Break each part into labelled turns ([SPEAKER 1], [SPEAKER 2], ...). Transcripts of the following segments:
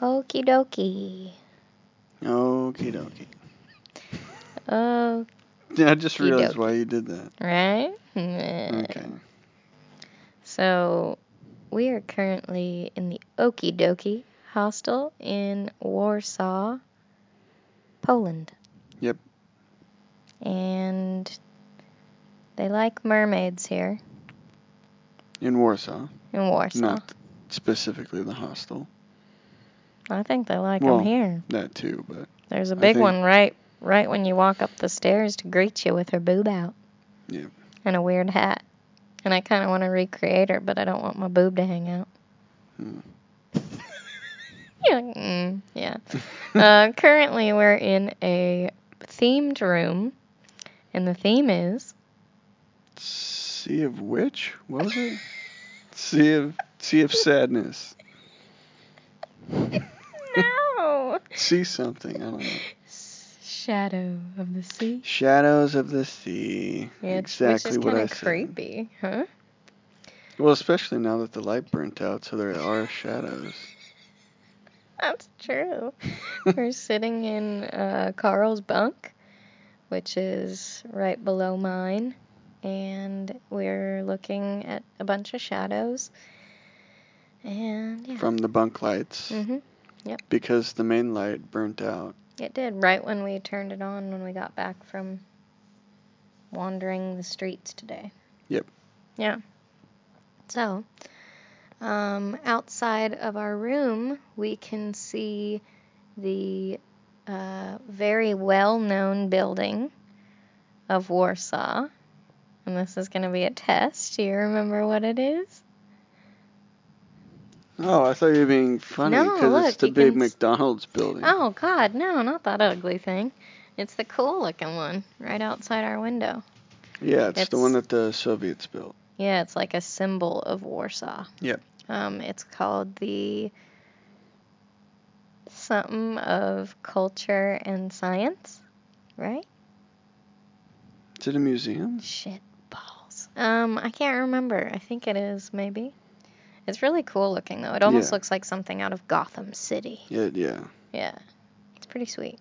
[SPEAKER 1] Okie dokie.
[SPEAKER 2] Okie dokie.
[SPEAKER 1] Oh,
[SPEAKER 2] Yeah, I just
[SPEAKER 1] Okey
[SPEAKER 2] realized
[SPEAKER 1] dokey.
[SPEAKER 2] why you did that.
[SPEAKER 1] right? Uh,
[SPEAKER 2] Okay.
[SPEAKER 1] So, we are currently in the Okie dokie hostel in Warsaw, Poland.
[SPEAKER 2] Yep.
[SPEAKER 1] And they like mermaids here
[SPEAKER 2] In Warsaw,
[SPEAKER 1] in Warsaw.
[SPEAKER 2] Not- specifically the hostel.
[SPEAKER 1] I think they like
[SPEAKER 2] Well-
[SPEAKER 1] them here.
[SPEAKER 2] That too, but
[SPEAKER 1] There's a
[SPEAKER 2] I
[SPEAKER 1] big
[SPEAKER 2] think-
[SPEAKER 1] one right right when you walk up the stairs to greet you with her boob out.
[SPEAKER 2] Yep.
[SPEAKER 1] And a weird hat. And I kind of want to recreate her, but I don't want my boob to hang out.
[SPEAKER 2] Hmm.
[SPEAKER 1] You're like, mm, yeah. uh, currently, we're in a themed room, and the theme is
[SPEAKER 2] Sea of Witch? What was it? sea of Sea of Sadness.
[SPEAKER 1] no
[SPEAKER 2] Sea something. I don't know.
[SPEAKER 1] shadow of the sea.
[SPEAKER 2] Shadows of the Sea.
[SPEAKER 1] Yeah, it's-
[SPEAKER 2] exactly
[SPEAKER 1] which is
[SPEAKER 2] what
[SPEAKER 1] kinda
[SPEAKER 2] I said.
[SPEAKER 1] creepy, huh?
[SPEAKER 2] Well, especially now that the light burnt out, so there are shadows.
[SPEAKER 1] That's true. We're sitting in uh, Carl's bunk, which is right below mine, and we're looking at a bunch of shadows. And yeah.
[SPEAKER 2] From the bunk lights,
[SPEAKER 1] hmm
[SPEAKER 2] because the main light burnt out.
[SPEAKER 1] It did, right when we turned it on when we got back from wandering the streets today.
[SPEAKER 2] Yep.
[SPEAKER 1] Yeah. So, um, outside of our room, we can see the uh, very well known building of Warsaw. And this is going to be a test. Do you remember what it is?
[SPEAKER 2] Oh, I thought you were being funny
[SPEAKER 1] No,
[SPEAKER 2] because it's
[SPEAKER 1] look,
[SPEAKER 2] the
[SPEAKER 1] you
[SPEAKER 2] big
[SPEAKER 1] can s-
[SPEAKER 2] McDonald's building.
[SPEAKER 1] Oh, God, no, not that ugly thing. It's the cool looking one right outside our window.
[SPEAKER 2] yeah, it's, the
[SPEAKER 1] it's-
[SPEAKER 2] one that the Soviets built.
[SPEAKER 1] Yeah, it's like a symbol of Warsaw.
[SPEAKER 2] Yep.
[SPEAKER 1] Um, it's called the something of culture and science, right?
[SPEAKER 2] Is it a museum?
[SPEAKER 1] Shit balls. Um, I can't remember. I think it is maybe. It's really cool looking though. It almost
[SPEAKER 2] Yeah.
[SPEAKER 1] looks like something out of Gotham City.
[SPEAKER 2] Yeah, yeah.
[SPEAKER 1] Yeah, it's pretty sweet.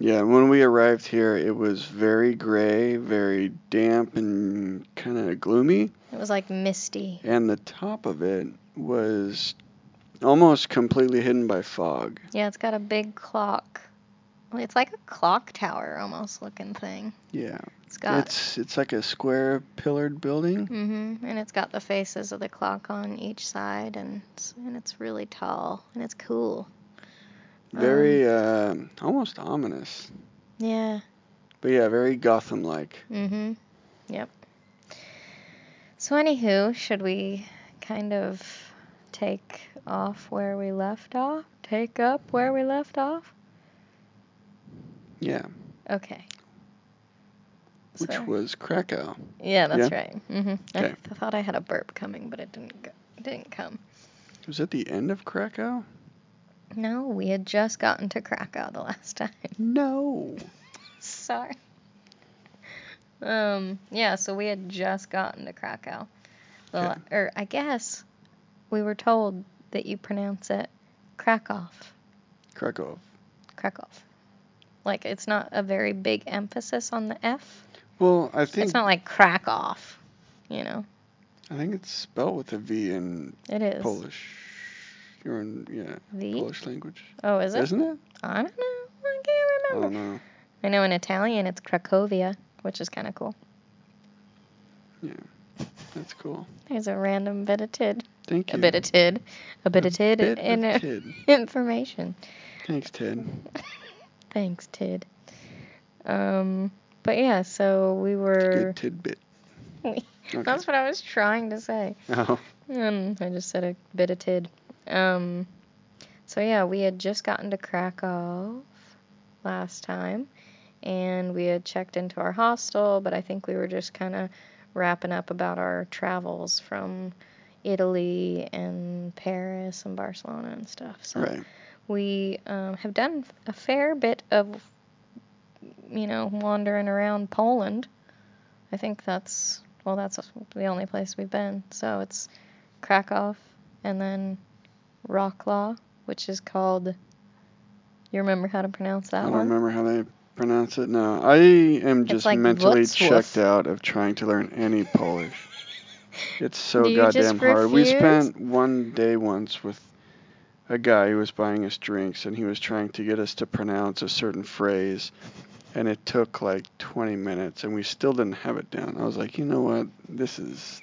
[SPEAKER 2] Yeah, and when we arrived here, it was very gray, very damp, and kind of gloomy.
[SPEAKER 1] It was like misty.
[SPEAKER 2] And the top of it was almost completely hidden by fog.
[SPEAKER 1] Yeah, it's got a big clock. It's like a clock tower almost looking thing.
[SPEAKER 2] Yeah,
[SPEAKER 1] It's got
[SPEAKER 2] it's it's like a square pillared building.
[SPEAKER 1] Mm-hmm. And it's got the faces of the clock on each side, and it's, and it's really tall, and it's cool. Oh.
[SPEAKER 2] Very um almost ominous,
[SPEAKER 1] Yeah.
[SPEAKER 2] but yeah, very Gotham-like.
[SPEAKER 1] Mm-hmm. Yep. So, anywho, should we kind of take off where we left off? Take up where we left off?
[SPEAKER 2] Yeah,
[SPEAKER 1] Okay.
[SPEAKER 2] which
[SPEAKER 1] So-
[SPEAKER 2] was Krakow.
[SPEAKER 1] yeah, that's
[SPEAKER 2] yeah?
[SPEAKER 1] right. Mm-hmm. I
[SPEAKER 2] Okay.
[SPEAKER 1] th- thought I had a burp coming, but it didn't go, didn't come.
[SPEAKER 2] Was it the end of Krakow?
[SPEAKER 1] No, we had just gotten to Krakow the last time.
[SPEAKER 2] No.
[SPEAKER 1] Sorry. Um, yeah, so we had just gotten to Krakow. The la- or I guess we were told that you pronounce it Krakow.
[SPEAKER 2] Krakow.
[SPEAKER 1] Krakow. Like it's not a very big emphasis on the F.
[SPEAKER 2] Well, I think
[SPEAKER 1] It's not like Krakow, you know.
[SPEAKER 2] I think it's spelled with a V in
[SPEAKER 1] It is.
[SPEAKER 2] Polish. Or in, yeah,
[SPEAKER 1] V?
[SPEAKER 2] Polish language.
[SPEAKER 1] Oh, is it?
[SPEAKER 2] Isn't it?
[SPEAKER 1] I don't know. I can't
[SPEAKER 2] I
[SPEAKER 1] remember.
[SPEAKER 2] don't know.
[SPEAKER 1] I know in Italian it's Cracovia, which is kind of cool.
[SPEAKER 2] That's cool.
[SPEAKER 1] There's a random bit of tid,
[SPEAKER 2] Thank
[SPEAKER 1] a
[SPEAKER 2] you.
[SPEAKER 1] bit of tid, a bit of tid,
[SPEAKER 2] bit
[SPEAKER 1] in
[SPEAKER 2] of
[SPEAKER 1] in-
[SPEAKER 2] tid.
[SPEAKER 1] information.
[SPEAKER 2] Thanks, Ted.
[SPEAKER 1] Thanks, Tid. Um, but yeah, so we were.
[SPEAKER 2] Good tidbit.
[SPEAKER 1] We-
[SPEAKER 2] Okay.
[SPEAKER 1] That's what I was trying to say.
[SPEAKER 2] Oh,
[SPEAKER 1] Um, I just said a bit of Tid. Um, so yeah, we had just gotten to Krakow last time, and we had checked into our hostel, but I think we were just kind of wrapping up about our travels from Italy and Paris and Barcelona and stuff. So
[SPEAKER 2] right.
[SPEAKER 1] we um, have done a fair bit of, you know, wandering around Poland. I think that's, well, that's the only place we've been. So it's Krakow and then Wrocław which is called. You remember how to pronounce that
[SPEAKER 2] I don't
[SPEAKER 1] one?
[SPEAKER 2] remember how they pronounce it. No, I am
[SPEAKER 1] It's
[SPEAKER 2] just
[SPEAKER 1] like
[SPEAKER 2] mentally
[SPEAKER 1] Wutzwuff.
[SPEAKER 2] checked out of trying to learn any Polish. It's so
[SPEAKER 1] Do you just
[SPEAKER 2] goddamn hard. We
[SPEAKER 1] refuse?
[SPEAKER 2] spent one day once with a guy who was buying us drinks, and he was trying to get us to pronounce a certain phrase, and it took like 20 minutes, and we still didn't have it down. I was like, you know what? This is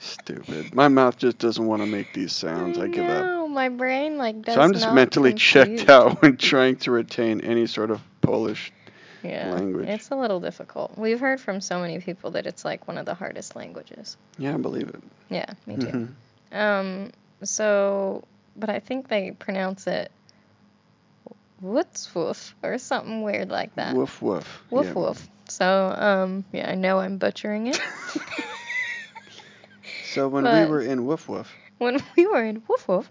[SPEAKER 2] stupid. My mouth just doesn't want to make these sounds. I give up.
[SPEAKER 1] No, my brain like does
[SPEAKER 2] So I'm just
[SPEAKER 1] not
[SPEAKER 2] mentally
[SPEAKER 1] compute.
[SPEAKER 2] checked out when trying to retain any sort of Polish.
[SPEAKER 1] Yeah,
[SPEAKER 2] language.
[SPEAKER 1] it's a little difficult. We've heard from so many people that it's like one of the hardest languages.
[SPEAKER 2] Yeah, I believe it.
[SPEAKER 1] Yeah, me too.
[SPEAKER 2] Mhm.
[SPEAKER 1] Um, so, but I think they pronounce it Wutzwoof or something weird like that.
[SPEAKER 2] Woof woof.
[SPEAKER 1] Woof
[SPEAKER 2] Yeah.
[SPEAKER 1] woof. So, um, yeah, I know I'm butchering it.
[SPEAKER 2] So when
[SPEAKER 1] But-
[SPEAKER 2] we were in Woof Woof,
[SPEAKER 1] when we were in Woof Woof,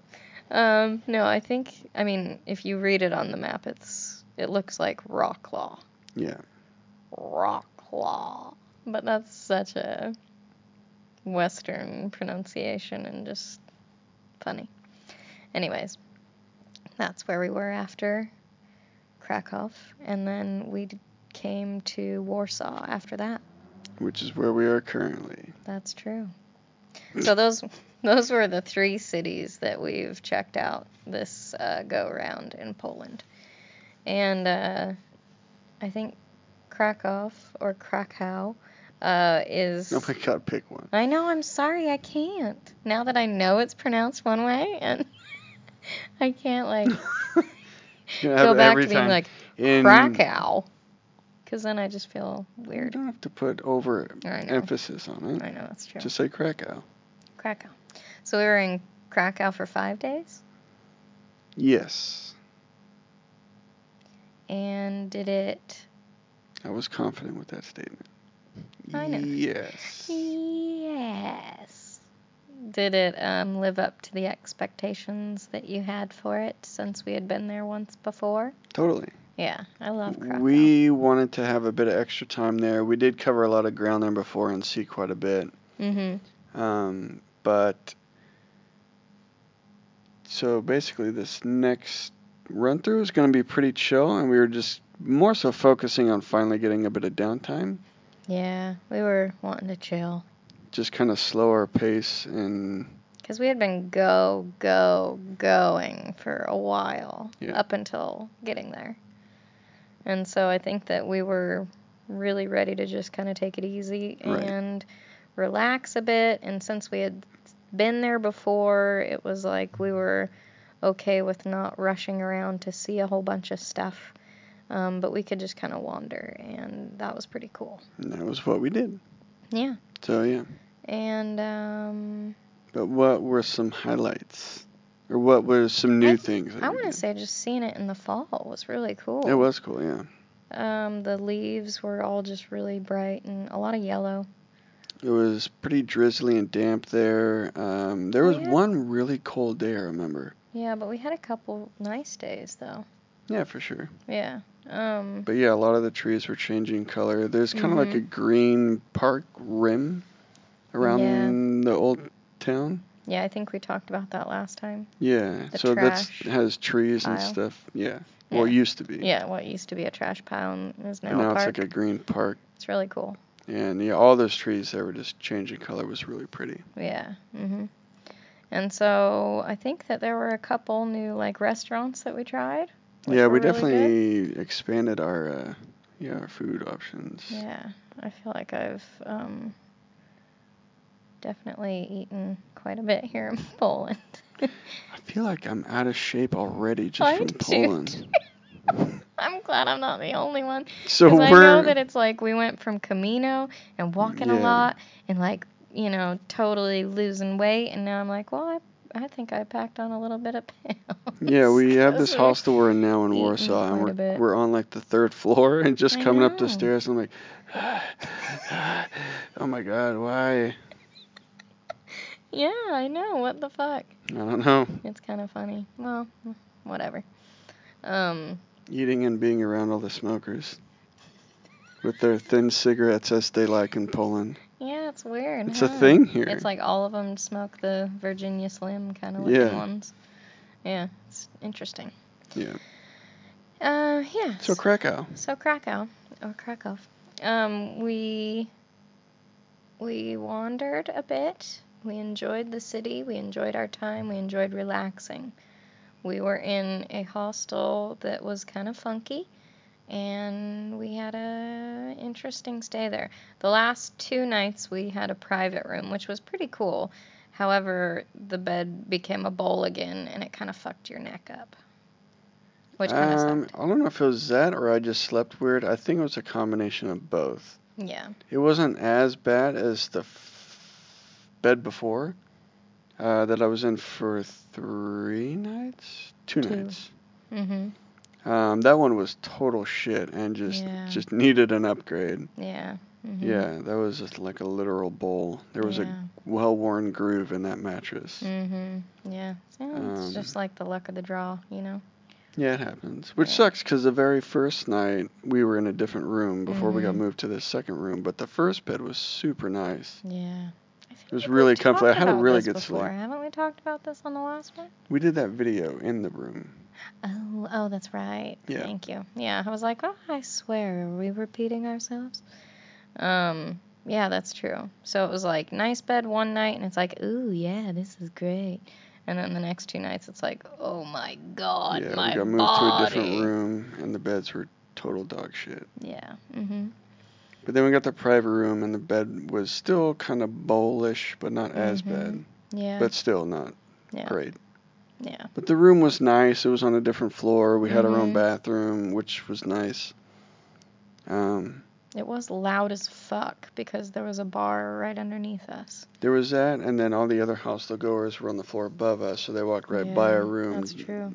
[SPEAKER 1] um, no, I think, I mean, if you read it on the map, it's it looks like Rocklaw.
[SPEAKER 2] yeah,
[SPEAKER 1] Rocklaw. But that's such a Western pronunciation and just funny. Anyways, that's where we were after Krakow, and then we d- came to Warsaw after that.
[SPEAKER 2] which is where we are currently.
[SPEAKER 1] That's true. So those those were the three cities that we've checked out this uh, go round in Poland, and uh, I think Krakow or Krakow uh, is.
[SPEAKER 2] Oh my God, pick one.
[SPEAKER 1] I know. I'm sorry. I can't. Now that I know it's pronounced one way, and I can't like
[SPEAKER 2] You
[SPEAKER 1] go
[SPEAKER 2] know, every-
[SPEAKER 1] back
[SPEAKER 2] every
[SPEAKER 1] to being
[SPEAKER 2] time
[SPEAKER 1] like
[SPEAKER 2] in,
[SPEAKER 1] Krakow, because then I just feel
[SPEAKER 2] You
[SPEAKER 1] weird.
[SPEAKER 2] don't have to put over
[SPEAKER 1] I know.
[SPEAKER 2] emphasis on it.
[SPEAKER 1] I know that's true.
[SPEAKER 2] Just say Krakow.
[SPEAKER 1] Krakow. So we were in Krakow for five days.
[SPEAKER 2] Yes,
[SPEAKER 1] And did it?
[SPEAKER 2] I was confident with that statement.
[SPEAKER 1] I know.
[SPEAKER 2] Yes.
[SPEAKER 1] Yes. Did it um, live up to the expectations that you had for it since we had been there once before?
[SPEAKER 2] Totally.
[SPEAKER 1] Yeah, I love Krakow.
[SPEAKER 2] We wanted to have a bit of extra time there. We did cover a lot of ground there before and see quite a bit.
[SPEAKER 1] Mhm.
[SPEAKER 2] Um, but so basically, this next run through is going to be pretty chill, and we were just more so focusing on finally getting a bit of downtime,
[SPEAKER 1] Yeah, we were wanting to chill
[SPEAKER 2] just kind of slow our pace and
[SPEAKER 1] because we had been go go going for a while
[SPEAKER 2] Yeah.
[SPEAKER 1] up until getting there. And so I think that we were really ready to just kind of take it easy
[SPEAKER 2] Right.
[SPEAKER 1] and relax a bit. And since we had been there before, it was like we were okay with not rushing around to see a whole bunch of stuff. Um, but we could just kind of wander, and that was pretty cool.
[SPEAKER 2] and that was what we did.
[SPEAKER 1] Yeah.
[SPEAKER 2] So yeah.
[SPEAKER 1] And um,
[SPEAKER 2] But what were some highlights, or what were some new
[SPEAKER 1] I-
[SPEAKER 2] things? That
[SPEAKER 1] I
[SPEAKER 2] we
[SPEAKER 1] want to
[SPEAKER 2] did?
[SPEAKER 1] say just seeing it in the fall was really cool.
[SPEAKER 2] it was cool. Yeah,
[SPEAKER 1] Um, the leaves were all just really bright and a lot of yellow.
[SPEAKER 2] it was pretty drizzly and damp there. Um, there was
[SPEAKER 1] Yeah.
[SPEAKER 2] one really cold day. I remember.
[SPEAKER 1] Yeah, but we had a couple nice days though.
[SPEAKER 2] Yeah, for sure.
[SPEAKER 1] Yeah. Um,
[SPEAKER 2] But yeah, a lot of the trees were changing color. There's kind of like
[SPEAKER 1] Mhm.
[SPEAKER 2] a green park rim around the old town.
[SPEAKER 1] yeah, I think we talked about that last time.
[SPEAKER 2] Yeah.
[SPEAKER 1] The
[SPEAKER 2] so that's
[SPEAKER 1] trash
[SPEAKER 2] has trees and
[SPEAKER 1] pile.
[SPEAKER 2] stuff. Yeah. Well, it
[SPEAKER 1] Yeah.
[SPEAKER 2] used to be.
[SPEAKER 1] Yeah, what used to be a trash pile and is now,
[SPEAKER 2] And
[SPEAKER 1] a
[SPEAKER 2] now it's
[SPEAKER 1] park.
[SPEAKER 2] like a green park.
[SPEAKER 1] It's really cool.
[SPEAKER 2] And yeah, all those trees that were just changing color It was really pretty.
[SPEAKER 1] Yeah. Mhm. And so I think that there were a couple new like restaurants that we tried. which
[SPEAKER 2] yeah,
[SPEAKER 1] were
[SPEAKER 2] we
[SPEAKER 1] really good.
[SPEAKER 2] definitely expanded our uh, yeah our food options.
[SPEAKER 1] Yeah, I feel like I've um, definitely eaten quite a bit here in Poland.
[SPEAKER 2] I feel like I'm out of shape already just
[SPEAKER 1] I
[SPEAKER 2] from
[SPEAKER 1] do
[SPEAKER 2] Poland.
[SPEAKER 1] too. I'm glad I'm not the only one.
[SPEAKER 2] So
[SPEAKER 1] 'Cause
[SPEAKER 2] we're
[SPEAKER 1] I know that it's like we went from Camino and walking a
[SPEAKER 2] Yeah.
[SPEAKER 1] lot and like, you know, totally losing weight. And now I'm like, well, I, I think I packed on a little bit of pounds.
[SPEAKER 2] Yeah, we have
[SPEAKER 1] 'Cause
[SPEAKER 2] this
[SPEAKER 1] we're-
[SPEAKER 2] hostel we're in now in
[SPEAKER 1] eating
[SPEAKER 2] Warsaw,
[SPEAKER 1] quite a
[SPEAKER 2] and we're,
[SPEAKER 1] bit.
[SPEAKER 2] we're on like the third floor, and just
[SPEAKER 1] I
[SPEAKER 2] coming up the
[SPEAKER 1] know.
[SPEAKER 2] stairs, and I'm like, oh my god, why?
[SPEAKER 1] Yeah, I know. What the fuck?
[SPEAKER 2] I don't know.
[SPEAKER 1] It's kind of funny. Well, whatever. Um,
[SPEAKER 2] Eating and being around all the smokers with their thin cigarettes, as they like in Poland.
[SPEAKER 1] yeah, it's weird.
[SPEAKER 2] It's a
[SPEAKER 1] huh?
[SPEAKER 2] thing here.
[SPEAKER 1] It's like all of them smoke the Virginia Slim kind of
[SPEAKER 2] Yeah.
[SPEAKER 1] looking ones. Yeah, it's It's interesting.
[SPEAKER 2] Yeah.
[SPEAKER 1] Uh, yeah.
[SPEAKER 2] So Krakow.
[SPEAKER 1] So Krakow or Krakow. Um, we we wandered a bit. We enjoyed the city. We enjoyed our time. We enjoyed relaxing. We were in a hostel that was kind of funky, and we had a interesting stay there. The last two nights we had a private room, which was pretty cool. However, the bed became a bowl again, and it kind of fucked your neck up. Which kind of
[SPEAKER 2] um,
[SPEAKER 1] sucked.
[SPEAKER 2] I don't know if it was that or I just slept weird. I think it was a combination of both.
[SPEAKER 1] Yeah.
[SPEAKER 2] It wasn't as bad as the f- bed before uh, that I was in for three nights, two,
[SPEAKER 1] Two.
[SPEAKER 2] nights.
[SPEAKER 1] Mhm.
[SPEAKER 2] Um, that one was total shit and just
[SPEAKER 1] Yeah.
[SPEAKER 2] just needed an upgrade.
[SPEAKER 1] Yeah. Mhm.
[SPEAKER 2] Yeah, that was just like a literal bowl. There was
[SPEAKER 1] Yeah.
[SPEAKER 2] a well-worn groove in that mattress.
[SPEAKER 1] Mhm. Yeah. Yeah, It's
[SPEAKER 2] Um,
[SPEAKER 1] just like the luck of the draw, you know.
[SPEAKER 2] Yeah, it happens. Which
[SPEAKER 1] Yeah.
[SPEAKER 2] sucks because the very first night we were in a different room before we got
[SPEAKER 1] Mhm.
[SPEAKER 2] moved to this second room, but the first bed was super nice.
[SPEAKER 1] Yeah. I think
[SPEAKER 2] was
[SPEAKER 1] we've
[SPEAKER 2] really
[SPEAKER 1] talked
[SPEAKER 2] comfy. I had a
[SPEAKER 1] about
[SPEAKER 2] really
[SPEAKER 1] this
[SPEAKER 2] good
[SPEAKER 1] before.
[SPEAKER 2] sleep.
[SPEAKER 1] Haven't we talked about this on the last one?
[SPEAKER 2] We did that video in the room.
[SPEAKER 1] Oh, oh, that's right.
[SPEAKER 2] Yeah.
[SPEAKER 1] Thank you. Yeah, I was like, oh, I swear, are we repeating ourselves? Um, yeah, that's true. So it was like nice bed one night, and it's like, ooh, yeah, this is great. And then the next two nights, it's like, oh my god,
[SPEAKER 2] yeah,
[SPEAKER 1] my
[SPEAKER 2] we got moved
[SPEAKER 1] body.
[SPEAKER 2] to a different room and the beds were total dog shit.
[SPEAKER 1] Yeah. Mhm.
[SPEAKER 2] But then we got the private room and the bed was still kind of bowlish, but not as
[SPEAKER 1] Mhm.
[SPEAKER 2] bad.
[SPEAKER 1] Yeah.
[SPEAKER 2] But still not
[SPEAKER 1] yeah.
[SPEAKER 2] great.
[SPEAKER 1] Yeah.
[SPEAKER 2] But the room was nice. It was on a different floor. We had our own
[SPEAKER 1] Mhm.
[SPEAKER 2] bathroom, which was nice. Um,
[SPEAKER 1] It was loud as fuck because there was a bar right underneath us.
[SPEAKER 2] there was that, and then all the other hostel goers were on the floor above us, so they walked right by
[SPEAKER 1] Yeah,
[SPEAKER 2] our room
[SPEAKER 1] That's true.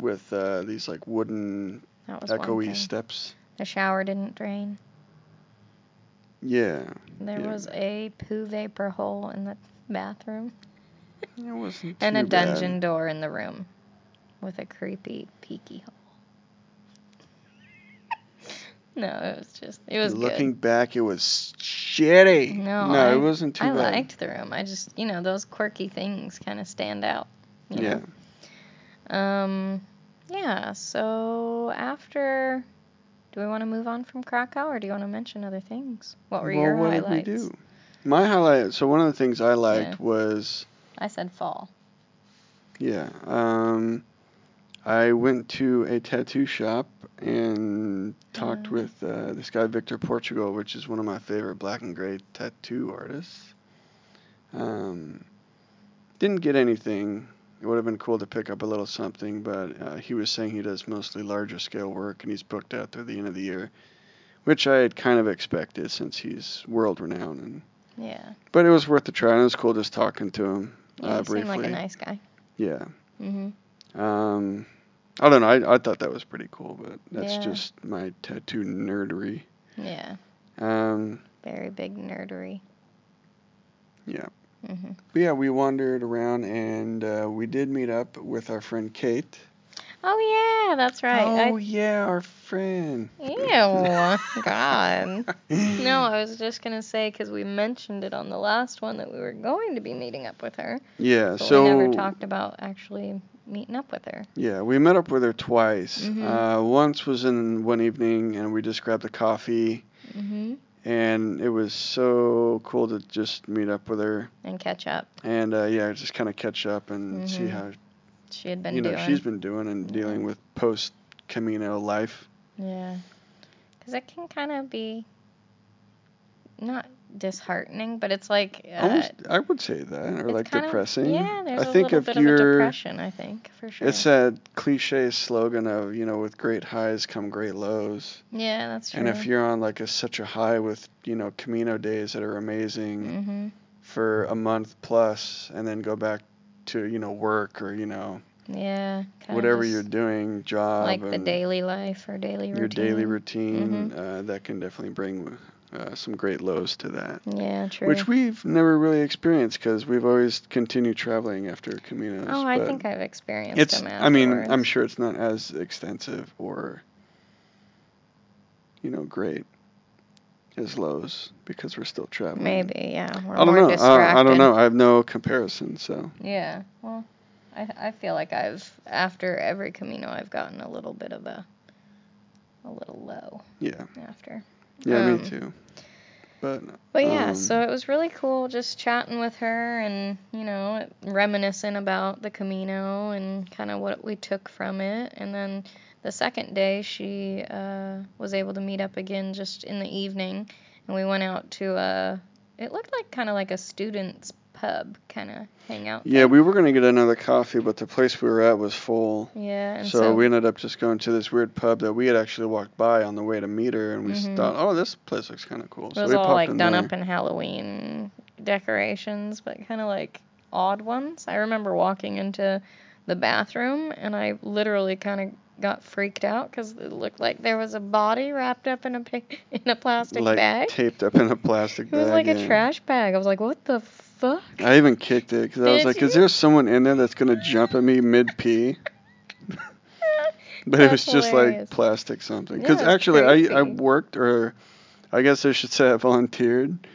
[SPEAKER 2] with uh, these like wooden
[SPEAKER 1] That was one
[SPEAKER 2] echoey
[SPEAKER 1] thing.
[SPEAKER 2] steps.
[SPEAKER 1] The shower didn't drain.
[SPEAKER 2] Yeah,
[SPEAKER 1] There
[SPEAKER 2] Yeah.
[SPEAKER 1] was a poo vapor hole in the bathroom
[SPEAKER 2] it wasn't
[SPEAKER 1] and a
[SPEAKER 2] too bad.
[SPEAKER 1] dungeon door in the room with a creepy peeky hole. no, it was just it was
[SPEAKER 2] Looking
[SPEAKER 1] good.
[SPEAKER 2] back, it was shitty.
[SPEAKER 1] No,
[SPEAKER 2] no,
[SPEAKER 1] I,
[SPEAKER 2] it wasn't too
[SPEAKER 1] I
[SPEAKER 2] bad.
[SPEAKER 1] liked the room. I just you know those quirky things kind of stand out. you
[SPEAKER 2] yeah,
[SPEAKER 1] know? Um, yeah. So after, do we want to move on from Krakow, or do you want to mention other things? What were
[SPEAKER 2] well,
[SPEAKER 1] your
[SPEAKER 2] what
[SPEAKER 1] highlights?
[SPEAKER 2] did we do? My highlight. So one of the things I liked
[SPEAKER 1] Yeah.
[SPEAKER 2] was
[SPEAKER 1] I said fall.
[SPEAKER 2] Yeah. Um, I went to a tattoo shop and talked
[SPEAKER 1] Mm.
[SPEAKER 2] with uh, this guy Victor Portugal, which is one of my favorite black and gray tattoo artists. Um, didn't get anything. It would have been cool to pick up a little something, but uh, he was saying he does mostly larger scale work and he's booked out through the end of the year, which I had kind of expected since he's world renowned. And
[SPEAKER 1] Yeah.
[SPEAKER 2] but it was worth a try. And it was cool just talking to him
[SPEAKER 1] Yeah,
[SPEAKER 2] uh,
[SPEAKER 1] you seem like
[SPEAKER 2] briefly.
[SPEAKER 1] a nice guy.
[SPEAKER 2] yeah.
[SPEAKER 1] Mm-hmm.
[SPEAKER 2] Um, I don't know. I, I thought that was pretty cool, but that's
[SPEAKER 1] Yeah.
[SPEAKER 2] just my tattoo nerdery.
[SPEAKER 1] Yeah.
[SPEAKER 2] Um,
[SPEAKER 1] Very big nerdery.
[SPEAKER 2] Yeah.
[SPEAKER 1] Mm-hmm.
[SPEAKER 2] but yeah, we wandered around and uh, we did meet up with our friend Kate.
[SPEAKER 1] Oh yeah, that's right. I-
[SPEAKER 2] Oh yeah, our friend.
[SPEAKER 1] Ew, God. No, I was just gonna say because we mentioned it on the last one that we were going to be meeting up with her,
[SPEAKER 2] Yeah.
[SPEAKER 1] but
[SPEAKER 2] So
[SPEAKER 1] we never talked about actually meeting up with her.
[SPEAKER 2] yeah, we met up with her twice.
[SPEAKER 1] Mhm.
[SPEAKER 2] Uh, once was in one evening, and we just grabbed a coffee,
[SPEAKER 1] Mm-hmm.
[SPEAKER 2] and it was so cool to just meet up with her
[SPEAKER 1] And catch up.
[SPEAKER 2] and uh, yeah, just kind of catch up and see
[SPEAKER 1] Mhm.
[SPEAKER 2] how
[SPEAKER 1] She had been
[SPEAKER 2] you know
[SPEAKER 1] doing.
[SPEAKER 2] she's been doing and
[SPEAKER 1] Yeah.
[SPEAKER 2] dealing with post Camino life.
[SPEAKER 1] Yeah. Because it can kind of be not disheartening, but it's like. Uh,
[SPEAKER 2] Almost, I would say that, or
[SPEAKER 1] it's
[SPEAKER 2] like
[SPEAKER 1] kind of-
[SPEAKER 2] depressing.
[SPEAKER 1] yeah, there's
[SPEAKER 2] I
[SPEAKER 1] a
[SPEAKER 2] think
[SPEAKER 1] little
[SPEAKER 2] if
[SPEAKER 1] bit of a
[SPEAKER 2] you're,
[SPEAKER 1] depression, I think, for sure.
[SPEAKER 2] it's that cliche slogan of you know, with great highs come great lows.
[SPEAKER 1] yeah, that's true.
[SPEAKER 2] And if you're on like a such a high with you know Camino days that are amazing
[SPEAKER 1] Mm-hmm.
[SPEAKER 2] for a month plus, and then go back to you know work or you know
[SPEAKER 1] Yeah. kinda
[SPEAKER 2] whatever
[SPEAKER 1] just
[SPEAKER 2] you're doing, job,
[SPEAKER 1] Like the
[SPEAKER 2] and
[SPEAKER 1] daily life or daily routine. Mm-hmm.
[SPEAKER 2] your daily routine, uh, that can definitely bring uh, some great lows to that.
[SPEAKER 1] Yeah, true.
[SPEAKER 2] Which we've never really experienced because we've always continued traveling after Caminos.
[SPEAKER 1] oh, I
[SPEAKER 2] but
[SPEAKER 1] think I've experienced
[SPEAKER 2] it's.
[SPEAKER 1] them
[SPEAKER 2] I mean, I'm
[SPEAKER 1] afterwards.
[SPEAKER 2] sure it's not as extensive or, you know, great as Lowe's because we're still traveling.
[SPEAKER 1] Maybe, yeah. We're
[SPEAKER 2] I don't
[SPEAKER 1] more
[SPEAKER 2] know. I,
[SPEAKER 1] distracted.
[SPEAKER 2] I don't know. I have no comparison. So
[SPEAKER 1] Yeah. Well, I, I feel like I've after every Camino I've gotten a little bit of a a little low
[SPEAKER 2] Yeah.
[SPEAKER 1] after.
[SPEAKER 2] Yeah,
[SPEAKER 1] Um,
[SPEAKER 2] me too. But
[SPEAKER 1] But yeah,
[SPEAKER 2] um,
[SPEAKER 1] so it was really cool just chatting with her and, you know, reminiscing about the Camino and kind of what we took from it. And then the second day, she uh, was able to meet up again just in the evening. And we went out to a, it looked like kind of like a student's pub kind of hangout.
[SPEAKER 2] yeah,
[SPEAKER 1] thing.
[SPEAKER 2] we were gonna get another coffee, but the place we were at was full.
[SPEAKER 1] Yeah, and
[SPEAKER 2] So, we ended up just going to this weird pub that we had actually walked by on the way to meet her, and we s
[SPEAKER 1] Mhm.
[SPEAKER 2] thought, oh, this place looks kind of cool.
[SPEAKER 1] It
[SPEAKER 2] so
[SPEAKER 1] was
[SPEAKER 2] we
[SPEAKER 1] all
[SPEAKER 2] popped
[SPEAKER 1] like
[SPEAKER 2] in
[SPEAKER 1] done
[SPEAKER 2] there.
[SPEAKER 1] up in Halloween decorations, but kind of like odd ones. I remember walking into the bathroom and I literally kind of got freaked out because it looked like there was a body wrapped up in a pa- in a plastic
[SPEAKER 2] like
[SPEAKER 1] bag.
[SPEAKER 2] taped up in a plastic
[SPEAKER 1] It
[SPEAKER 2] bag.
[SPEAKER 1] was like
[SPEAKER 2] yeah.
[SPEAKER 1] a trash bag. I was like, what the fuck?
[SPEAKER 2] I even kicked it because I was
[SPEAKER 1] Did
[SPEAKER 2] like, "Is
[SPEAKER 1] you?
[SPEAKER 2] there someone in there that's gonna jump at me mid pee?" But it was
[SPEAKER 1] That's
[SPEAKER 2] just
[SPEAKER 1] hilarious.
[SPEAKER 2] like plastic something. Because
[SPEAKER 1] Yeah, it's
[SPEAKER 2] actually, I I
[SPEAKER 1] crazy.
[SPEAKER 2] worked or I guess I should say I volunteered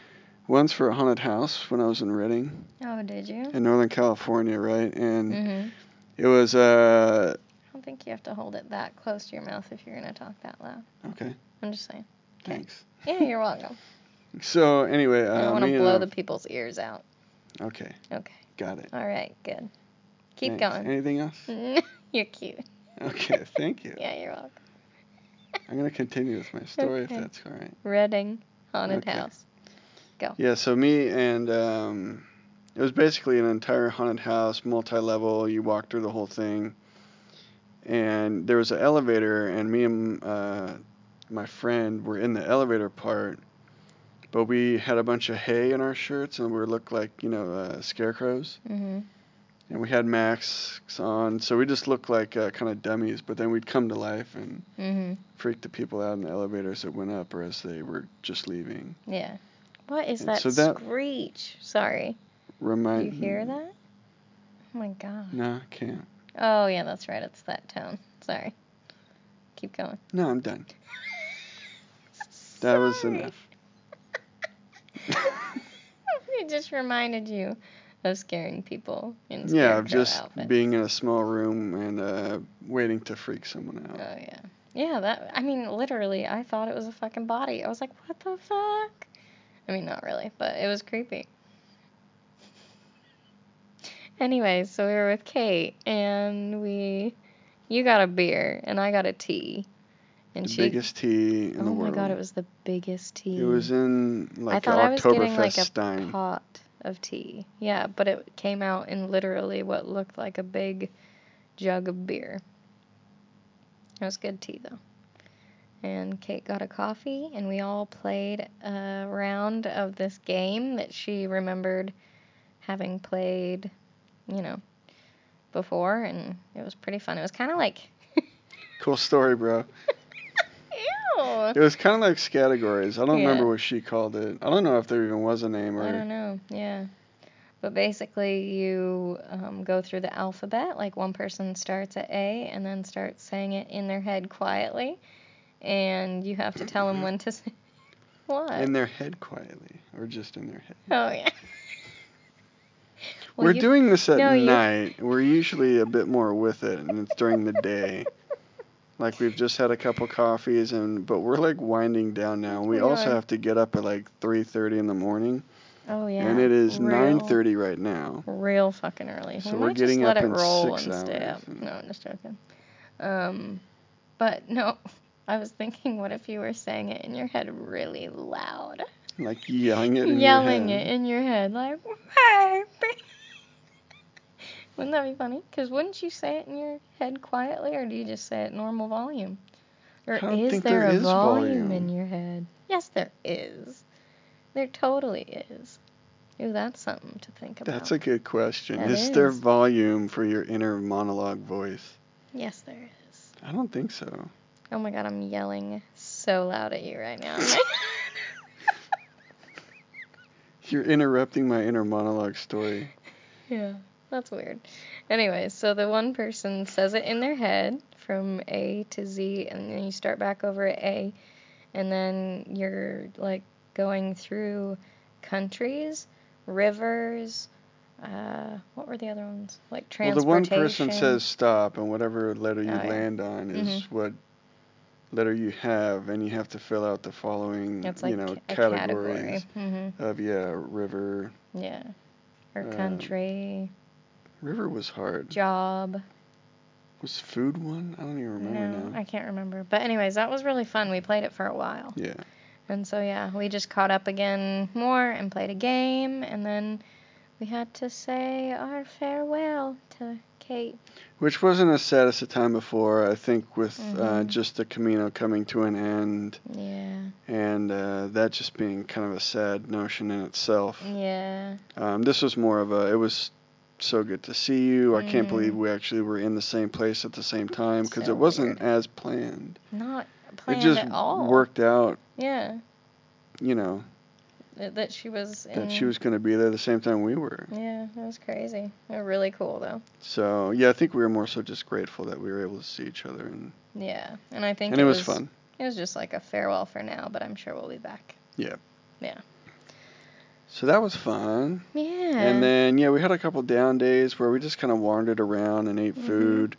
[SPEAKER 2] once for a haunted house when I was in Redding
[SPEAKER 1] Oh, did you?
[SPEAKER 2] in Northern California, right? And
[SPEAKER 1] Mm-hmm.
[SPEAKER 2] it was uh
[SPEAKER 1] I don't think you have to hold it that close to your mouth if you're gonna talk that loud.
[SPEAKER 2] okay,
[SPEAKER 1] I'm just saying.
[SPEAKER 2] thanks.
[SPEAKER 1] Yeah, you're welcome.
[SPEAKER 2] So anyway,
[SPEAKER 1] I don't
[SPEAKER 2] uh,
[SPEAKER 1] want
[SPEAKER 2] me
[SPEAKER 1] to
[SPEAKER 2] and
[SPEAKER 1] blow
[SPEAKER 2] I-
[SPEAKER 1] the people's ears out.
[SPEAKER 2] okay,
[SPEAKER 1] Okay.
[SPEAKER 2] got it.
[SPEAKER 1] All right. Good. Keep
[SPEAKER 2] Thanks. Anything else?
[SPEAKER 1] going. You're cute.
[SPEAKER 2] Okay, thank you.
[SPEAKER 1] Yeah, you're welcome.
[SPEAKER 2] I'm gonna continue with my story
[SPEAKER 1] Okay.
[SPEAKER 2] if that's all right.
[SPEAKER 1] Reading Haunted
[SPEAKER 2] Okay.
[SPEAKER 1] House.
[SPEAKER 2] Yeah, so me and um, it was basically an entire haunted house, multi-level. You walk through the whole thing, and there was an elevator, and me and uh, my friend were in the elevator part, but we had a bunch of hay in our shirts, and we looked like you know uh, scarecrows,
[SPEAKER 1] Mm-hmm.
[SPEAKER 2] and we had masks on, so we just looked like uh, kind of dummies. But then we'd come to life and
[SPEAKER 1] Mm-hmm.
[SPEAKER 2] freak the people out in the elevator as it went up or as they were just leaving.
[SPEAKER 1] Yeah. What is
[SPEAKER 2] And
[SPEAKER 1] that,
[SPEAKER 2] so that-
[SPEAKER 1] screech? Sorry.
[SPEAKER 2] Remind
[SPEAKER 1] you hear that? Oh my god.
[SPEAKER 2] No, I can't.
[SPEAKER 1] Oh yeah, that's right. It's that tone. Sorry. Keep going.
[SPEAKER 2] No, I'm done. That was
[SPEAKER 1] Sorry.
[SPEAKER 2] enough.
[SPEAKER 1] it just reminded you of scaring people in
[SPEAKER 2] yeah, of
[SPEAKER 1] scarecrow
[SPEAKER 2] just
[SPEAKER 1] outfits.
[SPEAKER 2] being in a small room and uh, waiting to freak someone
[SPEAKER 1] Oh
[SPEAKER 2] out.
[SPEAKER 1] yeah. Yeah, that I mean literally I thought it was a fucking body. I was like, "What the fuck?" I mean, not really, but it was creepy. Anyway, so we were with Kate and we you got a beer and I got a tea. And
[SPEAKER 2] the
[SPEAKER 1] she
[SPEAKER 2] biggest tea in
[SPEAKER 1] Oh
[SPEAKER 2] the
[SPEAKER 1] my
[SPEAKER 2] world.
[SPEAKER 1] god, it was the biggest tea.
[SPEAKER 2] It was in
[SPEAKER 1] I
[SPEAKER 2] like
[SPEAKER 1] thought I was getting like
[SPEAKER 2] Oktoberfest
[SPEAKER 1] a
[SPEAKER 2] Stein.
[SPEAKER 1] pot of tea. Yeah, but it came out in literally what looked like a big jug of beer. It was good tea though. And Kate got a coffee, and we all played a round of this game that she remembered having played, you know, before, and it was pretty fun. It was kind of like,
[SPEAKER 2] Cool story, bro. It
[SPEAKER 1] ew.
[SPEAKER 2] was kind of like categories. I don't
[SPEAKER 1] Yeah.
[SPEAKER 2] remember what she called it. I don't know if there even was a name
[SPEAKER 1] I don't
[SPEAKER 2] or.
[SPEAKER 1] know. Yeah. But basically, you um, go through the alphabet. Like one person starts at A and then starts saying it in their head quietly, and you have to tell
[SPEAKER 2] Mm-hmm.
[SPEAKER 1] them when to say what.
[SPEAKER 2] In their head quietly, or just in their head.
[SPEAKER 1] oh yeah.
[SPEAKER 2] We're
[SPEAKER 1] you-
[SPEAKER 2] doing this at
[SPEAKER 1] no, you-
[SPEAKER 2] night. We're usually a bit more with it, and it's during the day. Like we've just had a couple coffees and but we're like winding down now. We
[SPEAKER 1] We
[SPEAKER 2] also
[SPEAKER 1] are.
[SPEAKER 2] have to get up at like 3:30 in the morning
[SPEAKER 1] Oh yeah.
[SPEAKER 2] and it is
[SPEAKER 1] real-
[SPEAKER 2] 9:30 right now.
[SPEAKER 1] Real fucking early.
[SPEAKER 2] So
[SPEAKER 1] we
[SPEAKER 2] we're
[SPEAKER 1] might
[SPEAKER 2] getting
[SPEAKER 1] just let
[SPEAKER 2] up
[SPEAKER 1] it
[SPEAKER 2] in
[SPEAKER 1] roll
[SPEAKER 2] six
[SPEAKER 1] and stay
[SPEAKER 2] hours.
[SPEAKER 1] up. No, I'm just joking. Um, but no, I was thinking, what if you were saying it in your head really loud?
[SPEAKER 2] Like yelling it in
[SPEAKER 1] yelling
[SPEAKER 2] your
[SPEAKER 1] it
[SPEAKER 2] head.
[SPEAKER 1] in your head, like, "Baby." wouldn't that be funny? Because wouldn't you say it in your head quietly, or do you just say it normal volume? Or
[SPEAKER 2] I don't
[SPEAKER 1] is
[SPEAKER 2] think
[SPEAKER 1] there,
[SPEAKER 2] there
[SPEAKER 1] a
[SPEAKER 2] is
[SPEAKER 1] volume,
[SPEAKER 2] volume.
[SPEAKER 1] in your head? Yes, there is. There totally is. Ooh, that's something to think about.
[SPEAKER 2] That's a good question.
[SPEAKER 1] That
[SPEAKER 2] Is there
[SPEAKER 1] is.
[SPEAKER 2] volume for your inner monologue voice?
[SPEAKER 1] Yes, there is.
[SPEAKER 2] I don't think so.
[SPEAKER 1] Oh my god, I'm yelling so loud at you right now.
[SPEAKER 2] You're interrupting my inner monologue story.
[SPEAKER 1] Yeah, that's weird. Anyway, so the one person says it in their head from A to Z, and then you start back over at A, and then you're like going through countries, rivers, uh, what were the other ones? Like
[SPEAKER 2] Well, the
[SPEAKER 1] transportation.
[SPEAKER 2] one person says stop, and whatever letter you
[SPEAKER 1] Oh, yeah. Mm-hmm.
[SPEAKER 2] land on is what letter you have, and you have to fill out the following,
[SPEAKER 1] It's like
[SPEAKER 2] you know,
[SPEAKER 1] a
[SPEAKER 2] categories
[SPEAKER 1] category. hmm
[SPEAKER 2] of yeah, river.
[SPEAKER 1] Yeah. Or
[SPEAKER 2] Um,
[SPEAKER 1] country,
[SPEAKER 2] River was hard.
[SPEAKER 1] job.
[SPEAKER 2] Was food one? I don't even remember
[SPEAKER 1] No,
[SPEAKER 2] now.
[SPEAKER 1] I can't remember. But anyways, that was really fun. We played it for a while.
[SPEAKER 2] Yeah.
[SPEAKER 1] And so yeah, we just caught up again more and played a game and then we had to say our farewell to Kate.
[SPEAKER 2] Which wasn't as sad as the time before. I think with uh,
[SPEAKER 1] Mhm.
[SPEAKER 2] just the Camino coming to an end,
[SPEAKER 1] Yeah.
[SPEAKER 2] and uh, that just being kind of a sad notion in itself.
[SPEAKER 1] Yeah.
[SPEAKER 2] Um, this was more of a. It was so good to see you. I can't
[SPEAKER 1] Mhm.
[SPEAKER 2] believe we actually were in the same place at the same time because
[SPEAKER 1] So
[SPEAKER 2] it wasn't
[SPEAKER 1] weird.
[SPEAKER 2] as planned.
[SPEAKER 1] Not planned
[SPEAKER 2] it just
[SPEAKER 1] at all.
[SPEAKER 2] worked out.
[SPEAKER 1] Yeah.
[SPEAKER 2] You know
[SPEAKER 1] That that she was in
[SPEAKER 2] that she was going to be there the same time we were.
[SPEAKER 1] Yeah, that was crazy. They were really cool though.
[SPEAKER 2] So yeah, I think we were more so just grateful that we were able to see each other, and
[SPEAKER 1] Yeah. And I think
[SPEAKER 2] and it was fun.
[SPEAKER 1] It was just like a farewell for now, but I'm sure we'll be back.
[SPEAKER 2] So that was fun.
[SPEAKER 1] Yeah.
[SPEAKER 2] And then yeah, we had a couple down days where we just kind of wandered around and ate
[SPEAKER 1] Mhm.
[SPEAKER 2] food.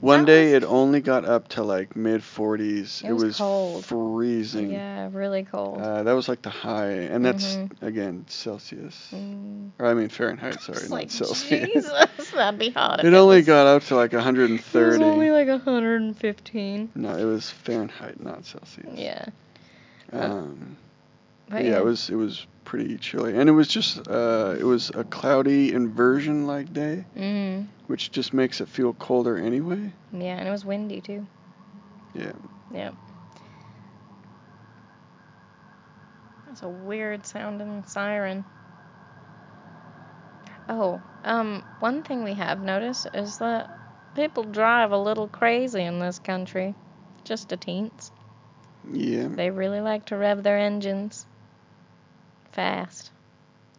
[SPEAKER 2] One
[SPEAKER 1] That
[SPEAKER 2] day
[SPEAKER 1] was-
[SPEAKER 2] it only got up to like mid 40s.
[SPEAKER 1] It was cold.
[SPEAKER 2] freezing.
[SPEAKER 1] Yeah, really cold.
[SPEAKER 2] Uh, that was like the high, and that's
[SPEAKER 1] Mhm.
[SPEAKER 2] again Celsius,
[SPEAKER 1] Mm.
[SPEAKER 2] or I mean Fahrenheit. Sorry,
[SPEAKER 1] It's
[SPEAKER 2] not
[SPEAKER 1] like,
[SPEAKER 2] Celsius.
[SPEAKER 1] Jesus, that'd be hot. if
[SPEAKER 2] It only
[SPEAKER 1] was-
[SPEAKER 2] got up to like
[SPEAKER 1] It
[SPEAKER 2] 130.
[SPEAKER 1] was only like 115.
[SPEAKER 2] no, it was Fahrenheit, not Celsius.
[SPEAKER 1] Yeah.
[SPEAKER 2] Um,
[SPEAKER 1] But
[SPEAKER 2] yeah, it was it was pretty chilly, and it was just uh, it was a cloudy inversion like day,
[SPEAKER 1] Mm,
[SPEAKER 2] which just makes it feel colder anyway.
[SPEAKER 1] yeah, and it was windy too.
[SPEAKER 2] Yeah.
[SPEAKER 1] Yep. That's a weird sounding siren. Oh, um, one thing we have noticed is that people drive a little crazy in this country. Just a teens.
[SPEAKER 2] Yeah.
[SPEAKER 1] They really like to rev their engines fast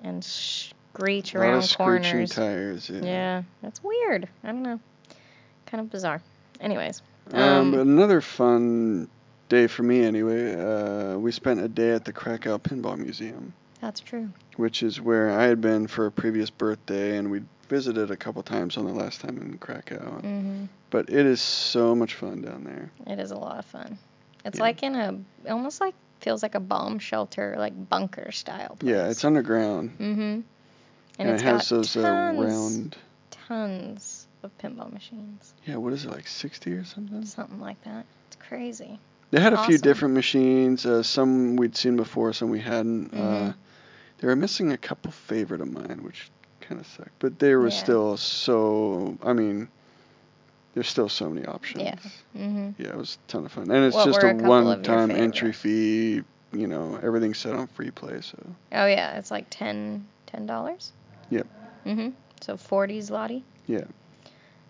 [SPEAKER 1] and screech
[SPEAKER 2] a lot
[SPEAKER 1] around
[SPEAKER 2] of screeching
[SPEAKER 1] corners.
[SPEAKER 2] tires. Yeah.
[SPEAKER 1] Yeah, that's weird. I don't know. Kind of bizarre. Anyways.
[SPEAKER 2] Um,
[SPEAKER 1] Um,
[SPEAKER 2] but another fun day for me anyway. Uh, we spent a day at the Krakow Pinball Museum.
[SPEAKER 1] That's true.
[SPEAKER 2] which is where I had been for a previous birthday, and we'd visited a couple times on the last time in Krakow.
[SPEAKER 1] hmm
[SPEAKER 2] But it is so much fun down there.
[SPEAKER 1] It is a lot of fun. It's
[SPEAKER 2] Yeah.
[SPEAKER 1] like in a almost like feels like a bomb shelter, like bunker style. Place.
[SPEAKER 2] Yeah, it's underground,
[SPEAKER 1] Mm-hmm.
[SPEAKER 2] and,
[SPEAKER 1] And, it's
[SPEAKER 2] it has
[SPEAKER 1] got
[SPEAKER 2] those uh,
[SPEAKER 1] tons,
[SPEAKER 2] round.
[SPEAKER 1] tons of pinball machines,
[SPEAKER 2] Yeah, what is it like, 60 or something?
[SPEAKER 1] something like that. It's crazy.
[SPEAKER 2] They had a few
[SPEAKER 1] Awesome.
[SPEAKER 2] different machines. Uh, some we'd seen before, some we hadn't. Uh,
[SPEAKER 1] Mhm.
[SPEAKER 2] they were missing a couple favorite of mine, which kind of sucked. But there were
[SPEAKER 1] Yeah.
[SPEAKER 2] still so. I mean, there's still so many options.
[SPEAKER 1] Mm-hmm.
[SPEAKER 2] Yeah, it was a ton of fun. And it's
[SPEAKER 1] What
[SPEAKER 2] just
[SPEAKER 1] were
[SPEAKER 2] a,
[SPEAKER 1] a couple of your
[SPEAKER 2] one time entry fee, you know, everything's set on free play, so
[SPEAKER 1] Oh yeah, it's like ten ten dollars.
[SPEAKER 2] Yep.
[SPEAKER 1] Mm-hmm. So forty zloty.
[SPEAKER 2] yeah.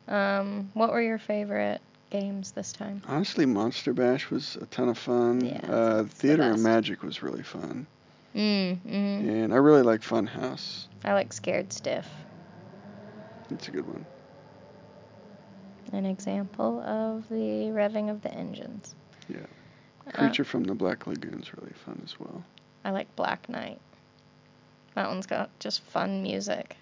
[SPEAKER 1] Um, what were your favorite games this time?
[SPEAKER 2] Honestly Monster Bash was a ton of fun.
[SPEAKER 1] Yeah, it's-
[SPEAKER 2] uh
[SPEAKER 1] the
[SPEAKER 2] Theater and
[SPEAKER 1] best.
[SPEAKER 2] Magic was really fun.
[SPEAKER 1] Mm, mm.
[SPEAKER 2] And I really like Funhouse.
[SPEAKER 1] I like Scared Stiff.
[SPEAKER 2] It's a good one.
[SPEAKER 1] An example of the revving of the engines.
[SPEAKER 2] Yeah.
[SPEAKER 1] Uh,
[SPEAKER 2] Creature from the Black Lagoon's really fun as well.
[SPEAKER 1] I like Black Knight. That one's got just fun music.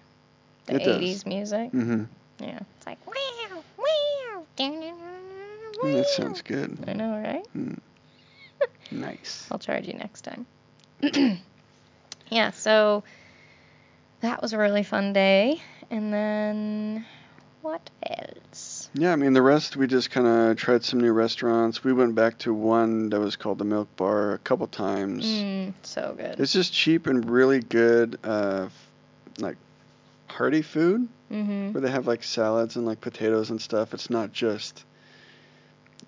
[SPEAKER 1] The
[SPEAKER 2] It does.
[SPEAKER 1] 80s music.
[SPEAKER 2] Mhm.
[SPEAKER 1] Yeah. It's like, wow, wow, dun-dun-dun-dun,
[SPEAKER 2] Mm, That
[SPEAKER 1] wow."
[SPEAKER 2] sounds good.
[SPEAKER 1] I know, right?
[SPEAKER 2] Mm. Nice.
[SPEAKER 1] I'll charge you next time. yeah, so that was a really fun day. And then what else?
[SPEAKER 2] Yeah, I mean the rest we just kind of tried some new restaurants. We went back to one that was called the Milk Bar a couple times.
[SPEAKER 1] Mm, so good.
[SPEAKER 2] It's just cheap and really good, uh, f- like hearty food
[SPEAKER 1] Mm-hmm.
[SPEAKER 2] where they have like salads and like potatoes and stuff. It's not just,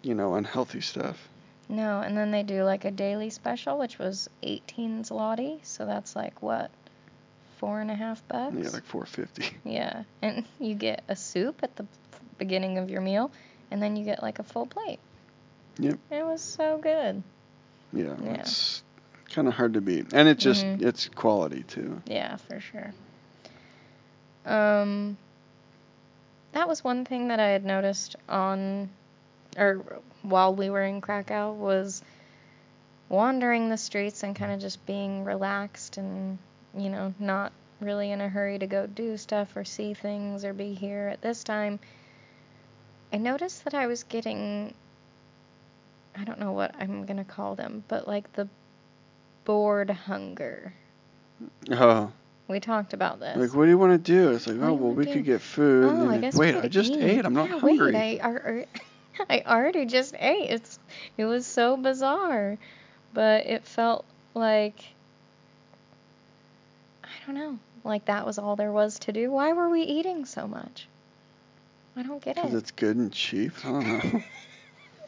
[SPEAKER 2] you know, unhealthy stuff.
[SPEAKER 1] No, and then they do like a daily special, which was 18 zloty. So that's like what? Four and a half bucks?
[SPEAKER 2] Yeah, like 450.
[SPEAKER 1] Yeah, and you get a soup at the beginning of your meal, and then you get like a full plate.
[SPEAKER 2] Yep.
[SPEAKER 1] It was so good.
[SPEAKER 2] Yeah,
[SPEAKER 1] Yeah.
[SPEAKER 2] it's kind of hard to beat, and it just
[SPEAKER 1] Mhm.
[SPEAKER 2] it's quality too.
[SPEAKER 1] Yeah, for sure. Um, that was one thing that I had noticed on, or while we were in Krakow, was wandering the streets and kind of just being relaxed and, you know, not really in a hurry to go do stuff or see things or be here at this time, I noticed that I was getting I don't know what I'm going to call them, but like the bored hunger.
[SPEAKER 2] Oh,
[SPEAKER 1] We talked about this.
[SPEAKER 2] like what do you want to do? It's like,
[SPEAKER 1] What do
[SPEAKER 2] oh
[SPEAKER 1] you
[SPEAKER 2] well,
[SPEAKER 1] wanna
[SPEAKER 2] we
[SPEAKER 1] do?
[SPEAKER 2] could get food. and
[SPEAKER 1] oh,
[SPEAKER 2] then
[SPEAKER 1] I
[SPEAKER 2] it-
[SPEAKER 1] guess we
[SPEAKER 2] wait,
[SPEAKER 1] could
[SPEAKER 2] I just
[SPEAKER 1] eat.
[SPEAKER 2] ate. I'm not
[SPEAKER 1] Yeah,
[SPEAKER 2] hungry.
[SPEAKER 1] Wait, I, ar- ar- I already just ate. It's it was so bizarre, but it felt like I don't know, like that was all there was to do. Why were we eating so much? I don't get
[SPEAKER 2] Because
[SPEAKER 1] it.
[SPEAKER 2] it's good and cheap. I don't know.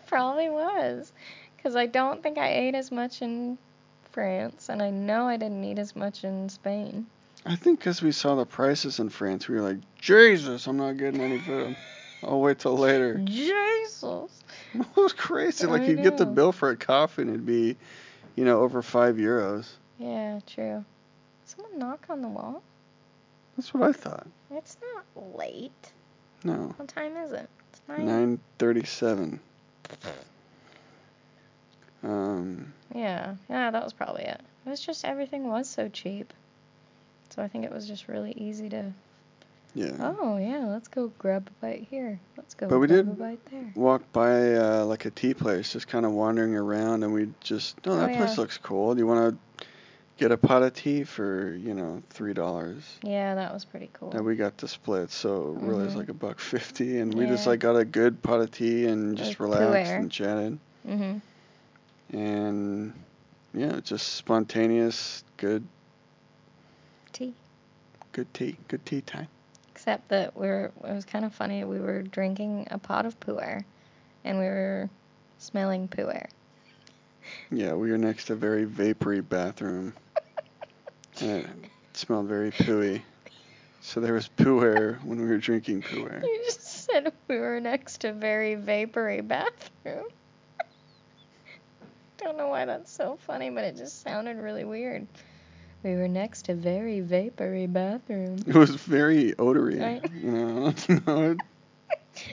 [SPEAKER 1] Probably was, because I don't think I ate as much in France, and I know I didn't eat as much in Spain.
[SPEAKER 2] I think because we saw the prices in France, we were like, Jesus, I'm not getting any food. I'll wait till later.
[SPEAKER 1] Jesus.
[SPEAKER 2] It was crazy. Like
[SPEAKER 1] I
[SPEAKER 2] you'd get the
[SPEAKER 1] know.
[SPEAKER 2] bill for a coffee and it'd be, you know, over five euros.
[SPEAKER 1] Yeah, true. Someone knock on the wall.
[SPEAKER 2] That's what I thought.
[SPEAKER 1] It's not late.
[SPEAKER 2] No,
[SPEAKER 1] What time is it? It's nine.
[SPEAKER 2] nine thirty-seven. Um,
[SPEAKER 1] Yeah, yeah, that was probably it. It was just everything was so cheap. So I think it was just really easy to.
[SPEAKER 2] yeah.
[SPEAKER 1] Oh yeah, let's go grab a bite here. Let's go
[SPEAKER 2] But we
[SPEAKER 1] grab a
[SPEAKER 2] did-
[SPEAKER 1] bite there.
[SPEAKER 2] Walked by uh, like a tea place, just kind of wandering around, and we just, oh,
[SPEAKER 1] Oh,
[SPEAKER 2] that place
[SPEAKER 1] yeah.
[SPEAKER 2] looks cool. Do you want to get a pot of tea for, you know, three dollars?
[SPEAKER 1] Yeah, that was pretty cool.
[SPEAKER 2] that we got to split, so it really it's
[SPEAKER 1] Mhm.
[SPEAKER 2] like a buck fifty, and we just
[SPEAKER 1] Yeah.
[SPEAKER 2] like got a good pot of tea and
[SPEAKER 1] It
[SPEAKER 2] just
[SPEAKER 1] was
[SPEAKER 2] relaxed
[SPEAKER 1] two-air.
[SPEAKER 2] and chatted,
[SPEAKER 1] Mhm.
[SPEAKER 2] and yeah, just spontaneous, good,
[SPEAKER 1] Tea.
[SPEAKER 2] good tea, good tea time.
[SPEAKER 1] Except that we were. It was kind of funny. We were drinking a pot of pu'er, and we were smelling pu'er.
[SPEAKER 2] Yeah, we were next to a very vapory bathroom, and it smelled very pooey. So there was poo air when we were drinking poo air.
[SPEAKER 1] You just said we were next to very vapory bathroom. Don't know why that's so funny, but it just sounded really weird. We were next to very vapory bathroom.
[SPEAKER 2] It was very odory,
[SPEAKER 1] Right.
[SPEAKER 2] you know. no, the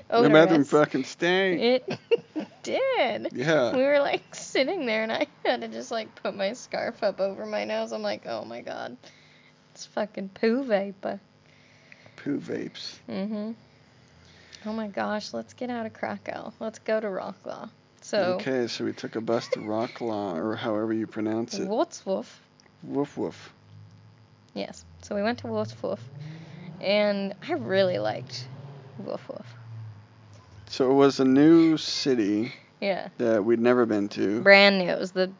[SPEAKER 2] bathroom
[SPEAKER 1] Odorous.
[SPEAKER 2] fucking stank.
[SPEAKER 1] It did.
[SPEAKER 2] Yeah.
[SPEAKER 1] We were like sitting there, and I had to just like put my scarf up over my nose. I'm like, oh my god, it's fucking poo vapor.
[SPEAKER 2] Poo vapes.
[SPEAKER 1] Mhm. Oh my gosh, let's get out of Krakow. Let's go to Rocklaw. So.
[SPEAKER 2] Okay, so we took a bus to Rocklaw, or however you pronounce it.
[SPEAKER 1] Wurtzwurf.
[SPEAKER 2] Woof woof.
[SPEAKER 1] Yes. So we went to Wurtzwurf, and I really liked Wurtzwurf.
[SPEAKER 2] So it was a new city
[SPEAKER 1] Yeah.
[SPEAKER 2] that we'd never been to.
[SPEAKER 1] Brand new. It was the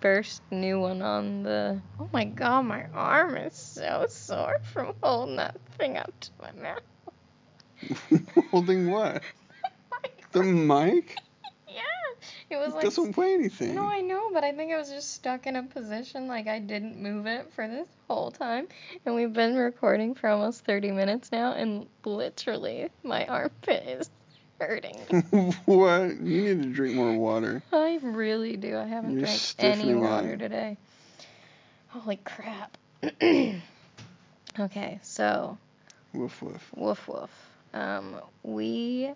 [SPEAKER 1] first new one on the. Oh my god, my arm is so sore from holding that thing up to my mouth.
[SPEAKER 2] Holding what?
[SPEAKER 1] Like,
[SPEAKER 2] The mic?
[SPEAKER 1] yeah. It was
[SPEAKER 2] It
[SPEAKER 1] like.
[SPEAKER 2] doesn't weigh anything.
[SPEAKER 1] No, I know, but I think I was just stuck in a position like I didn't move it for this whole time. And we've been recording for almost 30 minutes now, and literally my armpit is hurting.
[SPEAKER 2] what? You need to drink more water.
[SPEAKER 1] I really do. I haven't
[SPEAKER 2] You're
[SPEAKER 1] drank any
[SPEAKER 2] stiffening
[SPEAKER 1] water
[SPEAKER 2] up.
[SPEAKER 1] today. Holy crap. okay, so
[SPEAKER 2] Woof woof.
[SPEAKER 1] woof woof. Um, we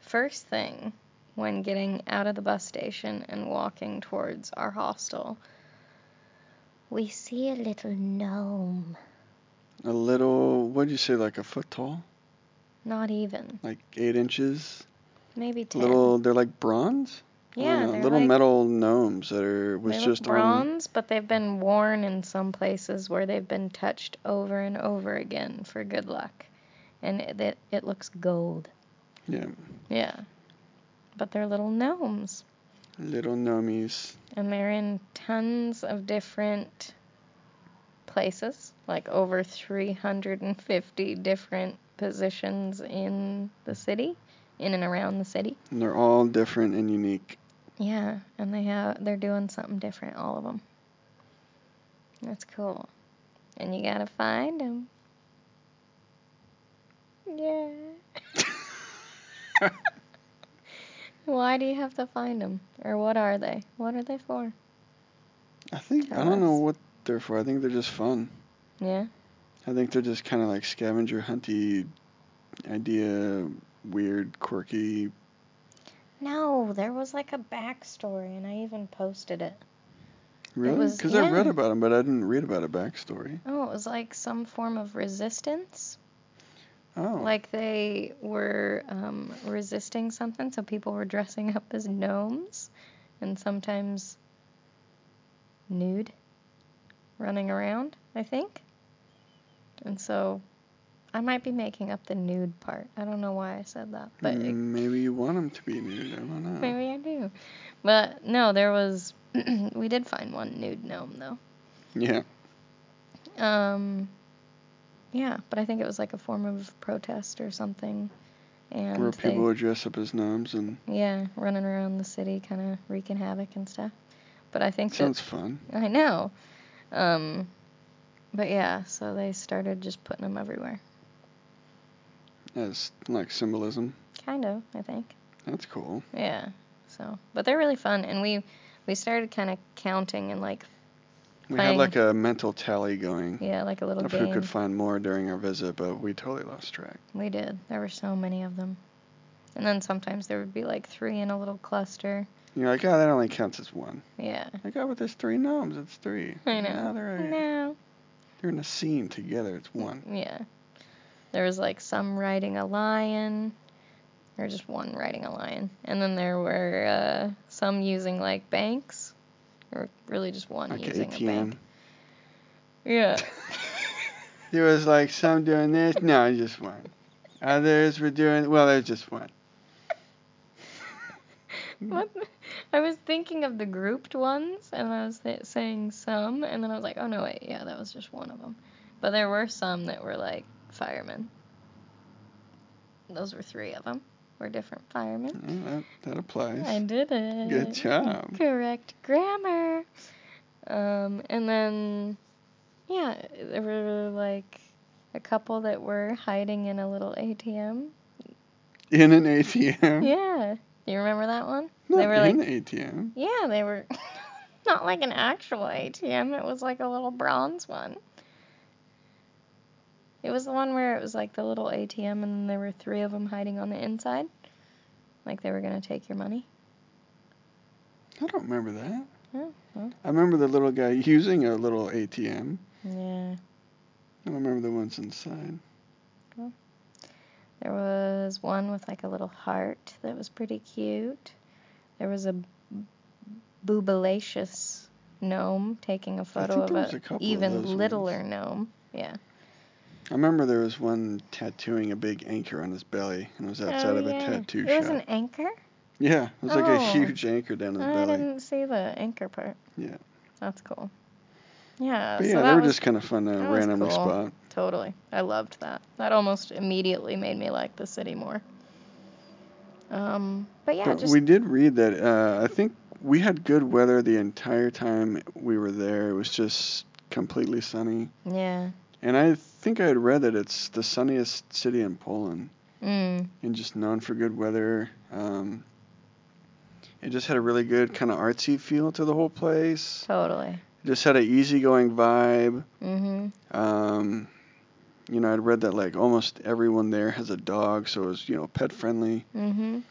[SPEAKER 1] first thing when getting out of the bus station and walking towards our hostel, we see a little gnome.
[SPEAKER 2] A little, what'd you say, like a foot tall?
[SPEAKER 1] Not even,
[SPEAKER 2] Like eight inches?
[SPEAKER 1] maybe ten.
[SPEAKER 2] Little, they're like bronze? I don't
[SPEAKER 1] yeah,
[SPEAKER 2] know,
[SPEAKER 1] they're
[SPEAKER 2] little
[SPEAKER 1] like,
[SPEAKER 2] metal gnomes that are,
[SPEAKER 1] they
[SPEAKER 2] was
[SPEAKER 1] look
[SPEAKER 2] just um, on.
[SPEAKER 1] bronze, but they've been worn in some places where they've been touched over and over again for good luck, and it it, it looks gold.
[SPEAKER 2] Yeah,
[SPEAKER 1] Yeah, but they're little gnomes.
[SPEAKER 2] little gnomies.
[SPEAKER 1] and they're in tons of different places, like over 350 different positions in the city, in and around the city.
[SPEAKER 2] And they're all different and unique.
[SPEAKER 1] Yeah, and they have they're doing something different, all of them. That's cool, and you gotta find them. Yeah. Why do you have to find them, or what are they? What are they for?
[SPEAKER 2] I think I
[SPEAKER 1] Tell
[SPEAKER 2] don't know
[SPEAKER 1] us.
[SPEAKER 2] what they're for. I think they're just fun.
[SPEAKER 1] Yeah.
[SPEAKER 2] I think they're just kind of like scavenger hunty idea, weird, quirky.
[SPEAKER 1] No, there was like a backstory, and I even posted it.
[SPEAKER 2] Really?
[SPEAKER 1] was-
[SPEAKER 2] Because I
[SPEAKER 1] yeah.
[SPEAKER 2] read about him, but I didn't read about a backstory.
[SPEAKER 1] Oh, it was like some form of resistance.
[SPEAKER 2] Oh.
[SPEAKER 1] Like they were um, resisting something, so people were dressing up as gnomes and sometimes nude running around, I think. And so I might be making up the nude part. I don't know why I said that, but
[SPEAKER 2] Mm,
[SPEAKER 1] it
[SPEAKER 2] maybe you want him to be nude. I don't know.
[SPEAKER 1] Maybe I do. But no, there was. we did find one nude gnome though.
[SPEAKER 2] Yeah.
[SPEAKER 1] Um, yeah, but I think it was like a form of protest or something. And
[SPEAKER 2] Where
[SPEAKER 1] they-
[SPEAKER 2] people would dress up as gnomes and
[SPEAKER 1] yeah, running around the city, kind of wreaking havoc and stuff. But I think
[SPEAKER 2] sounds fun.
[SPEAKER 1] that I know. Um, but yeah, so they started just putting them everywhere.
[SPEAKER 2] That's like symbolism.
[SPEAKER 1] Kind of, I think.
[SPEAKER 2] That's cool.
[SPEAKER 1] Yeah. So, but they're really fun, and we we started kind of counting and like
[SPEAKER 2] We
[SPEAKER 1] Playing-
[SPEAKER 2] had like a mental tally going
[SPEAKER 1] yeah, like a little
[SPEAKER 2] of
[SPEAKER 1] game.
[SPEAKER 2] who could find more during our visit, but we totally lost track.
[SPEAKER 1] We did. There were so many of them. And then sometimes there would be like three in a little cluster.
[SPEAKER 2] You're like, oh, that only counts as one.
[SPEAKER 1] Yeah.
[SPEAKER 2] Like, oh, but there's three gnomes. It's three.
[SPEAKER 1] I know.
[SPEAKER 2] No, they're, a-
[SPEAKER 1] No.
[SPEAKER 2] they're in a scene together. It's one.
[SPEAKER 1] Yeah. There was like some riding a lion, or just one riding a lion. And then there were uh, some using like banks, or really just one
[SPEAKER 2] Like
[SPEAKER 1] using a
[SPEAKER 2] ATM.
[SPEAKER 1] bank. Yeah.
[SPEAKER 2] There was like some doing this. No, just one. Others were doing, well, there's just one.
[SPEAKER 1] What? the- I was thinking of the grouped ones, and I was th- saying some, and then I was like, oh no, wait, yeah, that was just one of them. But there were some that were like firemen. Those were three of them. Were different firemen.
[SPEAKER 2] Yeah, that, that applies.
[SPEAKER 1] I did it.
[SPEAKER 2] Good job.
[SPEAKER 1] Correct grammar. Um, and then, yeah, there were like a couple that were hiding in a little ATM.
[SPEAKER 2] In an ATM?
[SPEAKER 1] Yeah. Do you remember that one?
[SPEAKER 2] Hmm. Not
[SPEAKER 1] they were like
[SPEAKER 2] in an ATM.
[SPEAKER 1] Yeah, they were not like an actual ATM. It was like a little bronze one. It was the one where it was like the little ATM and then there were three of them hiding on the inside. Like they were going to take your money.
[SPEAKER 2] I don't remember that.
[SPEAKER 1] Oh, well.
[SPEAKER 2] I remember the little guy using a little ATM.
[SPEAKER 1] Yeah.
[SPEAKER 2] I don't remember the ones inside.
[SPEAKER 1] There was one with like a little heart that was pretty cute. There was a boobalicious gnome taking a photo
[SPEAKER 2] think
[SPEAKER 1] of
[SPEAKER 2] there was
[SPEAKER 1] a
[SPEAKER 2] a couple of
[SPEAKER 1] even
[SPEAKER 2] those ones.
[SPEAKER 1] littler gnome. Yeah.
[SPEAKER 2] I remember there was one tattooing a big anchor on his belly, and it was outside
[SPEAKER 1] Oh,
[SPEAKER 2] of a
[SPEAKER 1] yeah.
[SPEAKER 2] tattoo
[SPEAKER 1] It
[SPEAKER 2] shop.
[SPEAKER 1] was an anchor?
[SPEAKER 2] yeah, it was like a
[SPEAKER 1] Oh.
[SPEAKER 2] huge anchor down his
[SPEAKER 1] I
[SPEAKER 2] belly.
[SPEAKER 1] didn't see the anchor part.
[SPEAKER 2] Yeah.
[SPEAKER 1] That's cool. Yeah,
[SPEAKER 2] But yeah,
[SPEAKER 1] so
[SPEAKER 2] they
[SPEAKER 1] that
[SPEAKER 2] were
[SPEAKER 1] was
[SPEAKER 2] just kind of fun to
[SPEAKER 1] that was
[SPEAKER 2] randomly
[SPEAKER 1] cool.
[SPEAKER 2] spot.
[SPEAKER 1] totally. I loved that. That almost immediately made me like the city more. Um, but yeah,
[SPEAKER 2] but
[SPEAKER 1] just
[SPEAKER 2] we did read that. Uh, I think we had good weather the entire time we were there. It was just completely sunny.
[SPEAKER 1] yeah.
[SPEAKER 2] And I think I had read that it's the sunniest city in Poland.
[SPEAKER 1] Mm,
[SPEAKER 2] and just known for good weather. Um, it just had a really good kind of artsy feel to the whole place.
[SPEAKER 1] totally.
[SPEAKER 2] It just had an easygoing vibe.
[SPEAKER 1] Mhm.
[SPEAKER 2] Um, you know, I'd read that like almost everyone there has a dog, so it was you know pet friendly.
[SPEAKER 1] Mhm.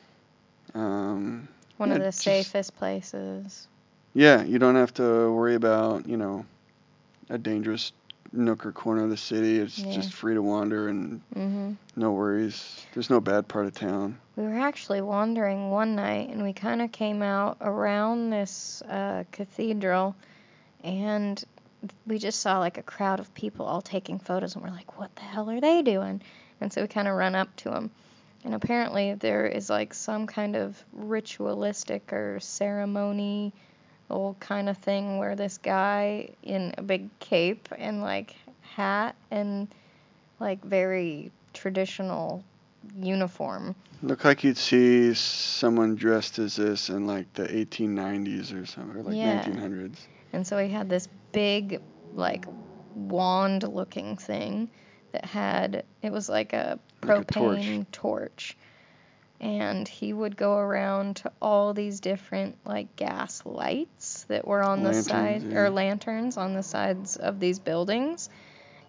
[SPEAKER 2] Um,
[SPEAKER 1] One of
[SPEAKER 2] Yeah,
[SPEAKER 1] the
[SPEAKER 2] just-
[SPEAKER 1] safest places.
[SPEAKER 2] yeah, you don't have to worry about you know a dangerous nook or corner of the city. It's
[SPEAKER 1] Yeah.
[SPEAKER 2] just free to wander and
[SPEAKER 1] Mhm.
[SPEAKER 2] no worries. There's no bad part of town.
[SPEAKER 1] We were actually wandering one night and we kind of came out around this uh, cathedral and we just saw like a crowd of people all taking photos and we're like, what the hell are they doing? And so we kind of run up to them. And apparently there is like some kind of ritualistic or ceremony old kind of thing where this guy in a big cape and like hat and like very traditional uniform
[SPEAKER 2] Look like you'd see someone dressed as this in like the 1890s or something, or like
[SPEAKER 1] Yeah.
[SPEAKER 2] 1900s.
[SPEAKER 1] And so he had this big, like, wand looking thing that had, it was like a
[SPEAKER 2] Like a torch.
[SPEAKER 1] propane torch. And he would go around to all these different, like, gas lights that were on
[SPEAKER 2] Lanterns,
[SPEAKER 1] the side,
[SPEAKER 2] yeah.
[SPEAKER 1] or lanterns on the sides of these buildings.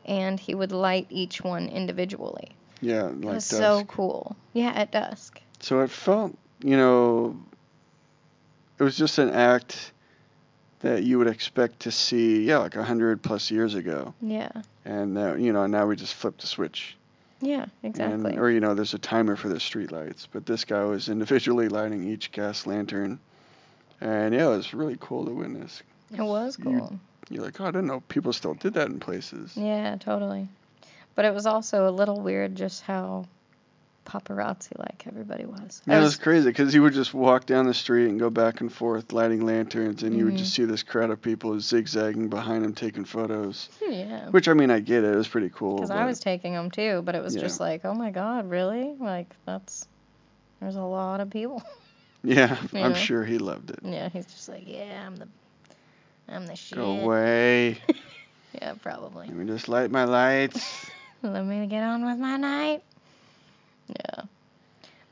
[SPEAKER 1] And he would light each one individually.
[SPEAKER 2] Yeah, like
[SPEAKER 1] it was
[SPEAKER 2] dusk.
[SPEAKER 1] so
[SPEAKER 2] So...
[SPEAKER 1] cool. Yeah, at dusk.
[SPEAKER 2] it felt, you know, it was just an act that you would expect to see, yeah, like 100 plus years ago.
[SPEAKER 1] Yeah.
[SPEAKER 2] And, uh, you know, now we just flip the switch.
[SPEAKER 1] Yeah, exactly.
[SPEAKER 2] And, or, you know, there's a timer for the streetlights. But this guy was individually lighting each gas lantern. And, yeah, it was really cool to witness.
[SPEAKER 1] it was
[SPEAKER 2] you-
[SPEAKER 1] cool.
[SPEAKER 2] You're like, oh, I didn't know people still did that in places.
[SPEAKER 1] Yeah, totally. But it was also a little weird just how paparazzi like everybody was. I
[SPEAKER 2] Yeah, it was
[SPEAKER 1] was
[SPEAKER 2] crazy because you would just walk down the street and go back and forth lighting lanterns, and you would
[SPEAKER 1] Mhm.
[SPEAKER 2] just see this crowd of people zigzagging behind him taking photos.
[SPEAKER 1] hmm, yeah.
[SPEAKER 2] Which I mean, I get it; it was pretty cool.
[SPEAKER 1] Because I
[SPEAKER 2] but-
[SPEAKER 1] was taking them too, but it was
[SPEAKER 2] Yeah.
[SPEAKER 1] just like, oh my god, really? Like that's there's a lot of people.
[SPEAKER 2] yeah,
[SPEAKER 1] Yeah.
[SPEAKER 2] I'm sure he loved it.
[SPEAKER 1] yeah, he's just like, yeah, I'm the, I'm the shit.
[SPEAKER 2] Go away!
[SPEAKER 1] Yeah, probably.
[SPEAKER 2] Let me just light my lights.
[SPEAKER 1] Let me get on with my night. Yeah.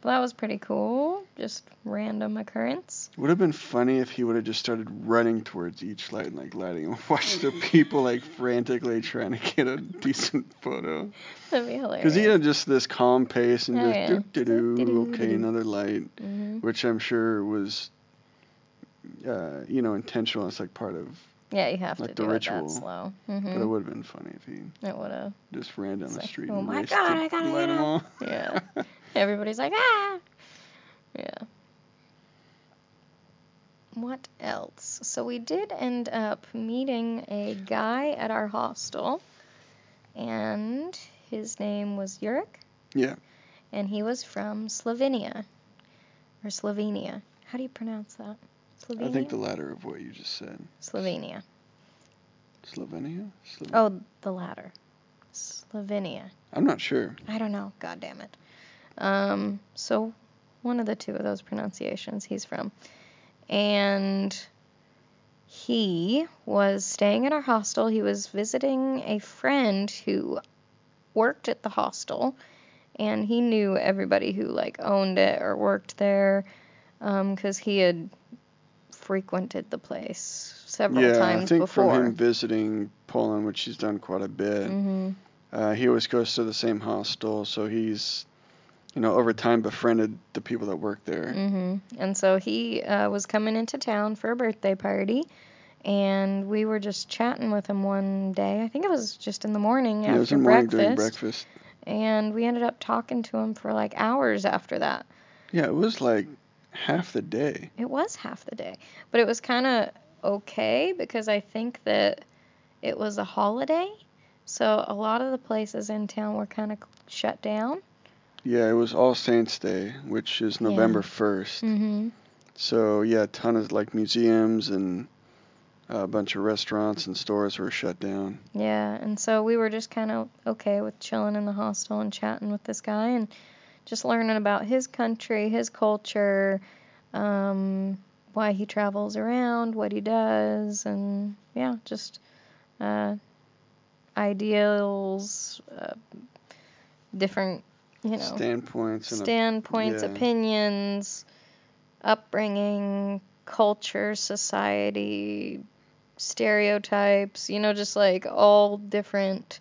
[SPEAKER 1] But that was pretty cool. Just random occurrence.
[SPEAKER 2] Would have been funny if he would have just started running towards each light and like lighting and watch the people like frantically trying to get a decent photo.
[SPEAKER 1] That'd be hilarious.
[SPEAKER 2] Because he had just this calm pace and
[SPEAKER 1] Oh,
[SPEAKER 2] just
[SPEAKER 1] yeah.
[SPEAKER 2] doo doo doo.
[SPEAKER 1] Doo-doo,
[SPEAKER 2] Okay,
[SPEAKER 1] doo-doo.
[SPEAKER 2] another light.
[SPEAKER 1] Mhm.
[SPEAKER 2] which I'm sure was, uh, you know, intentional. It's like part of,
[SPEAKER 1] Yeah, you have to
[SPEAKER 2] like the
[SPEAKER 1] do it
[SPEAKER 2] ritual.
[SPEAKER 1] that slow. hmm
[SPEAKER 2] but it would have been funny if he
[SPEAKER 1] It would have.
[SPEAKER 2] just ran down
[SPEAKER 1] It's
[SPEAKER 2] the
[SPEAKER 1] like,
[SPEAKER 2] street
[SPEAKER 1] "Oh
[SPEAKER 2] and
[SPEAKER 1] my
[SPEAKER 2] raced
[SPEAKER 1] God,
[SPEAKER 2] to
[SPEAKER 1] I gotta
[SPEAKER 2] light
[SPEAKER 1] get
[SPEAKER 2] 'em
[SPEAKER 1] out."
[SPEAKER 2] all.
[SPEAKER 1] Yeah. Everybody's like, ah. Yeah. What else? So we did end up meeting a guy at our hostel, and his name was Yurik,
[SPEAKER 2] yeah.
[SPEAKER 1] and he was from Slovenia, or Slovenia. How do you pronounce that? Slovenia.
[SPEAKER 2] I think the latter of what you just said.
[SPEAKER 1] Slovenia.
[SPEAKER 2] Slovenia. Slovenia.
[SPEAKER 1] Oh, the latter. Slovenia.
[SPEAKER 2] I'm not sure.
[SPEAKER 1] I don't know. God damn it. Um, so one of the two of those pronunciations he's from. And he was staying at our hostel. He was visiting a friend who worked at the hostel and he knew everybody who like owned it or worked there because he had frequented the place several
[SPEAKER 2] yeah,
[SPEAKER 1] times
[SPEAKER 2] I think
[SPEAKER 1] before.
[SPEAKER 2] from him visiting Poland, which he's done quite a bit,
[SPEAKER 1] Mhm.
[SPEAKER 2] uh, he always goes to the same hostel, so he's, you know, over time befriended the people that work there.
[SPEAKER 1] hmm And so he uh, was coming into town for a birthday party, and we were just chatting with him one day. I think it was just in the morning
[SPEAKER 2] Yeah,
[SPEAKER 1] after
[SPEAKER 2] it was in the morning
[SPEAKER 1] breakfast,
[SPEAKER 2] during breakfast.
[SPEAKER 1] and we ended up talking to him for like hours after that.
[SPEAKER 2] Yeah, it was like half the day.
[SPEAKER 1] It was half the day, but it was kind of okay because I think that it was a holiday, so a lot of the places in town were kind of shut down.
[SPEAKER 2] Yeah, it was All Saints Day, which is
[SPEAKER 1] Yeah.
[SPEAKER 2] November 1st.
[SPEAKER 1] Mm-hmm.
[SPEAKER 2] So, yeah, a ton of like museums and a bunch of restaurants and stores were shut down.
[SPEAKER 1] Yeah, and so we were just kind of okay with chilling in the hostel and chatting with this guy and just learning about his country, his culture, um, why he travels around, what he does, and yeah, just uh, ideals, uh, different, you know,
[SPEAKER 2] Standpoints and a,
[SPEAKER 1] standpoints,
[SPEAKER 2] yeah.
[SPEAKER 1] opinions, upbringing, culture, society, stereotypes, you know, just like all different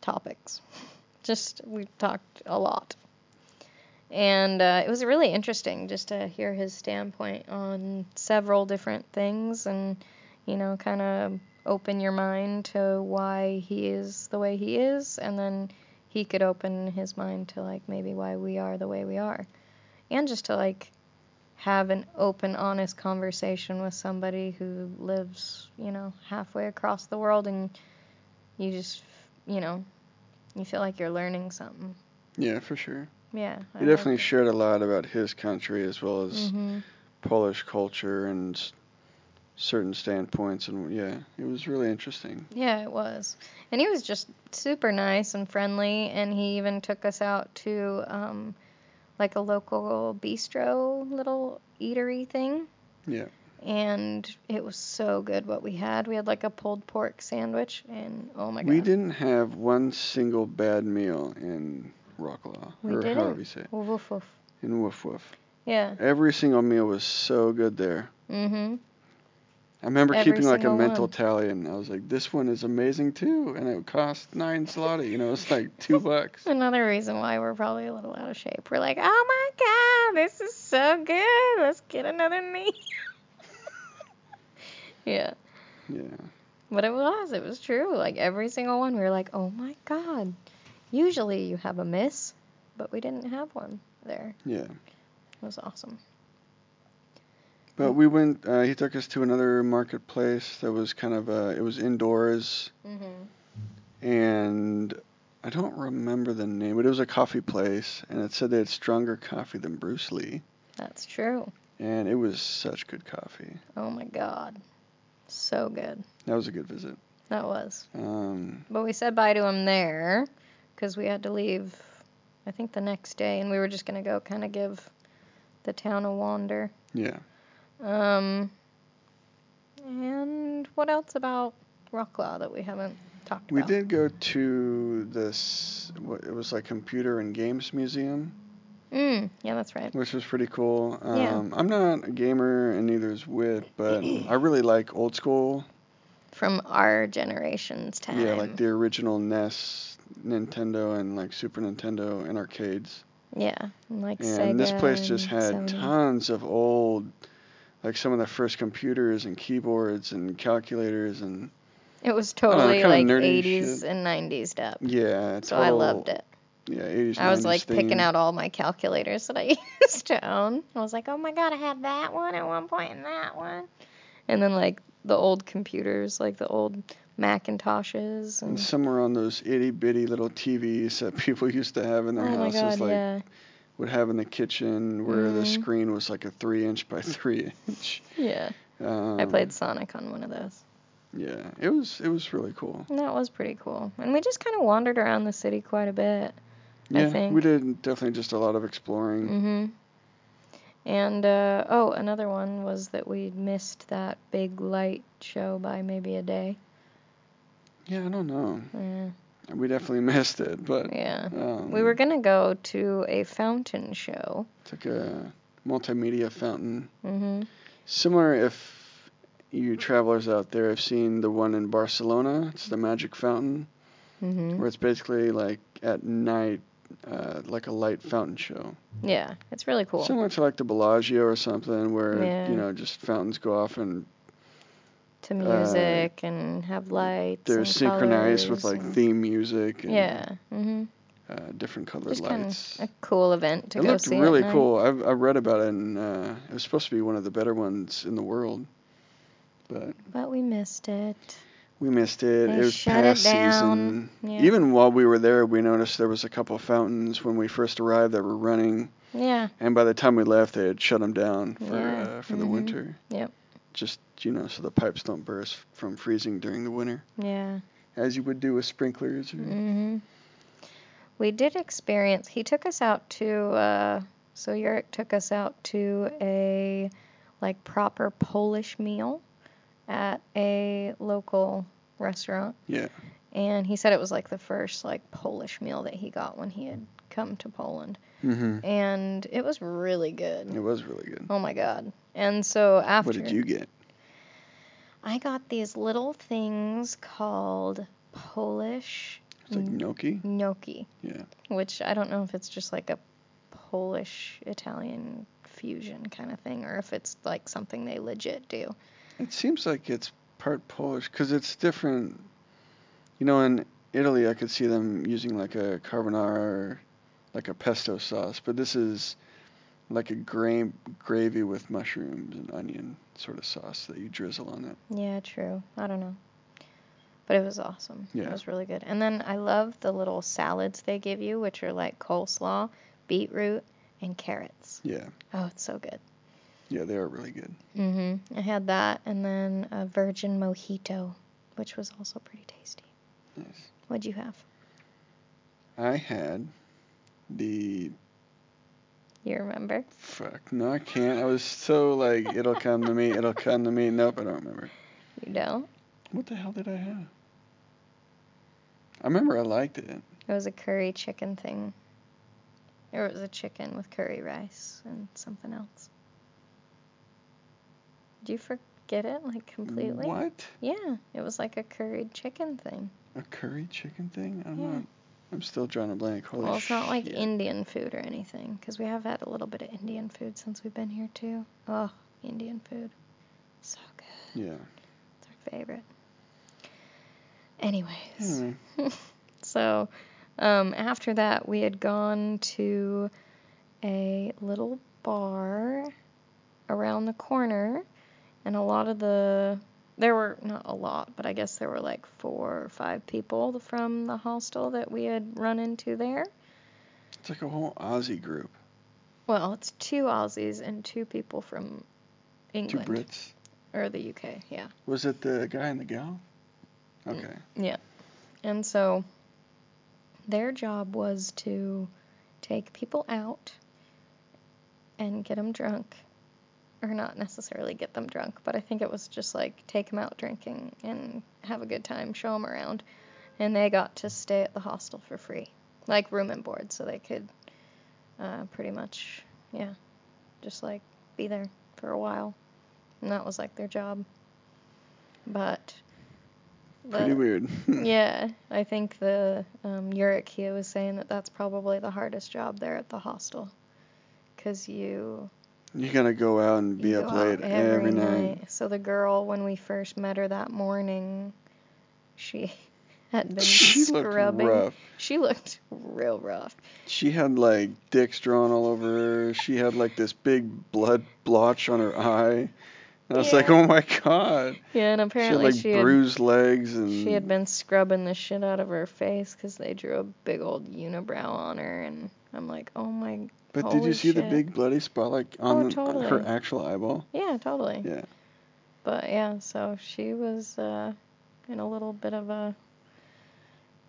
[SPEAKER 1] topics. Just, we talked a lot. And uh, it was really interesting just to hear his standpoint on several different things and, you know, kind of open your mind to why he is the way he is and then he could open his mind to like maybe why we are the way we are and just to like have an open honest conversation with somebody who lives you know halfway across the world and you just you know you feel like you're learning something
[SPEAKER 2] yeah, for sure.
[SPEAKER 1] yeah I
[SPEAKER 2] He
[SPEAKER 1] like
[SPEAKER 2] definitely
[SPEAKER 1] it.
[SPEAKER 2] shared a lot about his country as well as
[SPEAKER 1] Mhm.
[SPEAKER 2] Polish culture and s- certain standpoints. And yeah, it was really interesting.
[SPEAKER 1] yeah it was and he was just super nice and friendly and he even took us out to um like a local bistro little eatery thing
[SPEAKER 2] Yeah.
[SPEAKER 1] and it was so good what we had. We had like a pulled pork sandwich, and oh my god,
[SPEAKER 2] We didn't have one single bad meal in Rocklaw,
[SPEAKER 1] We
[SPEAKER 2] or
[SPEAKER 1] didn't.
[SPEAKER 2] however you say it,
[SPEAKER 1] Woof, woof, woof.
[SPEAKER 2] in Woof Woof.
[SPEAKER 1] Yeah.
[SPEAKER 2] Every single meal was so good there.
[SPEAKER 1] Mhm.
[SPEAKER 2] I remember
[SPEAKER 1] Every
[SPEAKER 2] keeping like a
[SPEAKER 1] single
[SPEAKER 2] mental
[SPEAKER 1] one.
[SPEAKER 2] tally, and I was like, "This one is amazing too," and it cost nine slotty. You know, it's like two bucks.
[SPEAKER 1] Another reason why we're probably a little out of shape. We're like, oh my god, this is so good. Let's get another meal. Yeah.
[SPEAKER 2] Yeah.
[SPEAKER 1] But it was. It was true. Like every single one, we were like, oh my God. Usually you have a miss, but we didn't have one there.
[SPEAKER 2] Yeah.
[SPEAKER 1] It was awesome.
[SPEAKER 2] But we went. Uh, he took us to another marketplace that was kind of uh, it was indoors,
[SPEAKER 1] Mm-hmm.
[SPEAKER 2] and I don't remember the name, but it was a coffee place, and it said they had stronger coffee than Bruce Lee,
[SPEAKER 1] That's true.
[SPEAKER 2] and it was such good coffee.
[SPEAKER 1] Oh my God. So good.
[SPEAKER 2] That was a good visit.
[SPEAKER 1] That was.
[SPEAKER 2] Um,
[SPEAKER 1] But we said bye to him there because we had to leave, I think, the next day, and we were just going to go kind of give the town a wander.
[SPEAKER 2] yeah,
[SPEAKER 1] Um, and what else about Rocklaw that we haven't talked
[SPEAKER 2] we
[SPEAKER 1] about?
[SPEAKER 2] did go to this. What, it was like computer and games museum,
[SPEAKER 1] Mm, yeah, that's right.
[SPEAKER 2] which was pretty cool. Um,
[SPEAKER 1] Yeah.
[SPEAKER 2] I'm not a gamer, and neither is Wit, but I really like old school.
[SPEAKER 1] From our generation's time.
[SPEAKER 2] Yeah, like the original NES, Nintendo, and like Super Nintendo and arcades.
[SPEAKER 1] Yeah, and like Sega.
[SPEAKER 2] and this place just
[SPEAKER 1] and
[SPEAKER 2] had
[SPEAKER 1] Sony.
[SPEAKER 2] tons of old, like some of the first computers and keyboards and calculators and
[SPEAKER 1] It was
[SPEAKER 2] know,
[SPEAKER 1] totally
[SPEAKER 2] kinda
[SPEAKER 1] like
[SPEAKER 2] nerdy
[SPEAKER 1] 80s
[SPEAKER 2] shit.
[SPEAKER 1] and 90s stuff.
[SPEAKER 2] yeah.
[SPEAKER 1] so I
[SPEAKER 2] total-
[SPEAKER 1] loved it.
[SPEAKER 2] Yeah, 80s.
[SPEAKER 1] I was
[SPEAKER 2] 90s
[SPEAKER 1] like
[SPEAKER 2] theme.
[SPEAKER 1] picking out all my calculators that I used to own. I was like, oh my god, I had that one at one point and that one. And then like the old computers, like the old Macintoshes
[SPEAKER 2] And
[SPEAKER 1] and
[SPEAKER 2] somewhere on those itty bitty little TVs that people used to have in their
[SPEAKER 1] oh my
[SPEAKER 2] houses,
[SPEAKER 1] god,
[SPEAKER 2] like
[SPEAKER 1] yeah,
[SPEAKER 2] would have in the kitchen, where the
[SPEAKER 1] Mhm.
[SPEAKER 2] screen was like a three inch by three inch.
[SPEAKER 1] yeah.
[SPEAKER 2] Um,
[SPEAKER 1] I played Sonic on one of those.
[SPEAKER 2] Yeah, it was it was really cool.
[SPEAKER 1] And that was pretty cool. And we just kind of wandered around the city quite a bit. I
[SPEAKER 2] Yeah, we
[SPEAKER 1] think.
[SPEAKER 2] did definitely just a lot of exploring.
[SPEAKER 1] hmm And uh, oh, another one was that we missed that big light show by maybe a day.
[SPEAKER 2] Yeah, I don't know.
[SPEAKER 1] Yeah.
[SPEAKER 2] We definitely missed it, but
[SPEAKER 1] yeah.
[SPEAKER 2] um,
[SPEAKER 1] We were gonna go to a fountain show.
[SPEAKER 2] took a multimedia fountain.
[SPEAKER 1] hmm
[SPEAKER 2] Similar, if you travelers out there have seen the one in Barcelona, it's the Magic Fountain,
[SPEAKER 1] hmm
[SPEAKER 2] where it's basically like at night, uh, like a light fountain show.
[SPEAKER 1] Yeah, it's really cool.
[SPEAKER 2] Similar to like the Bellagio or something, where
[SPEAKER 1] Yeah.
[SPEAKER 2] you know just fountains go off and
[SPEAKER 1] to music and have lights.
[SPEAKER 2] uh, they're
[SPEAKER 1] and
[SPEAKER 2] synchronized with
[SPEAKER 1] colors
[SPEAKER 2] like
[SPEAKER 1] and-
[SPEAKER 2] theme music and
[SPEAKER 1] Yeah. hmm
[SPEAKER 2] uh, different colored
[SPEAKER 1] Just kind
[SPEAKER 2] lights.
[SPEAKER 1] of a cool event to
[SPEAKER 2] it
[SPEAKER 1] go
[SPEAKER 2] looked
[SPEAKER 1] see. at
[SPEAKER 2] really
[SPEAKER 1] night.
[SPEAKER 2] cool. I've, I read about it, and uh, it was supposed to be one of the better ones in the world, but
[SPEAKER 1] But we missed it.
[SPEAKER 2] we missed it.
[SPEAKER 1] They
[SPEAKER 2] it was
[SPEAKER 1] shut it
[SPEAKER 2] past
[SPEAKER 1] down.
[SPEAKER 2] season.
[SPEAKER 1] Yeah.
[SPEAKER 2] Even while we were there, we noticed there was a couple fountains when we first arrived that were running,
[SPEAKER 1] Yeah.
[SPEAKER 2] and by the time we left, they had shut them down for
[SPEAKER 1] Yeah.
[SPEAKER 2] uh, for the
[SPEAKER 1] Mhm.
[SPEAKER 2] winter.
[SPEAKER 1] Yep.
[SPEAKER 2] Just you know, so the pipes don't burst from freezing during the winter,
[SPEAKER 1] Yeah.
[SPEAKER 2] as you would do with sprinklers. Or,
[SPEAKER 1] hmm We did experience. He took us out to. Uh, so Yurik took us out to a like proper Polish meal at a local restaurant,
[SPEAKER 2] Yeah.
[SPEAKER 1] and he said it was like the first like Polish meal that he got when he had come to Poland,
[SPEAKER 2] hmm
[SPEAKER 1] and it was really
[SPEAKER 2] It
[SPEAKER 1] good.
[SPEAKER 2] was really good.
[SPEAKER 1] Mm-hmm. Oh my god! And so after
[SPEAKER 2] What did you get?
[SPEAKER 1] I got these little things called Polish
[SPEAKER 2] It's like
[SPEAKER 1] Mm.
[SPEAKER 2] gnocchi.
[SPEAKER 1] gnocchi.
[SPEAKER 2] Yeah.
[SPEAKER 1] Which I don't know if it's just like a Polish Italian fusion kind of thing or if it's like something they legit do.
[SPEAKER 2] It seems like it's part Polish because it's different. You know, in Italy, I could see them using like a carbonara or like a pesto sauce, but this is like a gra- gravy with mushrooms and onion sort of sauce that you drizzle on it.
[SPEAKER 1] Yeah, true. I don't know. But it was awesome. It
[SPEAKER 2] Yeah.
[SPEAKER 1] was really good. And then I love the little salads they give you, which are like coleslaw, beetroot, and carrots.
[SPEAKER 2] Yeah,
[SPEAKER 1] Oh, it's so good.
[SPEAKER 2] yeah, they are really good.
[SPEAKER 1] hmm I had that and then a virgin mojito, which was also pretty tasty.
[SPEAKER 2] Nice.
[SPEAKER 1] What'd you have?
[SPEAKER 2] I had the
[SPEAKER 1] You remember?
[SPEAKER 2] fuck. No, I can't. I was so like, it'll come to me. It'll come to me. Nope, I don't remember.
[SPEAKER 1] You don't?
[SPEAKER 2] What the hell did I have? I remember I liked it.
[SPEAKER 1] It was a curry chicken thing. Or it was a chicken with curry rice and something else. Do you forget it like completely?
[SPEAKER 2] What?
[SPEAKER 1] Yeah, it was like a curried chicken thing.
[SPEAKER 2] A curry chicken thing? I'm
[SPEAKER 1] Yeah.
[SPEAKER 2] not. I'm still drawing a blank. Holy
[SPEAKER 1] well, it's not like
[SPEAKER 2] shit.
[SPEAKER 1] Indian food or anything, because we have had a little bit of Indian food since we've been here too. Oh, Indian food, so good.
[SPEAKER 2] Yeah.
[SPEAKER 1] favorite. Anyways.
[SPEAKER 2] Anyway,
[SPEAKER 1] So, um, after that, we had gone to a little bar around the corner, and a lot of the there were not a lot, but I guess there were like four or five people from the hostel that we had run into there.
[SPEAKER 2] it's like a whole Aussie group.
[SPEAKER 1] Well, it's two Aussies and two people from England
[SPEAKER 2] Two Brits.
[SPEAKER 1] or the UK, yeah.
[SPEAKER 2] Was it the guy and the gal?
[SPEAKER 1] Mm,
[SPEAKER 2] Okay.
[SPEAKER 1] Yeah. And so their job was to take people out and get them drunk. Or not necessarily get them drunk, but I think it was just like take them out drinking and have a good time, show them around. And they got to stay at the hostel for free, like room and board, so they could uh, pretty much, yeah, just like be there for a while. And that was like their job. But.
[SPEAKER 2] Pretty
[SPEAKER 1] the-
[SPEAKER 2] weird.
[SPEAKER 1] yeah, I think the um, Yurik here was saying that that's probably the hardest job there at the hostel, cause you
[SPEAKER 2] You gotta go out and be
[SPEAKER 1] you
[SPEAKER 2] up
[SPEAKER 1] go out
[SPEAKER 2] late every, night.
[SPEAKER 1] So the girl, when we first met her that morning, she had been
[SPEAKER 2] She looked
[SPEAKER 1] scrubbing.
[SPEAKER 2] rough.
[SPEAKER 1] She looked real rough.
[SPEAKER 2] She had like dicks drawn all over her. She had like this big blood blotch on her eye. And I was
[SPEAKER 1] Yeah.
[SPEAKER 2] like, oh my god.
[SPEAKER 1] Yeah, and apparently
[SPEAKER 2] she
[SPEAKER 1] she
[SPEAKER 2] had
[SPEAKER 1] had,
[SPEAKER 2] like bruised legs and
[SPEAKER 1] she had been scrubbing the shit out of her face, cause they drew a big old unibrow on her, and I'm like, oh my,
[SPEAKER 2] But did
[SPEAKER 1] holy
[SPEAKER 2] you see the
[SPEAKER 1] shit.
[SPEAKER 2] big bloody spot like
[SPEAKER 1] Oh,
[SPEAKER 2] on, the- on
[SPEAKER 1] totally.
[SPEAKER 2] her actual eyeball?
[SPEAKER 1] yeah, totally.
[SPEAKER 2] Yeah.
[SPEAKER 1] But yeah, so she was uh, in a little bit of a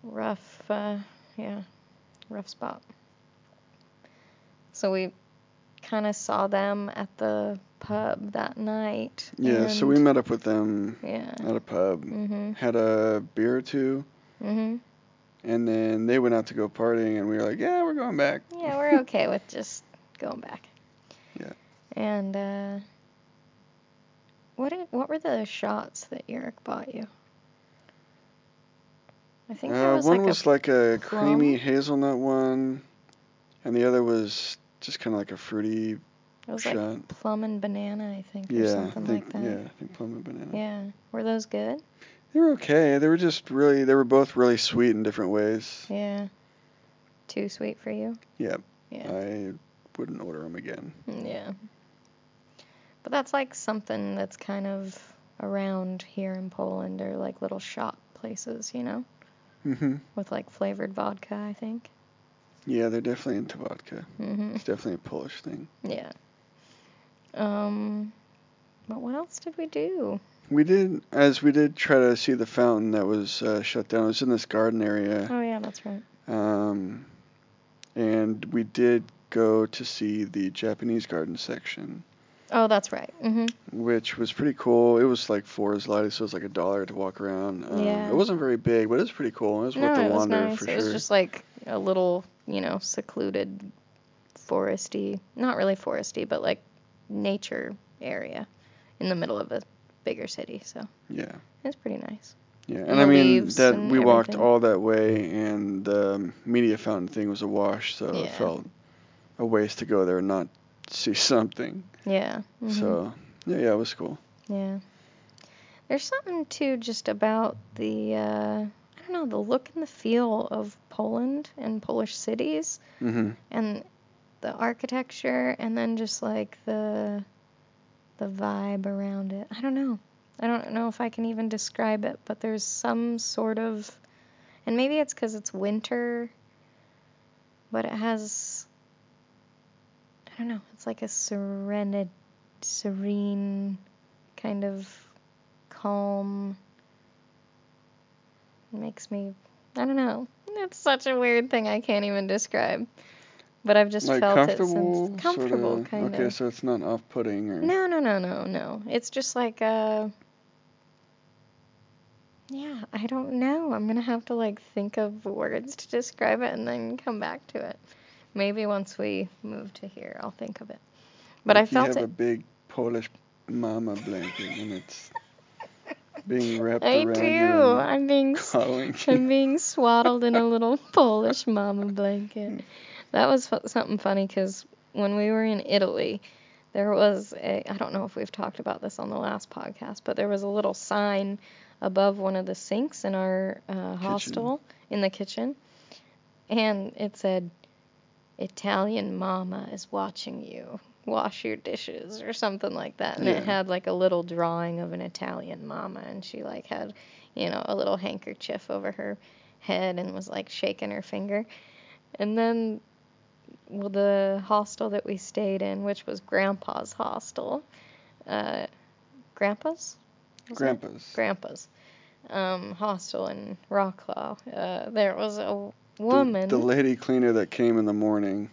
[SPEAKER 1] rough, uh, yeah, rough spot. So we kind of saw them at the pub that night.
[SPEAKER 2] Yeah, so we
[SPEAKER 1] and-
[SPEAKER 2] met up with them
[SPEAKER 1] Yeah.
[SPEAKER 2] at a pub,
[SPEAKER 1] Mhm.
[SPEAKER 2] had a beer or two,
[SPEAKER 1] Mhm.
[SPEAKER 2] and then they went out to go partying, and we were like, yeah, we're going back.
[SPEAKER 1] Yeah, we're okay with just going back.
[SPEAKER 2] Yeah.
[SPEAKER 1] And uh, what did, what were the shots that Eric bought you? I think there
[SPEAKER 2] Uh,
[SPEAKER 1] was
[SPEAKER 2] one
[SPEAKER 1] like
[SPEAKER 2] was
[SPEAKER 1] a
[SPEAKER 2] like a
[SPEAKER 1] plum.
[SPEAKER 2] creamy hazelnut one, and the other was just kind of like a fruity.
[SPEAKER 1] It was
[SPEAKER 2] shot.
[SPEAKER 1] like plum and banana, I think, or
[SPEAKER 2] yeah, I
[SPEAKER 1] something
[SPEAKER 2] think
[SPEAKER 1] like that.
[SPEAKER 2] yeah, I think plum and banana.
[SPEAKER 1] Yeah. Were those good?
[SPEAKER 2] They were okay. They were just really. They were both really sweet in different ways.
[SPEAKER 1] Yeah. Too sweet for you?
[SPEAKER 2] Yeah.
[SPEAKER 1] Yeah.
[SPEAKER 2] I wouldn't order them again.
[SPEAKER 1] yeah. But that's like something that's kind of around here in Poland or like little shop places, you know,
[SPEAKER 2] hmm
[SPEAKER 1] with like flavored vodka, I think.
[SPEAKER 2] Yeah, they're definitely into vodka.
[SPEAKER 1] hmm
[SPEAKER 2] It's definitely a Polish thing.
[SPEAKER 1] Yeah. Um, but what else did we do?
[SPEAKER 2] We did, as we did, try to see the fountain that was uh, shut down. It was in this garden area,
[SPEAKER 1] Oh, yeah, that's right.
[SPEAKER 2] um, and we did go to see the Japanese garden section,
[SPEAKER 1] Oh, that's right. hmm
[SPEAKER 2] which was pretty cool. It was like four zloty, so it was like a dollar to walk around. Um,
[SPEAKER 1] Yeah.
[SPEAKER 2] It wasn't very big, but it was pretty cool. It was
[SPEAKER 1] No,
[SPEAKER 2] worth the
[SPEAKER 1] it was
[SPEAKER 2] wander
[SPEAKER 1] nice.
[SPEAKER 2] for
[SPEAKER 1] it
[SPEAKER 2] sure.
[SPEAKER 1] was just like a little, you know, secluded, foresty, not really foresty, but like nature area in the middle of a bigger city. So it
[SPEAKER 2] yeah.
[SPEAKER 1] was pretty nice.
[SPEAKER 2] Yeah, and,
[SPEAKER 1] And
[SPEAKER 2] I
[SPEAKER 1] the
[SPEAKER 2] mean
[SPEAKER 1] leaves
[SPEAKER 2] that
[SPEAKER 1] and
[SPEAKER 2] we walked
[SPEAKER 1] everything.
[SPEAKER 2] all that way, and the media fountain thing was a wash, so it
[SPEAKER 1] Yeah.
[SPEAKER 2] felt a waste to go there and not see something.
[SPEAKER 1] Yeah. mhm,
[SPEAKER 2] So yeah, yeah, it was cool.
[SPEAKER 1] yeah. There's something too just about the uh, I don't know the look and the feel of Poland and Polish cities.
[SPEAKER 2] hmm
[SPEAKER 1] and the architecture and then just like the the vibe around it. I don't know. I don't know if I can even describe it, but there's some sort of and maybe it's cuz it's winter, but it has I don't know. It's like a serenity, serene kind of calm It makes me I don't know. It's such a weird thing I can't even describe. But I've just
[SPEAKER 2] like
[SPEAKER 1] felt it
[SPEAKER 2] comfortable,
[SPEAKER 1] since comfortable
[SPEAKER 2] sorta-
[SPEAKER 1] kind
[SPEAKER 2] Okay,
[SPEAKER 1] of.
[SPEAKER 2] so it's not off-putting or.
[SPEAKER 1] No, no, no, no, no. It's just like uh Yeah, I don't know. I'm going to have to like think of words to describe it and then come back to it. Maybe once we move to here, I'll think of it. But
[SPEAKER 2] like
[SPEAKER 1] I felt
[SPEAKER 2] you have
[SPEAKER 1] it
[SPEAKER 2] a big Polish mama blanket, and it's being wrapped
[SPEAKER 1] I
[SPEAKER 2] around
[SPEAKER 1] do.
[SPEAKER 2] you. and Oh,
[SPEAKER 1] I'm being s-
[SPEAKER 2] Calling.
[SPEAKER 1] I'm being swaddled in a little Polish mama blanket. That was fu- something funny because when we were in Italy, there was a I don't know if we've talked about this on the last podcast, but there was a little sign above one of the sinks in our uh, hostel in the kitchen, and it said, "Italian Mama is watching you." Wash your dishes or something like that, and it
[SPEAKER 2] Yeah.
[SPEAKER 1] had like a little drawing of an Italian mama, and she like had, you know, a little handkerchief over her head and was like shaking her finger, and then well, the hostel that we stayed in, which was Grandpa's hostel, uh, Grandpa's, Was it?
[SPEAKER 2] Grandpa's.
[SPEAKER 1] Grandpa's um, hostel in Rocklaw. Uh, there was a
[SPEAKER 2] The-
[SPEAKER 1] woman.
[SPEAKER 2] The, lady cleaner that came in the morning.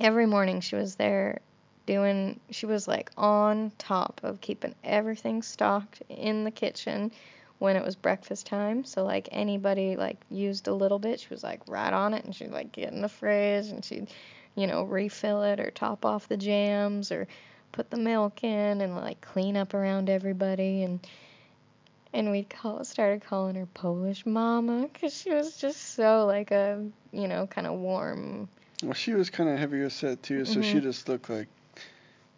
[SPEAKER 1] Every morning she was there doing. She was like on top of keeping everything stocked in the kitchen when it was breakfast time. So like anybody like used a little bit, she was like right on it, and she'd like get in the fridge and she'd you know, refill it or top off the jams or put the milk in and like clean up around everybody and and we call started calling her Polish Mama because she was just so like a you know kind of warm
[SPEAKER 2] Well, she was kind of heavier set too, so she
[SPEAKER 1] Mhm.
[SPEAKER 2] just looked like,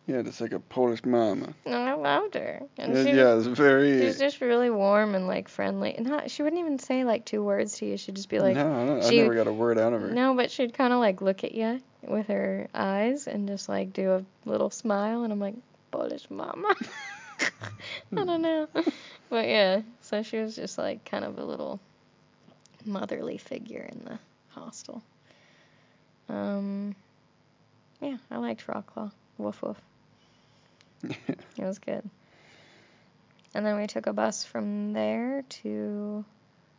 [SPEAKER 2] yeah, just like a Polish mama.
[SPEAKER 1] and I loved her and
[SPEAKER 2] Yeah,
[SPEAKER 1] she
[SPEAKER 2] yeah, it's
[SPEAKER 1] she
[SPEAKER 2] very.
[SPEAKER 1] was just really warm and like friendly and not she wouldn't even say like two words to you she'd just be like
[SPEAKER 2] no, I, don't,
[SPEAKER 1] she-
[SPEAKER 2] I never got a word out of her.
[SPEAKER 1] No, but she'd kind of like look at you with her eyes and just like do a little smile, and I'm like, Polish mama. I don't know.
[SPEAKER 2] Hmm.
[SPEAKER 1] But yeah, so she was just like kind of a little motherly figure in the hostel. Um, yeah, I liked Rocklaw. Woof woof. It was good. And then we took a bus from there to.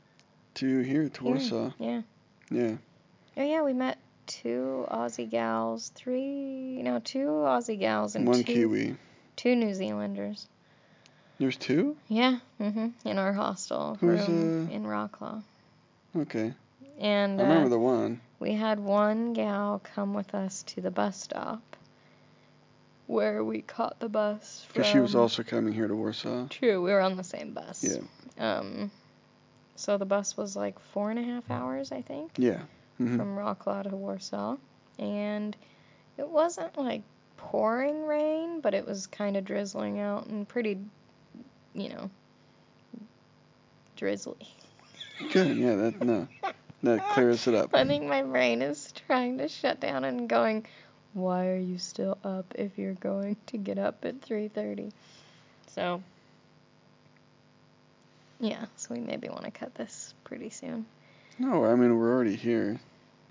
[SPEAKER 2] to here, to
[SPEAKER 1] here.
[SPEAKER 2] Warsaw.
[SPEAKER 1] Yeah.
[SPEAKER 2] Yeah.
[SPEAKER 1] Oh yeah, we met two Aussie gals, three no, two Aussie gals and
[SPEAKER 2] One
[SPEAKER 1] two
[SPEAKER 2] Kiwi.
[SPEAKER 1] two New Zealanders.
[SPEAKER 2] There's two?
[SPEAKER 1] Yeah, hmm in our hostel
[SPEAKER 2] Who's,
[SPEAKER 1] room
[SPEAKER 2] uh,
[SPEAKER 1] in Rocklaw.
[SPEAKER 2] Okay.
[SPEAKER 1] And
[SPEAKER 2] I remember
[SPEAKER 1] uh,
[SPEAKER 2] the one.
[SPEAKER 1] we had one gal come with us to the bus stop where we caught the bus from.
[SPEAKER 2] Because she was also coming here to Warsaw.
[SPEAKER 1] True, we were on the same bus.
[SPEAKER 2] Yeah.
[SPEAKER 1] Um, so the bus was like four and a half hours, I think.
[SPEAKER 2] Yeah. hmm
[SPEAKER 1] from Rocklaw to Warsaw, and it wasn't like pouring rain, but it was kind of drizzling out and pretty, you know, drizzly.
[SPEAKER 2] Good. Yeah, that, no. That clears it up.
[SPEAKER 1] I think my brain is trying to shut down and going, "Why are you still up if you're going to get up at 3:30?" So, yeah, so we maybe want to cut this pretty soon.
[SPEAKER 2] No, I mean, we're already here.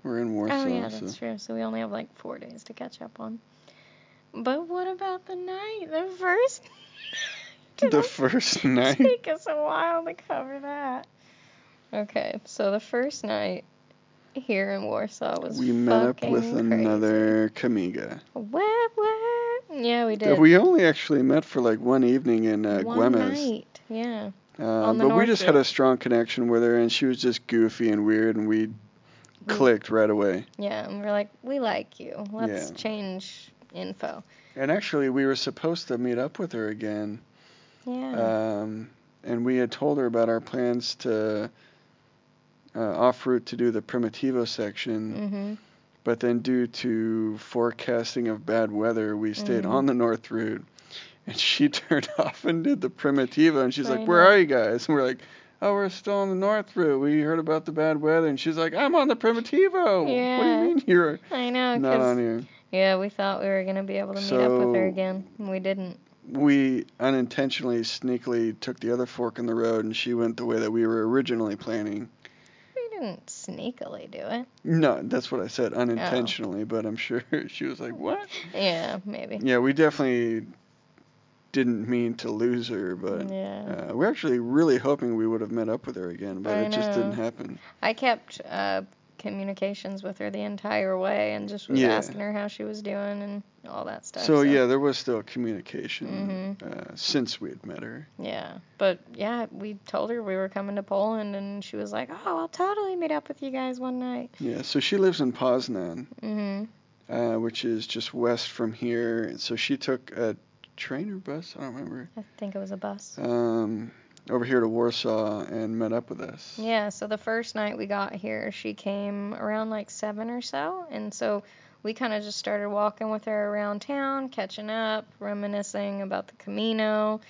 [SPEAKER 2] We're in Warsaw.
[SPEAKER 1] oh yeah,
[SPEAKER 2] so.
[SPEAKER 1] that's true. So we only have like four days to catch up on. But what about the night? The first.
[SPEAKER 2] The first night?
[SPEAKER 1] Take us a while to cover that. Okay, so the first night here in Warsaw was
[SPEAKER 2] we met up
[SPEAKER 1] fucking
[SPEAKER 2] with
[SPEAKER 1] crazy.
[SPEAKER 2] another Kamiga.
[SPEAKER 1] What? What? Yeah, we
[SPEAKER 2] that
[SPEAKER 1] did.
[SPEAKER 2] We only actually met for like one evening in uh,
[SPEAKER 1] One
[SPEAKER 2] Güemes.
[SPEAKER 1] night. Yeah.
[SPEAKER 2] Uh,
[SPEAKER 1] on the
[SPEAKER 2] but we
[SPEAKER 1] North
[SPEAKER 2] just had a
[SPEAKER 1] Loop.
[SPEAKER 2] strong connection with her, and she was just goofy and weird, and
[SPEAKER 1] Mm.
[SPEAKER 2] we
[SPEAKER 1] We-
[SPEAKER 2] clicked right away.
[SPEAKER 1] Yeah, and we're like, we like you. Let's
[SPEAKER 2] Yeah.
[SPEAKER 1] change info.
[SPEAKER 2] And actually, we were supposed to meet up with her again,
[SPEAKER 1] Yeah.
[SPEAKER 2] um, and we had told her about our plans to uh, off route to do the Primitivo section.
[SPEAKER 1] mm-hmm.
[SPEAKER 2] But then, due to forecasting of bad weather, we stayed
[SPEAKER 1] Mhm.
[SPEAKER 2] on the north route. And she turned off and did the Primitiva. And she's
[SPEAKER 1] I
[SPEAKER 2] like, Where
[SPEAKER 1] know.
[SPEAKER 2] are you guys? And we're like, Oh, we're still on the north route. We heard about the bad weather. And she's like, I'm on the Primitivo. What do
[SPEAKER 1] Yeah.
[SPEAKER 2] you mean you're
[SPEAKER 1] I know.
[SPEAKER 2] not
[SPEAKER 1] 'cause-
[SPEAKER 2] on here?
[SPEAKER 1] Yeah, we thought we were gonna be able to meet up with her
[SPEAKER 2] So-
[SPEAKER 1] again. and We didn't.
[SPEAKER 2] We unintentionally, sneakily took the other fork in the road. And she went the way that we were originally planning.
[SPEAKER 1] We didn't sneakily do it.
[SPEAKER 2] No, that's what I said,
[SPEAKER 1] Oh.
[SPEAKER 2] unintentionally. But I'm sure she was like, What?
[SPEAKER 1] Yeah, maybe.
[SPEAKER 2] Yeah, we definitely didn't mean to lose her, but
[SPEAKER 1] Yeah.
[SPEAKER 2] uh, we're actually really hoping we would have met up with her again, but
[SPEAKER 1] I
[SPEAKER 2] it just didn't
[SPEAKER 1] know.
[SPEAKER 2] happen.
[SPEAKER 1] I kept uh, communications with her the entire way and just was
[SPEAKER 2] Yeah.
[SPEAKER 1] asking her how she was doing and all that stuff.
[SPEAKER 2] so, yeah, there was still communication
[SPEAKER 1] Mhm.
[SPEAKER 2] uh, since we had met her.
[SPEAKER 1] Yeah. But yeah, we told her we were coming to Poland and she was like, "Oh, I'll totally meet up with you guys one night."
[SPEAKER 2] Yeah, so she lives in Poznan,
[SPEAKER 1] Mhm.
[SPEAKER 2] uh, which is just west from here. So she took a train or bus, I don't remember,
[SPEAKER 1] I think it was a bus.
[SPEAKER 2] um, over here to Warsaw and met up with us.
[SPEAKER 1] Yeah, so the first night we got here, she came around like 7 or so, and so we kind of just started walking with her around town, catching up, reminiscing about the Camino,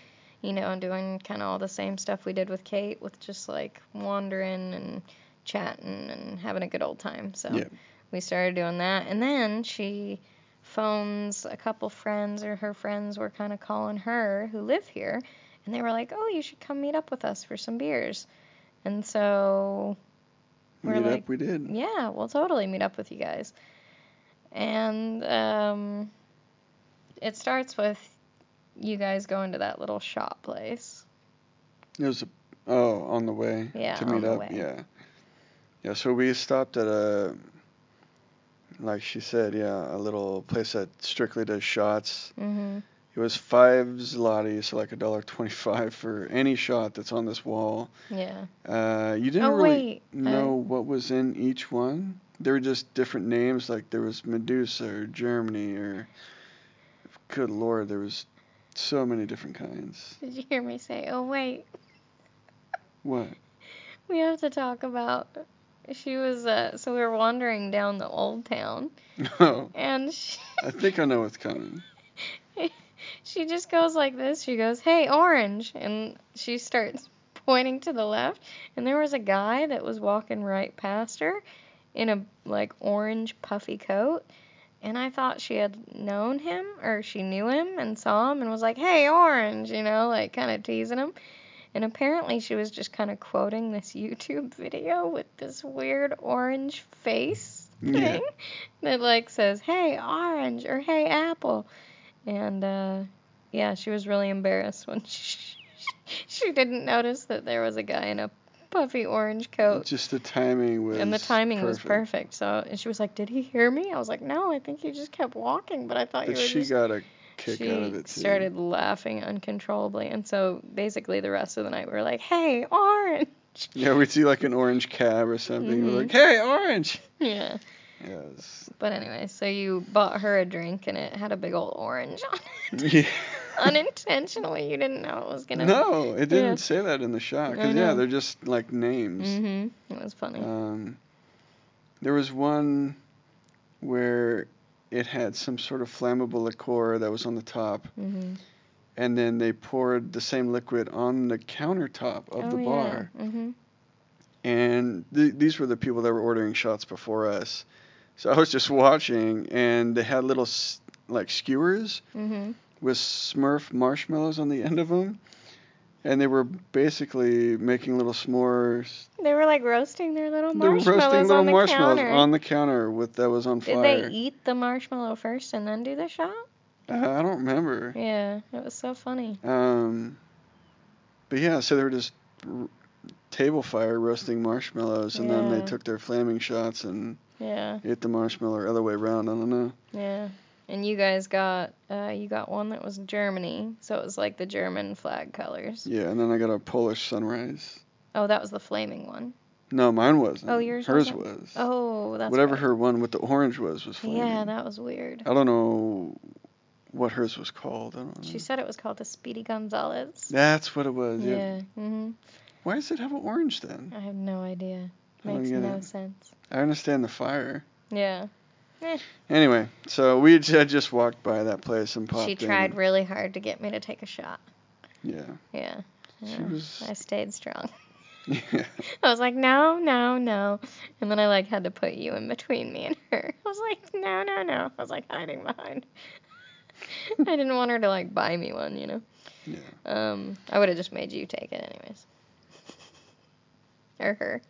[SPEAKER 1] you know, and doing kind of all the same stuff we did with Kate, with just like wandering and chatting and having a good old time. So
[SPEAKER 2] Yeah.
[SPEAKER 1] we started doing that. And then she phones a couple friends, or her friends were kind of calling her who live here, and they were like, oh, you should come meet up with us for some beers. And so We're
[SPEAKER 2] Meet
[SPEAKER 1] like-
[SPEAKER 2] up, we did.
[SPEAKER 1] yeah, we'll totally meet up with you guys. And um, it starts with you guys going to that little shop place.
[SPEAKER 2] It was a, oh on the way
[SPEAKER 1] Yeah,
[SPEAKER 2] to
[SPEAKER 1] on
[SPEAKER 2] meet
[SPEAKER 1] the
[SPEAKER 2] up.
[SPEAKER 1] way.
[SPEAKER 2] Yeah, yeah. So we stopped at a, like she said, yeah, a little place that strictly does shots.
[SPEAKER 1] Mm-hmm.
[SPEAKER 2] It was five zloty, so like a dollar twenty-five for any shot that's on this wall.
[SPEAKER 1] Yeah.
[SPEAKER 2] Uh, you didn't
[SPEAKER 1] oh
[SPEAKER 2] really
[SPEAKER 1] wait.
[SPEAKER 2] know what was in each one. There were just different names. Like there was Medusa or Germany or, good lord, there was so many different kinds.
[SPEAKER 1] I, did you hear me say? Oh wait.
[SPEAKER 2] What?
[SPEAKER 1] We have to talk about. She was. Uh, so we were wandering down the old town,
[SPEAKER 2] No,
[SPEAKER 1] and she,
[SPEAKER 2] I think I know what's coming.
[SPEAKER 1] she just goes like this. She goes, "Hey, orange," and she starts pointing to the left. And there was a guy that was walking right past her, in a like orange puffy coat. And I thought she had known him or she knew him and saw him and was like, "Hey, orange," you know, like kind of teasing him. And apparently she was just kind of quoting this YouTube video with this weird orange face thing
[SPEAKER 2] Yeah.
[SPEAKER 1] that like says, "Hey, orange" or "Hey, apple." And uh, yeah, she was really embarrassed when she, she didn't notice that there was a guy in a puffy orange coat.
[SPEAKER 2] Just the timing was
[SPEAKER 1] And the timing was perfect. So and she was like, "Did he hear me?" I was like, "No, I think he just kept walking." But I thought
[SPEAKER 2] But
[SPEAKER 1] you were
[SPEAKER 2] she
[SPEAKER 1] just.
[SPEAKER 2] got a kick
[SPEAKER 1] she
[SPEAKER 2] out of it too.
[SPEAKER 1] started laughing uncontrollably, and so basically the rest of the night we were like, "Hey, orange!"
[SPEAKER 2] Yeah, we'd see like an orange cab or something. We're
[SPEAKER 1] Mhm.
[SPEAKER 2] like, hey, orange.
[SPEAKER 1] Yeah.
[SPEAKER 2] Yes.
[SPEAKER 1] But anyway, so you bought her a drink, and it had a big old orange on it.
[SPEAKER 2] Yeah.
[SPEAKER 1] Unintentionally, you didn't know it was gonna.
[SPEAKER 2] no, it didn't
[SPEAKER 1] Yeah.
[SPEAKER 2] say that in the shop.
[SPEAKER 1] I
[SPEAKER 2] Because yeah,
[SPEAKER 1] know.
[SPEAKER 2] they're just like names.
[SPEAKER 1] Mhm. It was funny.
[SPEAKER 2] Um, there was one where it had some sort of flammable liqueur that was on the top,
[SPEAKER 1] mhm.
[SPEAKER 2] and then they poured the same liquid on the countertop of the bar.
[SPEAKER 1] Oh, Yeah. hmm
[SPEAKER 2] and th- these were the people that were ordering shots before us. So I was just watching, and they had little s- like skewers
[SPEAKER 1] hmm
[SPEAKER 2] with Smurf marshmallows on the end of them, and they were basically making little s'mores.
[SPEAKER 1] They were like roasting their little
[SPEAKER 2] They were
[SPEAKER 1] marshmallows
[SPEAKER 2] roasting
[SPEAKER 1] on
[SPEAKER 2] little
[SPEAKER 1] the
[SPEAKER 2] marshmallows
[SPEAKER 1] counter.
[SPEAKER 2] on the counter with that was on
[SPEAKER 1] Did
[SPEAKER 2] fire.
[SPEAKER 1] they eat the marshmallow first and then do the shot?
[SPEAKER 2] Uh, I don't remember.
[SPEAKER 1] Yeah, it was so funny.
[SPEAKER 2] Um, but yeah, so they were just r- table fire roasting marshmallows, and then
[SPEAKER 1] Yeah.
[SPEAKER 2] they took their flaming shots and
[SPEAKER 1] Yeah,
[SPEAKER 2] ate the marshmallow or other way around. I don't know.
[SPEAKER 1] yeah. And you guys got uh, you got one that was Germany, so it was like the German flag colors.
[SPEAKER 2] Yeah, and then I got a Polish sunrise.
[SPEAKER 1] Oh, that was the flaming one.
[SPEAKER 2] No, mine wasn't.
[SPEAKER 1] Oh, yours
[SPEAKER 2] Hers
[SPEAKER 1] wasn't?
[SPEAKER 2] was.
[SPEAKER 1] Oh, that's
[SPEAKER 2] Whatever
[SPEAKER 1] right.
[SPEAKER 2] her one with the orange was was flaming.
[SPEAKER 1] Yeah, that was weird.
[SPEAKER 2] I don't know what hers was called. I don't know.
[SPEAKER 1] She said it was called the Speedy Gonzales.
[SPEAKER 2] That's what it Um, was. Yeah.
[SPEAKER 1] yeah. hmm
[SPEAKER 2] Why does it have an orange then?
[SPEAKER 1] I have no idea.
[SPEAKER 2] I don't
[SPEAKER 1] Makes
[SPEAKER 2] get
[SPEAKER 1] no
[SPEAKER 2] it.
[SPEAKER 1] sense.
[SPEAKER 2] I understand the fire.
[SPEAKER 1] Yeah.
[SPEAKER 2] Anyway, so we j- I just walked by that place and popped
[SPEAKER 1] She
[SPEAKER 2] in.
[SPEAKER 1] tried really hard to get me to take a shot.
[SPEAKER 2] Yeah.
[SPEAKER 1] Yeah.
[SPEAKER 2] She
[SPEAKER 1] yeah.
[SPEAKER 2] was.
[SPEAKER 1] I stayed strong.
[SPEAKER 2] Yeah.
[SPEAKER 1] I was like, no, no, no. And then I like had to put you in between me and her. I was like, no, no, no. I was like hiding behind. I didn't want her to like buy me one, you know.
[SPEAKER 2] Yeah.
[SPEAKER 1] Um, I would have just made you take it anyways. Or her.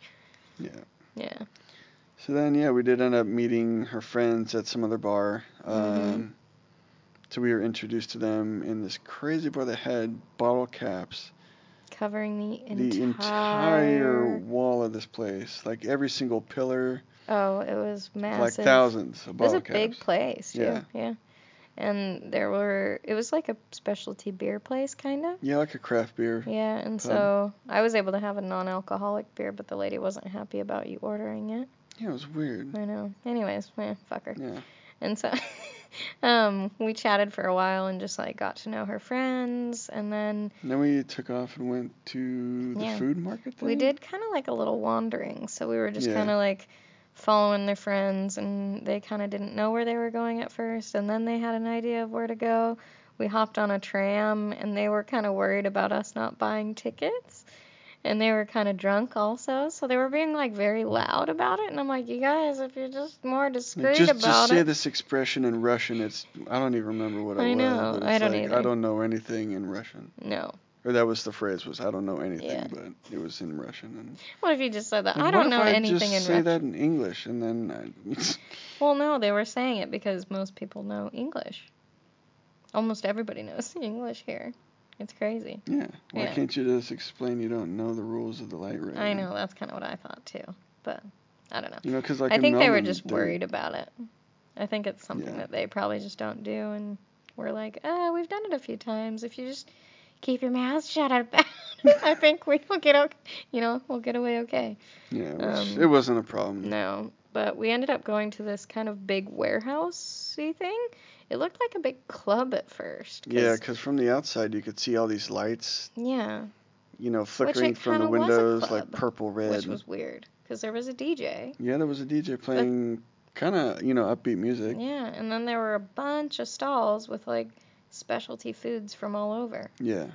[SPEAKER 2] Yeah.
[SPEAKER 1] Yeah.
[SPEAKER 2] So then, yeah, we did end up meeting her friends at some other bar. Um,
[SPEAKER 1] Mhm.
[SPEAKER 2] So we were introduced to them in this crazy bar that had bottle caps
[SPEAKER 1] Covering the entire.
[SPEAKER 2] the entire wall of this place, like every single pillar,
[SPEAKER 1] Oh, it was
[SPEAKER 2] like
[SPEAKER 1] massive.
[SPEAKER 2] thousands of
[SPEAKER 1] It was
[SPEAKER 2] bottle
[SPEAKER 1] a big
[SPEAKER 2] caps.
[SPEAKER 1] place.
[SPEAKER 2] Yeah.
[SPEAKER 1] Yeah. Yeah. And there were, it was like a specialty beer place, kind of.
[SPEAKER 2] Yeah, like a craft beer.
[SPEAKER 1] Yeah. And
[SPEAKER 2] Pub.
[SPEAKER 1] so I was able to have a non alcoholic beer, but the lady wasn't happy about you ordering it.
[SPEAKER 2] Yeah, it was weird.
[SPEAKER 1] I know. Anyways, eh, fuck her.
[SPEAKER 2] Yeah.
[SPEAKER 1] And so um, we chatted for a while and just like got to know her friends. And then
[SPEAKER 2] And then we took off and went to the
[SPEAKER 1] Yeah.
[SPEAKER 2] food market. Thing?
[SPEAKER 1] we did kind of like a little wandering. So we were just
[SPEAKER 2] Yeah.
[SPEAKER 1] kind of like following their friends and they kind of didn't know where they were going at first and then they had an idea of where to go. We hopped on a tram and they were kind of worried about us not buying tickets and they were kind of drunk also, so they were being like very loud about it. And I'm like, you guys, if you're just more discreet
[SPEAKER 2] just
[SPEAKER 1] about
[SPEAKER 2] to say
[SPEAKER 1] it,
[SPEAKER 2] this expression in Russian, it's I don't even remember what it
[SPEAKER 1] I
[SPEAKER 2] was.
[SPEAKER 1] know,
[SPEAKER 2] but
[SPEAKER 1] I
[SPEAKER 2] it's
[SPEAKER 1] don't
[SPEAKER 2] like, I
[SPEAKER 1] either.
[SPEAKER 2] don't know anything in Russian.
[SPEAKER 1] no.
[SPEAKER 2] Or that was the phrase was I don't know anything,
[SPEAKER 1] Yeah.
[SPEAKER 2] but it was in Russian. And
[SPEAKER 1] What if you just said that?
[SPEAKER 2] Like,
[SPEAKER 1] I
[SPEAKER 2] what
[SPEAKER 1] don't
[SPEAKER 2] if
[SPEAKER 1] know
[SPEAKER 2] I
[SPEAKER 1] anything
[SPEAKER 2] just
[SPEAKER 1] in
[SPEAKER 2] say
[SPEAKER 1] Russian.
[SPEAKER 2] that in English, and then I,
[SPEAKER 1] Well, no, they were saying it because most people know English. Almost everybody knows English here. It's crazy.
[SPEAKER 2] yeah, why
[SPEAKER 1] Yeah.
[SPEAKER 2] can't you just explain you don't know the rules of the light ray?
[SPEAKER 1] I know that's kind of what I thought too, but I don't know.
[SPEAKER 2] You know, because like
[SPEAKER 1] I
[SPEAKER 2] in
[SPEAKER 1] think they were
[SPEAKER 2] Melbourne,
[SPEAKER 1] just
[SPEAKER 2] they-
[SPEAKER 1] worried about it. I think it's something
[SPEAKER 2] Yeah.
[SPEAKER 1] that they probably just don't do, and we're like, oh, we've done it a few times. If you just keep your mouth shut about it, I think we will get okay. You know, we'll get away okay.
[SPEAKER 2] Yeah, it, was,
[SPEAKER 1] um,
[SPEAKER 2] it wasn't a problem.
[SPEAKER 1] No, but we ended up going to this kind of big warehousey thing. It looked like a big club at first. 'cause-
[SPEAKER 2] Yeah, because from the outside you could see all these lights,
[SPEAKER 1] Yeah.
[SPEAKER 2] you know, flickering from the
[SPEAKER 1] kinda was a
[SPEAKER 2] windows, like
[SPEAKER 1] club,
[SPEAKER 2] purple red.
[SPEAKER 1] Which was weird because there was a DJ.
[SPEAKER 2] Yeah, there was a DJ playing kind of you know upbeat music.
[SPEAKER 1] Yeah, and then there were a bunch of stalls with like specialty foods from all over.
[SPEAKER 2] Yeah,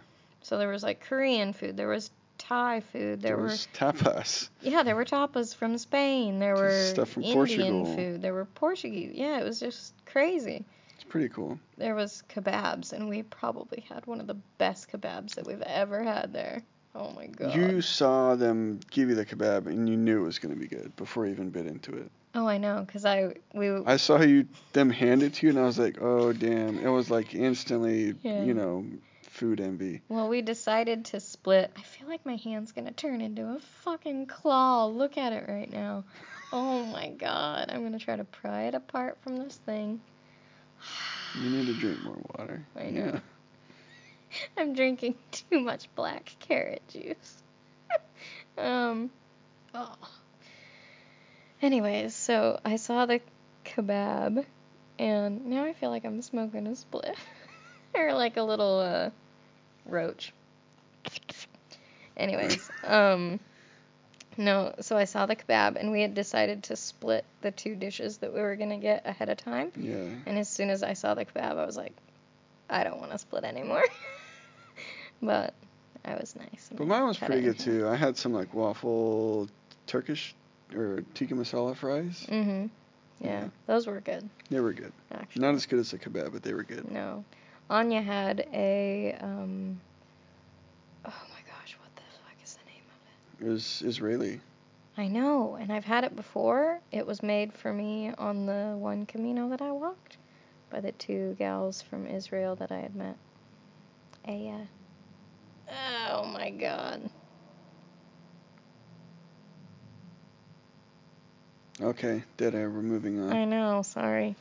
[SPEAKER 1] So there was like Korean food, there was Thai food, there,
[SPEAKER 2] there
[SPEAKER 1] were
[SPEAKER 2] was tapas.
[SPEAKER 1] yeah, there were tapas from Spain, there
[SPEAKER 2] Just
[SPEAKER 1] were
[SPEAKER 2] stuff from
[SPEAKER 1] Indian
[SPEAKER 2] Portugal.
[SPEAKER 1] food, there were Portuguese. Yeah, it was just crazy.
[SPEAKER 2] It's pretty cool.
[SPEAKER 1] There was kebabs, and we probably had one of the best kebabs that we've ever had there. Oh my god.
[SPEAKER 2] You saw them give you the kebab, and you knew it was going to be good before you even bit into it.
[SPEAKER 1] Oh, I know, cause I we
[SPEAKER 2] I saw you them hand it to you, and I was like, oh damn! It was like instantly,
[SPEAKER 1] Yeah.
[SPEAKER 2] you know, food envy.
[SPEAKER 1] Well, we decided to split. I feel like my hand's gonna turn into a fucking claw. Look at it right now. Oh my god. I'm gonna try to pry it apart from this thing.
[SPEAKER 2] You need to drink more water.
[SPEAKER 1] I know. I'm drinking too much black carrot juice. um, oh. Anyways, so I saw the kebab, and now I feel like I'm smoking a split or like a little uh, roach. Anyways, um, no, so I saw the kebab, and we had decided to split the two dishes that we were gonna get ahead of time.
[SPEAKER 2] Yeah.
[SPEAKER 1] And as soon as I saw the kebab, I was like, I don't want to split anymore. but I was nice. and
[SPEAKER 2] But mine was
[SPEAKER 1] cut
[SPEAKER 2] pretty
[SPEAKER 1] it
[SPEAKER 2] good too. I had some like waffle Turkish or tikka masala fries.
[SPEAKER 1] in half. Mhm. Yeah,
[SPEAKER 2] Yeah.
[SPEAKER 1] those were good
[SPEAKER 2] They were good.
[SPEAKER 1] actually.
[SPEAKER 2] Not as good as the kebab, but they were good.
[SPEAKER 1] No, Anya had a um. Oh my gosh, what the fuck is the name of it?
[SPEAKER 2] It was Israeli.
[SPEAKER 1] I know, and I've had it before. It was made for me on the one Camino that I walked by the two gals from Israel that I had met. Aya. Oh my god.
[SPEAKER 2] Okay, dead air. We're moving on.
[SPEAKER 1] I know, sorry.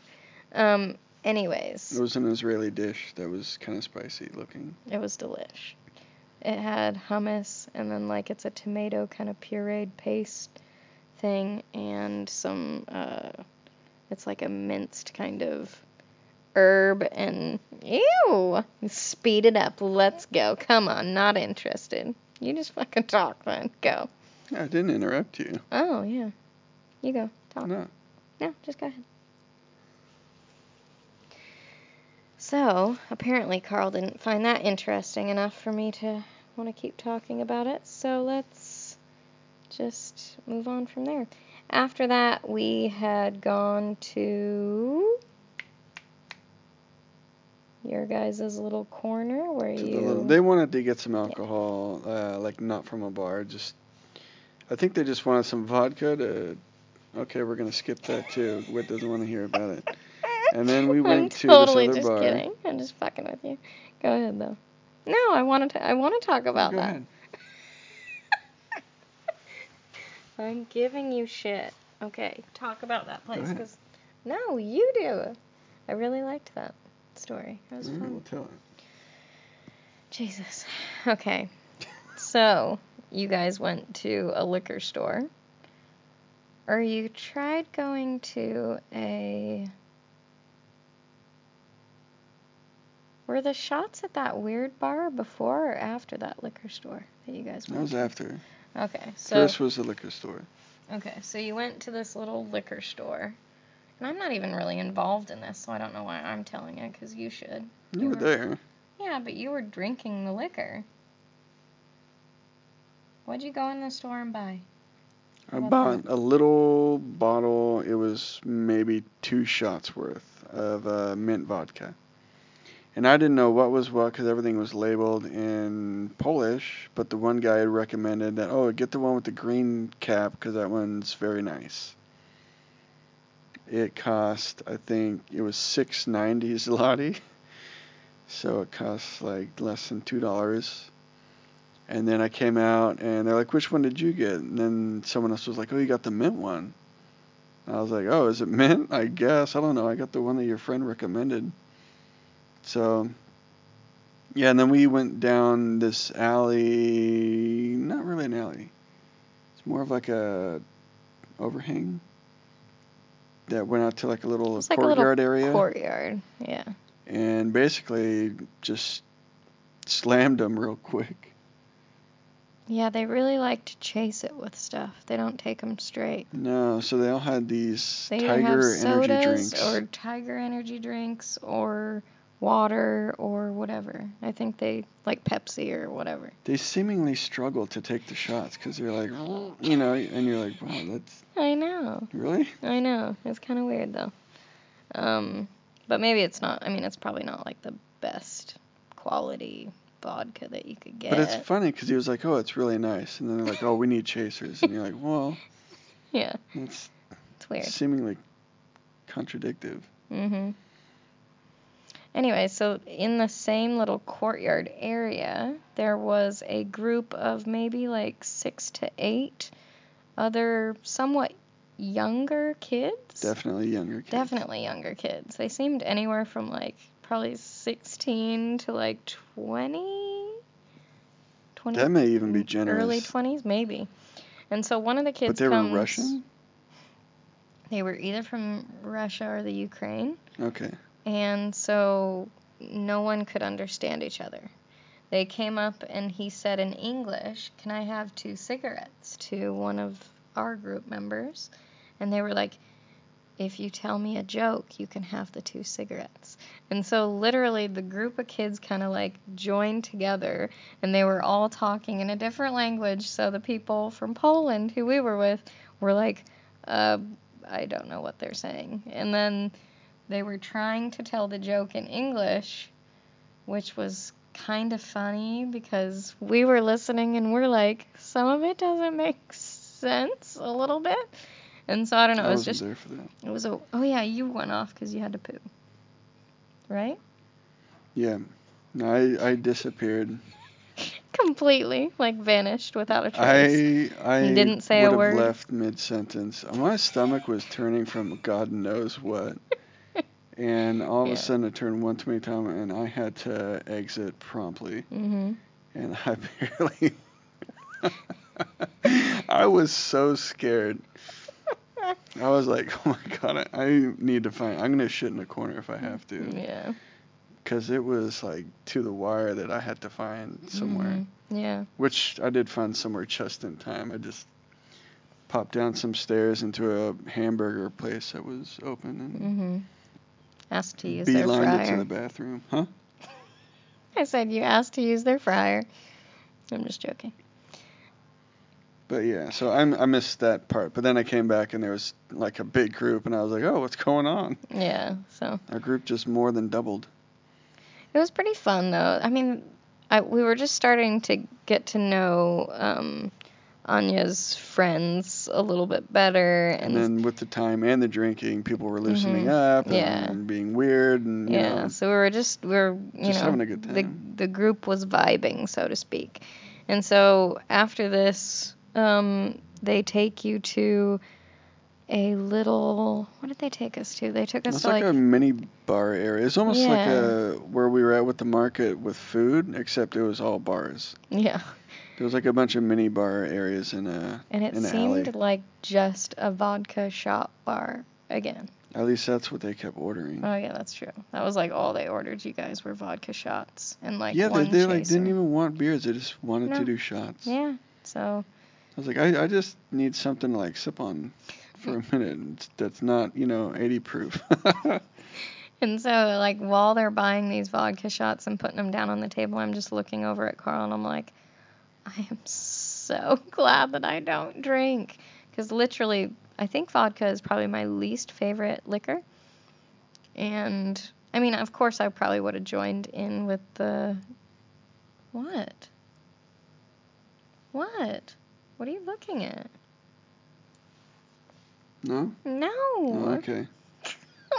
[SPEAKER 1] Um, anyways,
[SPEAKER 2] It was an Israeli dish that was kind of spicy looking.
[SPEAKER 1] it was delish. It had hummus and then like it's a tomato kind of pureed paste thing and some uh it's like a minced kind of herb and ew speed it up let's go come on not interested you just fucking talk then go
[SPEAKER 2] I didn't interrupt you.
[SPEAKER 1] oh yeah you go talk
[SPEAKER 2] No.
[SPEAKER 1] No, just go ahead. So, apparently, Carl didn't find that interesting enough for me to want to keep talking about it, so let's just move on from there. After that, we had gone to your guys' little corner where
[SPEAKER 2] To the
[SPEAKER 1] you.
[SPEAKER 2] little- they wanted to get some alcohol, uh, like not from a bar. Just, I think they just wanted some vodka. To, okay, we're gonna skip that too. Whit doesn't want to hear about it. And then we
[SPEAKER 1] I'm
[SPEAKER 2] went to this
[SPEAKER 1] totally
[SPEAKER 2] other
[SPEAKER 1] just
[SPEAKER 2] bar.
[SPEAKER 1] kidding. I'm just fucking with you. Go ahead though. No, I want to. I want to talk about
[SPEAKER 2] Go
[SPEAKER 1] that.
[SPEAKER 2] ahead.
[SPEAKER 1] I'm giving you shit. Okay, talk about that place.
[SPEAKER 2] ahead.
[SPEAKER 1] 'cause- no, you do. I really liked that story. That was
[SPEAKER 2] All right,
[SPEAKER 1] fun.
[SPEAKER 2] we'll tell it.
[SPEAKER 1] Jesus. Okay. So, you guys went to a liquor store. Or you tried going to a. Were the shots at that weird bar before or after that liquor store that you guys
[SPEAKER 2] That
[SPEAKER 1] went?
[SPEAKER 2] was after.
[SPEAKER 1] Okay, so
[SPEAKER 2] First was the liquor store.
[SPEAKER 1] Okay, so you went to this little liquor store. And I'm not even really involved in this, so I don't know why I'm telling it, because you should.
[SPEAKER 2] You were there.
[SPEAKER 1] Yeah, but you were drinking the liquor. What'd you go in the store and buy?
[SPEAKER 2] I
[SPEAKER 1] What
[SPEAKER 2] bought a little bottle. It was maybe two shots worth of uh, mint vodka. And I didn't know what was what because everything was labeled in Polish. But the one guy had recommended that, oh, get the one with the green cap because that one's very nice. It cost, I think, it was 6.90 zloty. So it cost like less than two dollars. And then I came out and they're like, which one did you get? And then someone else was like, oh, you got the mint one. And I was like, oh, is it mint? I guess. I don't know. I got the one that your friend recommended. So, yeah, and then we went down this alley. Not really an alley, it's more of like a overhang that went out to like a little
[SPEAKER 1] It's like a little
[SPEAKER 2] courtyard area
[SPEAKER 1] Courtyard. Yeah.
[SPEAKER 2] and basically just slammed them real quick.
[SPEAKER 1] Yeah, they really like to chase it with stuff. They don't take 'em straight.
[SPEAKER 2] No, so they all had these
[SPEAKER 1] They either have
[SPEAKER 2] tiger energy
[SPEAKER 1] sodas
[SPEAKER 2] drinks.
[SPEAKER 1] or tiger energy drinks or water or whatever. I think they like Pepsi or whatever.
[SPEAKER 2] They seemingly struggle to take the shots because they're like, "Mm," you know, and you're like, wow, that's
[SPEAKER 1] I know.
[SPEAKER 2] really?
[SPEAKER 1] I know. It's kind of weird though. Um, but maybe it's not. I mean, it's probably not like the best quality vodka that you could get.
[SPEAKER 2] But it's funny because he was like, oh, it's really nice. And then they're like, oh, we need chasers. And you're like, well,
[SPEAKER 1] yeah,
[SPEAKER 2] that's
[SPEAKER 1] it's weird.
[SPEAKER 2] seemingly contradictive.
[SPEAKER 1] Mhm. Anyway, so in the same little courtyard area, there was a group of maybe like 6 to 8 other somewhat younger kids.
[SPEAKER 2] Definitely younger kids.
[SPEAKER 1] Definitely younger kids. They seemed anywhere from like probably 16 to like 20. 20
[SPEAKER 2] That may even be generous.
[SPEAKER 1] Early 20s, maybe. And so one of the kids
[SPEAKER 2] But they were
[SPEAKER 1] comes,
[SPEAKER 2] Russian?
[SPEAKER 1] They were either from Russia or the Ukraine.
[SPEAKER 2] Okay.
[SPEAKER 1] And so no one could understand each other. They came up and he said in English, Can I have two cigarettes to one of our group members? And they were like, If you tell me a joke, you can have the two cigarettes. And so literally the group of kids kind of like joined together and they were all talking in a different language. So the people from Poland who we were with were like, uh, I don't know what they're saying. And then they were trying to tell the joke in English, which was kind of funny because we were listening and we're like, some of it doesn't make sense a little bit. And so I don't know,
[SPEAKER 2] I
[SPEAKER 1] it was
[SPEAKER 2] wasn't
[SPEAKER 1] just,
[SPEAKER 2] there for that.
[SPEAKER 1] it was a, oh yeah, you went off because you had to poo. Right?
[SPEAKER 2] Yeah. No, I, I disappeared.
[SPEAKER 1] Completely, like vanished without a trace.
[SPEAKER 2] I I
[SPEAKER 1] You didn't say a
[SPEAKER 2] would have
[SPEAKER 1] word?
[SPEAKER 2] left mid sentence. My stomach was turning from God knows what, and all of
[SPEAKER 1] Yeah.
[SPEAKER 2] a sudden it turned one too many time, and I had to exit promptly,
[SPEAKER 1] hmm
[SPEAKER 2] and I barely. I was so scared. I was like, oh my god, I, I need to find. I'm gonna shit in a corner if I have to,
[SPEAKER 1] Yeah.
[SPEAKER 2] because it was like to the wire that I had to find somewhere
[SPEAKER 1] Mhm. Yeah.
[SPEAKER 2] which I did find somewhere just in time. I just popped down some stairs into a hamburger place that was open and
[SPEAKER 1] hmm Asked to use their
[SPEAKER 2] beelined it
[SPEAKER 1] fryer.
[SPEAKER 2] to the bathroom, huh?
[SPEAKER 1] I said you asked to use their fryer. I'm just joking.
[SPEAKER 2] But yeah, so I'm, I missed that part. But then I came back and there was like a big group, and I was like, oh, what's going on?
[SPEAKER 1] Yeah. So
[SPEAKER 2] Our group just more than doubled.
[SPEAKER 1] it was pretty fun though. I mean, I, we were just starting to get to know um, Anya's friends a little bit better,
[SPEAKER 2] And
[SPEAKER 1] and,
[SPEAKER 2] then with the time and the drinking, people were loosening
[SPEAKER 1] Mhm.
[SPEAKER 2] up and
[SPEAKER 1] Yeah.
[SPEAKER 2] being weird and you
[SPEAKER 1] yeah.
[SPEAKER 2] know,
[SPEAKER 1] So we were just we were you
[SPEAKER 2] Just
[SPEAKER 1] know
[SPEAKER 2] having a good time.
[SPEAKER 1] the the group was vibing so to speak, and so after this um, they take you to a little what did they take us to? They took us
[SPEAKER 2] It's
[SPEAKER 1] to
[SPEAKER 2] like,
[SPEAKER 1] like,
[SPEAKER 2] a mini bar area. It's almost like
[SPEAKER 1] Yeah.
[SPEAKER 2] a where we were at with the market with food, except it was all bars.
[SPEAKER 1] yeah.
[SPEAKER 2] There was like a bunch of mini bar areas uh, in a
[SPEAKER 1] And it
[SPEAKER 2] in an alley.
[SPEAKER 1] seemed like just a vodka shop bar again.
[SPEAKER 2] At least that's what they kept ordering.
[SPEAKER 1] Oh yeah, that's true. That was like all they ordered. You guys were vodka shots and like
[SPEAKER 2] yeah, they,
[SPEAKER 1] one
[SPEAKER 2] they like
[SPEAKER 1] chaser.
[SPEAKER 2] didn't even want beers. They just wanted
[SPEAKER 1] No.
[SPEAKER 2] to do shots.
[SPEAKER 1] Yeah, so
[SPEAKER 2] was like, I, I just need something to like sip on for a minute and it's- that's not, you know, 80 proof.
[SPEAKER 1] And so, like, while they're buying these vodka shots and putting them down on the table, I'm just looking over at Carl and I'm like, I am so glad that I don't drink. Because literally, I think vodka is probably my least favorite liquor. And I mean, of course, I probably would have joined in with the. What? What? What are you looking at?
[SPEAKER 2] no?
[SPEAKER 1] No.
[SPEAKER 2] Oh, okay.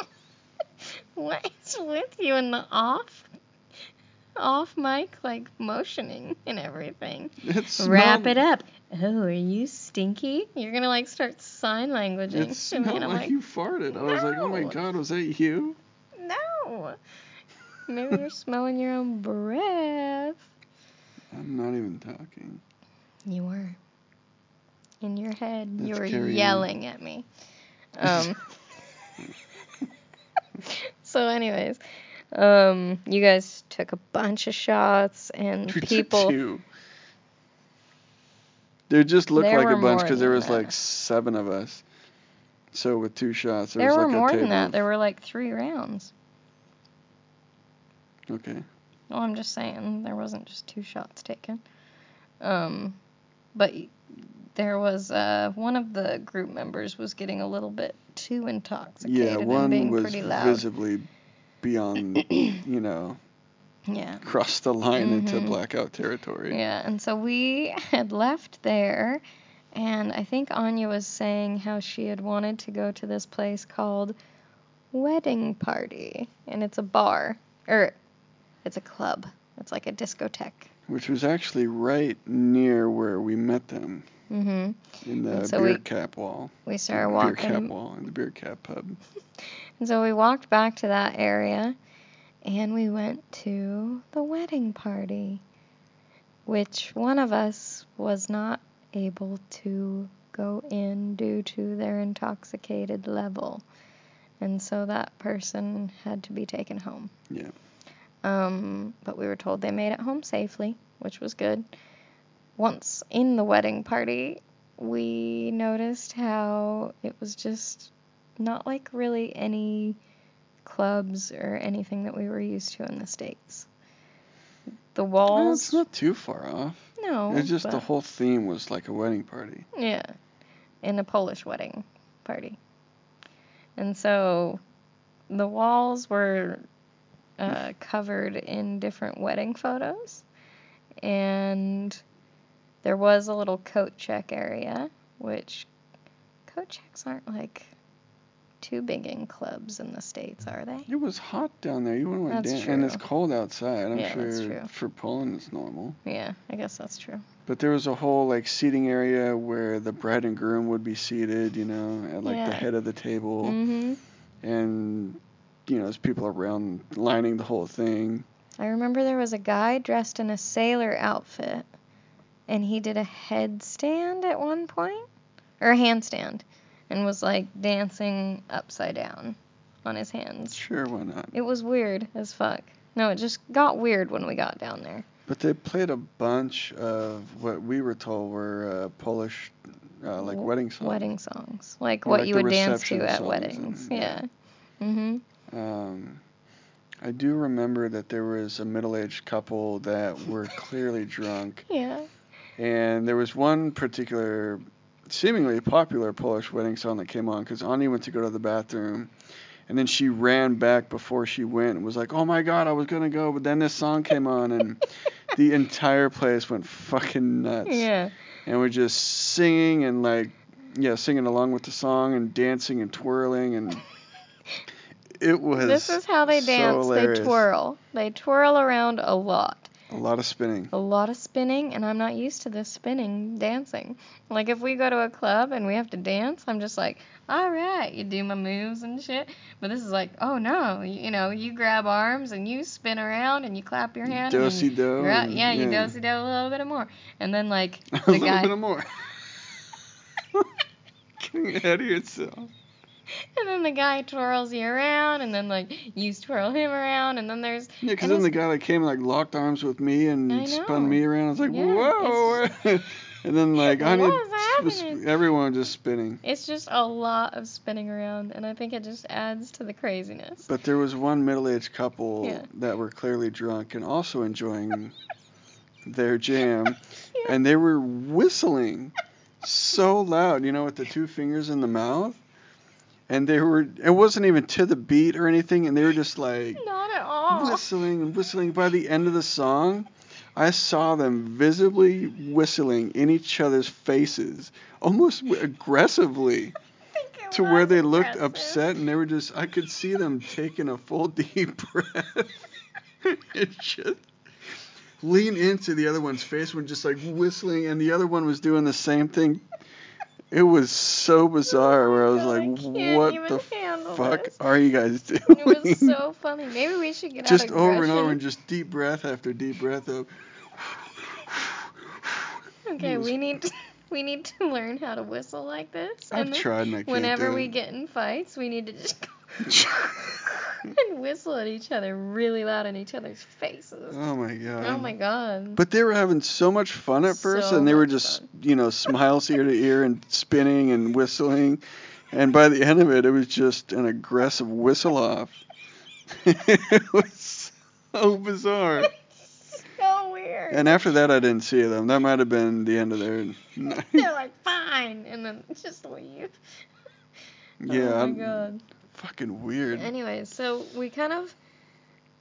[SPEAKER 1] what is with you in the off off mic like motioning and everything
[SPEAKER 2] It smelled,
[SPEAKER 1] wrap it up oh are you stinky you're gonna like start sign languaging
[SPEAKER 2] It
[SPEAKER 1] to me
[SPEAKER 2] smelled
[SPEAKER 1] and
[SPEAKER 2] like,
[SPEAKER 1] i'm like
[SPEAKER 2] you farted. I was like, oh my
[SPEAKER 1] "No."
[SPEAKER 2] god, was that you?
[SPEAKER 1] no maybe you're smelling your own breath
[SPEAKER 2] I'm not even talking.
[SPEAKER 1] you were in your head you
[SPEAKER 2] Let's
[SPEAKER 1] were
[SPEAKER 2] carry on.
[SPEAKER 1] yelling at me um so anyways um you guys took a bunch of shots and
[SPEAKER 2] We took
[SPEAKER 1] people
[SPEAKER 2] two. They just looked
[SPEAKER 1] There
[SPEAKER 2] like a
[SPEAKER 1] were
[SPEAKER 2] bunch
[SPEAKER 1] more
[SPEAKER 2] because there
[SPEAKER 1] than
[SPEAKER 2] was like
[SPEAKER 1] that.
[SPEAKER 2] seven of us. So with two shots,
[SPEAKER 1] There
[SPEAKER 2] there, was
[SPEAKER 1] were
[SPEAKER 2] like
[SPEAKER 1] more
[SPEAKER 2] a table.
[SPEAKER 1] than that. There were like three rounds.
[SPEAKER 2] okay.
[SPEAKER 1] Well, I'm just saying there wasn't just two shots taken. Um, but y- there was uh, one of the group members was getting a little bit too intoxicated
[SPEAKER 2] Yeah,
[SPEAKER 1] and
[SPEAKER 2] one
[SPEAKER 1] being
[SPEAKER 2] was
[SPEAKER 1] pretty loud.
[SPEAKER 2] visibly beyond, you know,
[SPEAKER 1] Yeah.
[SPEAKER 2] crossed the line into
[SPEAKER 1] Mhm.
[SPEAKER 2] blackout territory.
[SPEAKER 1] Yeah, and so we had left there, and I think Anya was saying how she had wanted to go to this place called Wedding Party, and it's a bar, or it's a club. It's like a discotheque.
[SPEAKER 2] Which was actually right near where we met them
[SPEAKER 1] hmm
[SPEAKER 2] in the
[SPEAKER 1] And so
[SPEAKER 2] beer
[SPEAKER 1] we-
[SPEAKER 2] cap wall.
[SPEAKER 1] We started
[SPEAKER 2] beer cap
[SPEAKER 1] walking,
[SPEAKER 2] wall in the beer cap pub.
[SPEAKER 1] and so we walked back to that area, and we went to the wedding party, which one of us was not able to go in due to their intoxicated level, and so that person had to be taken home.
[SPEAKER 2] Yeah.
[SPEAKER 1] Um, but we were told they made it home safely, which was good. Once in the wedding party, we noticed how it was just not like really any clubs or anything that we were used to in the States. The
[SPEAKER 2] Well,
[SPEAKER 1] walls.
[SPEAKER 2] it's not too far off.
[SPEAKER 1] no.
[SPEAKER 2] it's just the
[SPEAKER 1] but-
[SPEAKER 2] whole theme was like a wedding party.
[SPEAKER 1] yeah. In a Polish wedding party. And so the walls were uh, covered in different wedding photos. And there was a little coat check area, which coat checks aren't like too big in clubs in the States, are they?
[SPEAKER 2] It was hot down there. You wouldn't want to
[SPEAKER 1] That's
[SPEAKER 2] dance. And it's
[SPEAKER 1] true.
[SPEAKER 2] cold outside. I'm
[SPEAKER 1] Yeah,
[SPEAKER 2] sure
[SPEAKER 1] that's true.
[SPEAKER 2] for Poland it's normal.
[SPEAKER 1] Yeah, I guess that's true.
[SPEAKER 2] But there was a whole like seating area where the bride and groom would be seated, you know, at like
[SPEAKER 1] Yeah.
[SPEAKER 2] the head of the table.
[SPEAKER 1] hmm
[SPEAKER 2] And, you know, there's people around lining the whole thing.
[SPEAKER 1] I remember there was a guy dressed in a sailor outfit, and he did a headstand at one point, or a handstand, and was like dancing upside down on his hands.
[SPEAKER 2] Sure, why not?
[SPEAKER 1] It was weird as fuck. No, it just got weird when we got down there.
[SPEAKER 2] But they played a bunch of what we were told were uh, Polish, uh, like
[SPEAKER 1] W-
[SPEAKER 2] wedding songs.
[SPEAKER 1] Wedding songs, like
[SPEAKER 2] Or
[SPEAKER 1] what
[SPEAKER 2] like
[SPEAKER 1] you
[SPEAKER 2] the
[SPEAKER 1] would dance to
[SPEAKER 2] reception
[SPEAKER 1] at
[SPEAKER 2] songs
[SPEAKER 1] weddings.
[SPEAKER 2] and-
[SPEAKER 1] yeah. Mhm.
[SPEAKER 2] Um, I do remember that there was a middle-aged couple that were clearly drunk,
[SPEAKER 1] Yeah.
[SPEAKER 2] and there was one particular, seemingly popular Polish wedding song that came on because Ani went to go to the bathroom, and then she ran back before she went and was like, "Oh my God, I was gonna go," but then this song came on, and the entire place went fucking nuts.
[SPEAKER 1] Yeah.
[SPEAKER 2] and we're just singing and like yeah singing along with the song and dancing and twirling and it was
[SPEAKER 1] This is how they
[SPEAKER 2] so
[SPEAKER 1] dance.
[SPEAKER 2] hilarious.
[SPEAKER 1] they twirl. They twirl around a lot.
[SPEAKER 2] a lot of spinning
[SPEAKER 1] a lot of spinning and I'm not used to this spinning dancing. Like if we go to a club and we have to dance, I'm just like, all right, you do my moves and shit. But this is like, oh no, you, you know, you grab arms and you spin around and you clap your hand. and then you
[SPEAKER 2] do
[SPEAKER 1] gra- yeah, you do do a little bit more, and then like
[SPEAKER 2] a
[SPEAKER 1] the
[SPEAKER 2] little
[SPEAKER 1] guy.
[SPEAKER 2] bit of more getting ahead of yourself
[SPEAKER 1] and then the guy twirls you around, and then like you twirl him around, and then there's
[SPEAKER 2] Yeah, because
[SPEAKER 1] and
[SPEAKER 2] then the
[SPEAKER 1] it's-
[SPEAKER 2] guy that came like locked arms with me
[SPEAKER 1] I
[SPEAKER 2] and
[SPEAKER 1] know.
[SPEAKER 2] spun me around. I was like,
[SPEAKER 1] Yeah,
[SPEAKER 2] whoa! and then like I
[SPEAKER 1] What
[SPEAKER 2] need
[SPEAKER 1] was
[SPEAKER 2] was-
[SPEAKER 1] happening?
[SPEAKER 2] everyone just spinning.
[SPEAKER 1] it's just a lot of spinning around, and I think it just adds to the craziness.
[SPEAKER 2] But there was one middle-aged couple
[SPEAKER 1] Yeah.
[SPEAKER 2] that were clearly drunk and also enjoying their jam,
[SPEAKER 1] Yeah.
[SPEAKER 2] and they were whistling so loud. You know, with the two fingers in the mouth. And they were, it wasn't even to the beat or anything, and they were just like,
[SPEAKER 1] Not at all.
[SPEAKER 2] whistling and whistling. By the end of the song, I saw them visibly whistling in each other's faces, almost w- aggressively, to where they looked upset and they were just, I could see them taking a full deep breath and just lean into the other one's face and just like whistling, and the other one was doing the same thing. It was so bizarre where I was
[SPEAKER 1] God, I
[SPEAKER 2] like,
[SPEAKER 1] can't even
[SPEAKER 2] what the
[SPEAKER 1] handle
[SPEAKER 2] fuck
[SPEAKER 1] this."
[SPEAKER 2] are you guys doing?
[SPEAKER 1] It was so funny. Maybe we should get out
[SPEAKER 2] just over and over
[SPEAKER 1] aggression.
[SPEAKER 2] and just deep breath after deep breath of
[SPEAKER 1] Okay,
[SPEAKER 2] Yes.
[SPEAKER 1] we need to, we need to learn how to whistle like this.
[SPEAKER 2] I've
[SPEAKER 1] and then
[SPEAKER 2] tried and I can't
[SPEAKER 1] whenever
[SPEAKER 2] do
[SPEAKER 1] we
[SPEAKER 2] it.
[SPEAKER 1] get in fights, we need to just go and whistle at each other really loud in each other's faces.
[SPEAKER 2] oh my god
[SPEAKER 1] oh my god.
[SPEAKER 2] but they were having so much fun at first
[SPEAKER 1] So
[SPEAKER 2] and they were
[SPEAKER 1] much
[SPEAKER 2] just
[SPEAKER 1] fun.
[SPEAKER 2] you know smiles ear to ear and spinning and whistling and by the end of it it was just an aggressive whistle off it was so bizarre
[SPEAKER 1] so weird.
[SPEAKER 2] and after that i didn't see them that might have been the end of their night.
[SPEAKER 1] They're like fine, and then just leave.
[SPEAKER 2] yeah
[SPEAKER 1] Oh
[SPEAKER 2] I'm-
[SPEAKER 1] my god.
[SPEAKER 2] fucking weird
[SPEAKER 1] Anyway, so we kind of.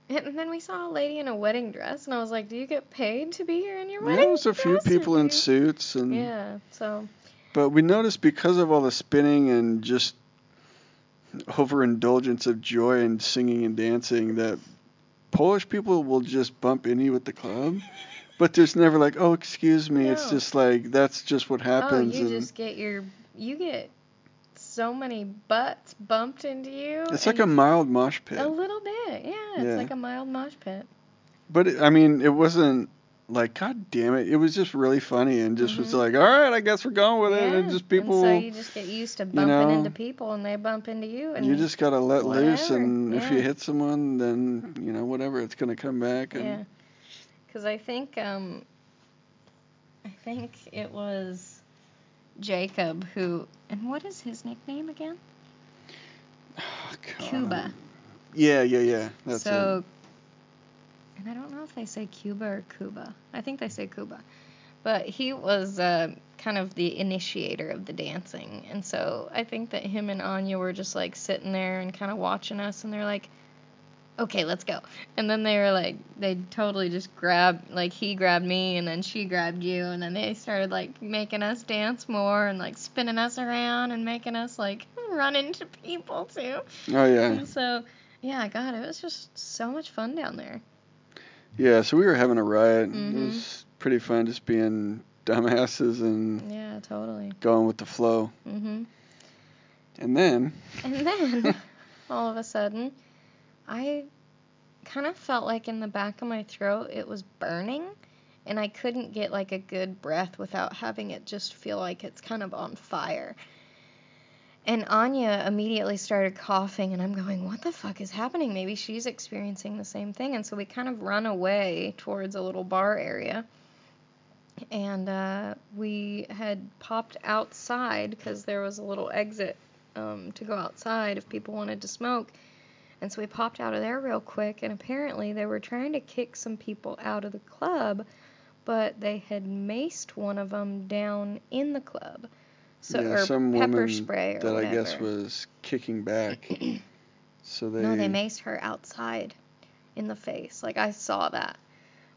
[SPEAKER 1] And then we saw a lady in a wedding dress, and I was like, "Do you get paid to be here in your
[SPEAKER 2] yeah,
[SPEAKER 1] wedding?"
[SPEAKER 2] there was a few
[SPEAKER 1] dress, or
[SPEAKER 2] people
[SPEAKER 1] do
[SPEAKER 2] in
[SPEAKER 1] you-"
[SPEAKER 2] suits and
[SPEAKER 1] Yeah, so
[SPEAKER 2] But we noticed because of all the spinning and just overindulgence of joy and singing and dancing that Polish people will just bump into you at the club. But there's never like, oh, excuse me. It's
[SPEAKER 1] No.
[SPEAKER 2] just like, that's just what happens.
[SPEAKER 1] Oh, you
[SPEAKER 2] and
[SPEAKER 1] just get your you get so many butts bumped into you.
[SPEAKER 2] it's like a
[SPEAKER 1] and- Oh.
[SPEAKER 2] mild mosh pit.
[SPEAKER 1] a little bit, yeah. It's
[SPEAKER 2] Yeah.
[SPEAKER 1] like a mild mosh pit.
[SPEAKER 2] But it, I mean, it wasn't like, God damn it. It was just really funny and just was
[SPEAKER 1] Mhm.
[SPEAKER 2] like, all right, I guess we're going with it. And
[SPEAKER 1] Yeah,
[SPEAKER 2] just
[SPEAKER 1] And
[SPEAKER 2] people,
[SPEAKER 1] so
[SPEAKER 2] you,
[SPEAKER 1] you just get used to bumping
[SPEAKER 2] know,
[SPEAKER 1] into people, and they bump into you, and
[SPEAKER 2] just got to let loose.
[SPEAKER 1] whatever,
[SPEAKER 2] And if
[SPEAKER 1] yeah.
[SPEAKER 2] you hit someone, then, you know, whatever, it's going to come back. And,
[SPEAKER 1] yeah. Because I think um, I think it was Jacob who, and what is his nickname again?
[SPEAKER 2] Oh, God.
[SPEAKER 1] Cuba.
[SPEAKER 2] Yeah, yeah, yeah. That's
[SPEAKER 1] so,
[SPEAKER 2] it.
[SPEAKER 1] and I don't know if they say Cuba or Cuba. I think they say Cuba. But he was uh, kind of the initiator of the dancing. And so I think that him and Anya were just like sitting there and kind of watching us. And they're like, okay, let's go. And then they were like, they totally just grabbed, like, he grabbed me and then she grabbed you. And then they started like making us dance more and like spinning us around and making us like run into people too.
[SPEAKER 2] Oh yeah,
[SPEAKER 1] And so, yeah, God, it was just so much fun down there.
[SPEAKER 2] yeah. So we were having a riot. It
[SPEAKER 1] Mhm.
[SPEAKER 2] was pretty fun, just being dumbasses and
[SPEAKER 1] Yeah, totally.
[SPEAKER 2] going with the flow.
[SPEAKER 1] hmm
[SPEAKER 2] And then,
[SPEAKER 1] And then, all of a sudden, I kind of felt like in the back of my throat it was burning, and I couldn't get like a good breath without having it just feel like it's kind of on fire. And Anya immediately started coughing, and I'm going, What the fuck is happening? Maybe she's experiencing the same thing. And so we kind of run away towards a little bar area. And uh, we had popped outside because there was a little exit um, to go outside if people wanted to smoke. And so we popped out of there real quick, and apparently they were trying to kick some people out of the club, but they had maced one of them down in the club. So,
[SPEAKER 2] yeah,
[SPEAKER 1] or
[SPEAKER 2] some
[SPEAKER 1] pepper
[SPEAKER 2] woman
[SPEAKER 1] spray or
[SPEAKER 2] that I guess
[SPEAKER 1] whatever.
[SPEAKER 2] was kicking back. So they,
[SPEAKER 1] No, they maced her outside in the face. Like, I saw that.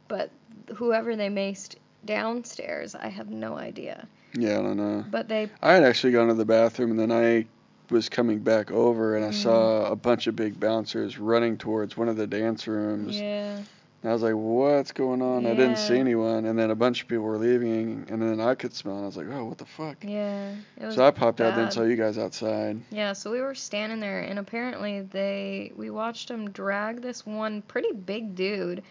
[SPEAKER 1] But whoever they maced downstairs, I have no idea.
[SPEAKER 2] yeah, I don't know.
[SPEAKER 1] But they.
[SPEAKER 2] I had actually gone to the bathroom, and then I was coming back over, and I
[SPEAKER 1] Mhm.
[SPEAKER 2] saw a bunch of big bouncers running towards one of the dance rooms.
[SPEAKER 1] Yeah.
[SPEAKER 2] And I was like, what's going on? I didn't see
[SPEAKER 1] Yeah.
[SPEAKER 2] anyone. And then a bunch of people were leaving, and then I could smell. And I was like, oh, what the fuck?
[SPEAKER 1] Yeah. It was
[SPEAKER 2] So I popped out then
[SPEAKER 1] bad.
[SPEAKER 2] saw you guys outside.
[SPEAKER 1] Yeah, so we were standing there, and apparently they we watched them drag this one pretty big dude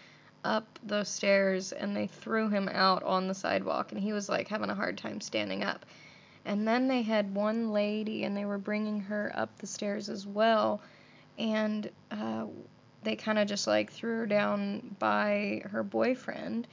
[SPEAKER 1] up those stairs, and they threw him out on the sidewalk, and he was like having a hard time standing up. And then they had one lady, and they were bringing her up the stairs as well. And uh, they kind of just like threw her down by her boyfriend.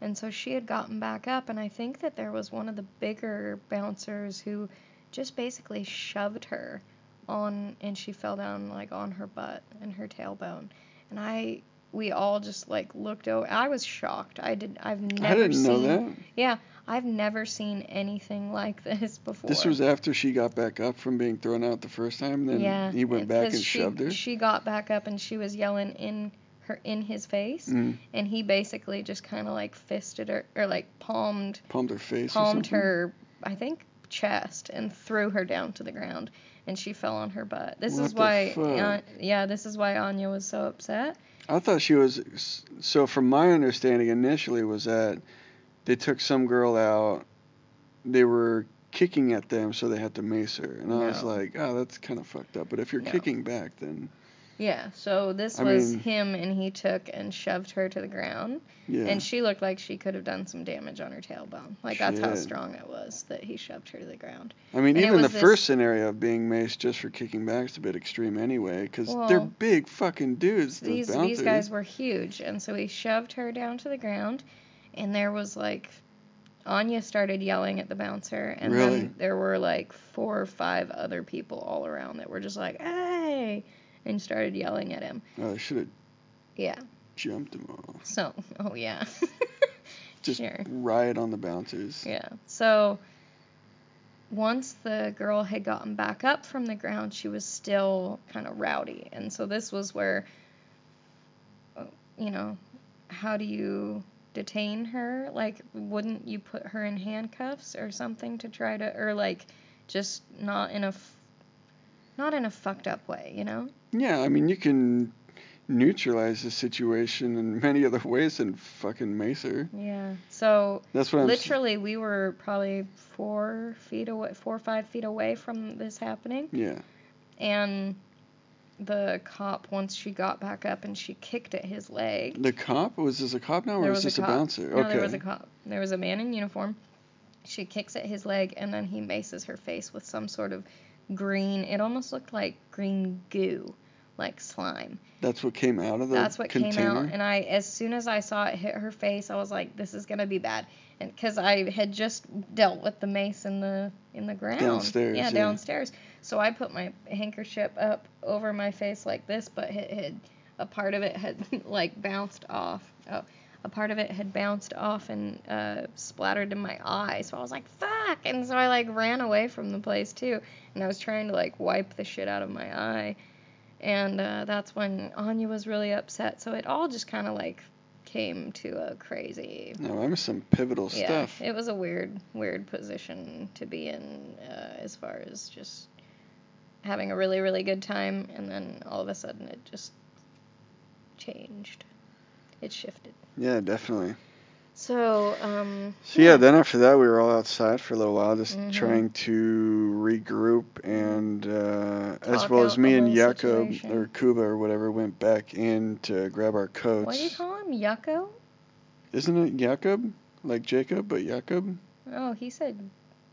[SPEAKER 1] And so she had gotten back up, and I think that there was one of the bigger bouncers who just basically shoved her on, and she fell down like on her butt and her tailbone. And I, we all just like looked over. I was shocked. I did. I've never
[SPEAKER 2] I didn't
[SPEAKER 1] seen.
[SPEAKER 2] know that.
[SPEAKER 1] Yeah, I've never seen anything like this before.
[SPEAKER 2] This was after she got back up from being thrown out the first time. Then
[SPEAKER 1] yeah,
[SPEAKER 2] he went
[SPEAKER 1] it-
[SPEAKER 2] back
[SPEAKER 1] 'cause
[SPEAKER 2] and
[SPEAKER 1] she,
[SPEAKER 2] shoved her.
[SPEAKER 1] She got back up and she was yelling in her in his face,
[SPEAKER 2] Mm,
[SPEAKER 1] and he basically just kind of like fisted her or like palmed
[SPEAKER 2] palmed her face. or
[SPEAKER 1] palmed
[SPEAKER 2] something.
[SPEAKER 1] her, I think, chest and threw her down to the ground, and she fell on her butt. This
[SPEAKER 2] What
[SPEAKER 1] is
[SPEAKER 2] the
[SPEAKER 1] why,
[SPEAKER 2] fuck?
[SPEAKER 1] An- yeah, this is why Anya was so upset.
[SPEAKER 2] I thought she was. So, from my understanding initially, was that they took some girl out. They were kicking at them, so they had to mace her. And I was
[SPEAKER 1] No.
[SPEAKER 2] like, oh, that's kind of fucked up. But if you're
[SPEAKER 1] No.
[SPEAKER 2] kicking back, then
[SPEAKER 1] Yeah, so this
[SPEAKER 2] I
[SPEAKER 1] was
[SPEAKER 2] mean-
[SPEAKER 1] him, and he took and shoved her to the ground,
[SPEAKER 2] yeah.
[SPEAKER 1] and she looked like she could have done some damage on her tailbone. Like that's how
[SPEAKER 2] Shit.
[SPEAKER 1] strong it was that he shoved her to the ground.
[SPEAKER 2] I mean,
[SPEAKER 1] and it
[SPEAKER 2] even the
[SPEAKER 1] was this-
[SPEAKER 2] first scenario of being maced just for kicking back is a bit extreme anyway, because they're
[SPEAKER 1] Well,
[SPEAKER 2] big fucking dudes. Those
[SPEAKER 1] these
[SPEAKER 2] bouncers.
[SPEAKER 1] these guys were huge, and so he shoved her down to the ground, and there was like, Anya started yelling at the bouncer, and
[SPEAKER 2] Really?
[SPEAKER 1] then there were like four or five other people all around that were just like, hey, and started yelling at him.
[SPEAKER 2] Oh, I should have
[SPEAKER 1] Yeah.
[SPEAKER 2] jumped them all.
[SPEAKER 1] So, oh yeah.
[SPEAKER 2] Just
[SPEAKER 1] Sure.
[SPEAKER 2] riot on the bouncers.
[SPEAKER 1] Yeah. So once the girl had gotten back up from the ground, she was still kind of rowdy. And so this was where, uh, you know, how do you detain her? Like, wouldn't you put her in handcuffs or something to try to, or like, just not in a, f- not in a fucked up way, you know?
[SPEAKER 2] Yeah, I mean, you can neutralize the situation in many other ways than fucking macer.
[SPEAKER 1] Yeah. So
[SPEAKER 2] That's what I'm. s-
[SPEAKER 1] literally, we were probably four feet away, four or five feet away from this happening.
[SPEAKER 2] Yeah.
[SPEAKER 1] and the cop once she got back up and she kicked at his leg.
[SPEAKER 2] The cop? Was this a cop now, or was, this a,
[SPEAKER 1] cop.
[SPEAKER 2] bouncer?
[SPEAKER 1] No, there was a cop. There was a man in uniform. She kicks at his leg and then he maces her face with some sort of green. It almost looked like green goo, like slime.
[SPEAKER 2] That's what came out of the
[SPEAKER 1] That's what
[SPEAKER 2] container.
[SPEAKER 1] came out and I as soon as I saw it hit her face, I was like this is going to be bad. And cuz I had just dealt with the mace in the in the ground.
[SPEAKER 2] Downstairs,
[SPEAKER 1] Yeah,
[SPEAKER 2] yeah.
[SPEAKER 1] downstairs. So I put my handkerchief up over my face like this, but it had a part of it had like bounced off. Oh, a part of it had bounced off and uh, splattered in my eye. So I was like, "Fuck!" And so I like ran away from the place too, and I was trying to like wipe the shit out of my eye. And uh, that's when Anya was really upset. So it all just kind of like came to a crazy.
[SPEAKER 2] No, I missed some pivotal stuff.
[SPEAKER 1] Yeah, it was a weird, weird position to be in uh, as far as just having a really, really good time, and then all of a sudden it just changed. It shifted.
[SPEAKER 2] Yeah, definitely.
[SPEAKER 1] So, um,
[SPEAKER 2] So yeah. then after that, we were all outside for a little while, just
[SPEAKER 1] Mhm.
[SPEAKER 2] trying to regroup, and uh, as
[SPEAKER 1] Talk
[SPEAKER 2] well as
[SPEAKER 1] out
[SPEAKER 2] me
[SPEAKER 1] the
[SPEAKER 2] and
[SPEAKER 1] whole
[SPEAKER 2] Jakob
[SPEAKER 1] situation.
[SPEAKER 2] or Kuba or whatever went back in to grab our coats.
[SPEAKER 1] what do you call him? Yucko?
[SPEAKER 2] Isn't it Jakob? Like Jacob, but Jakob?
[SPEAKER 1] Oh, he said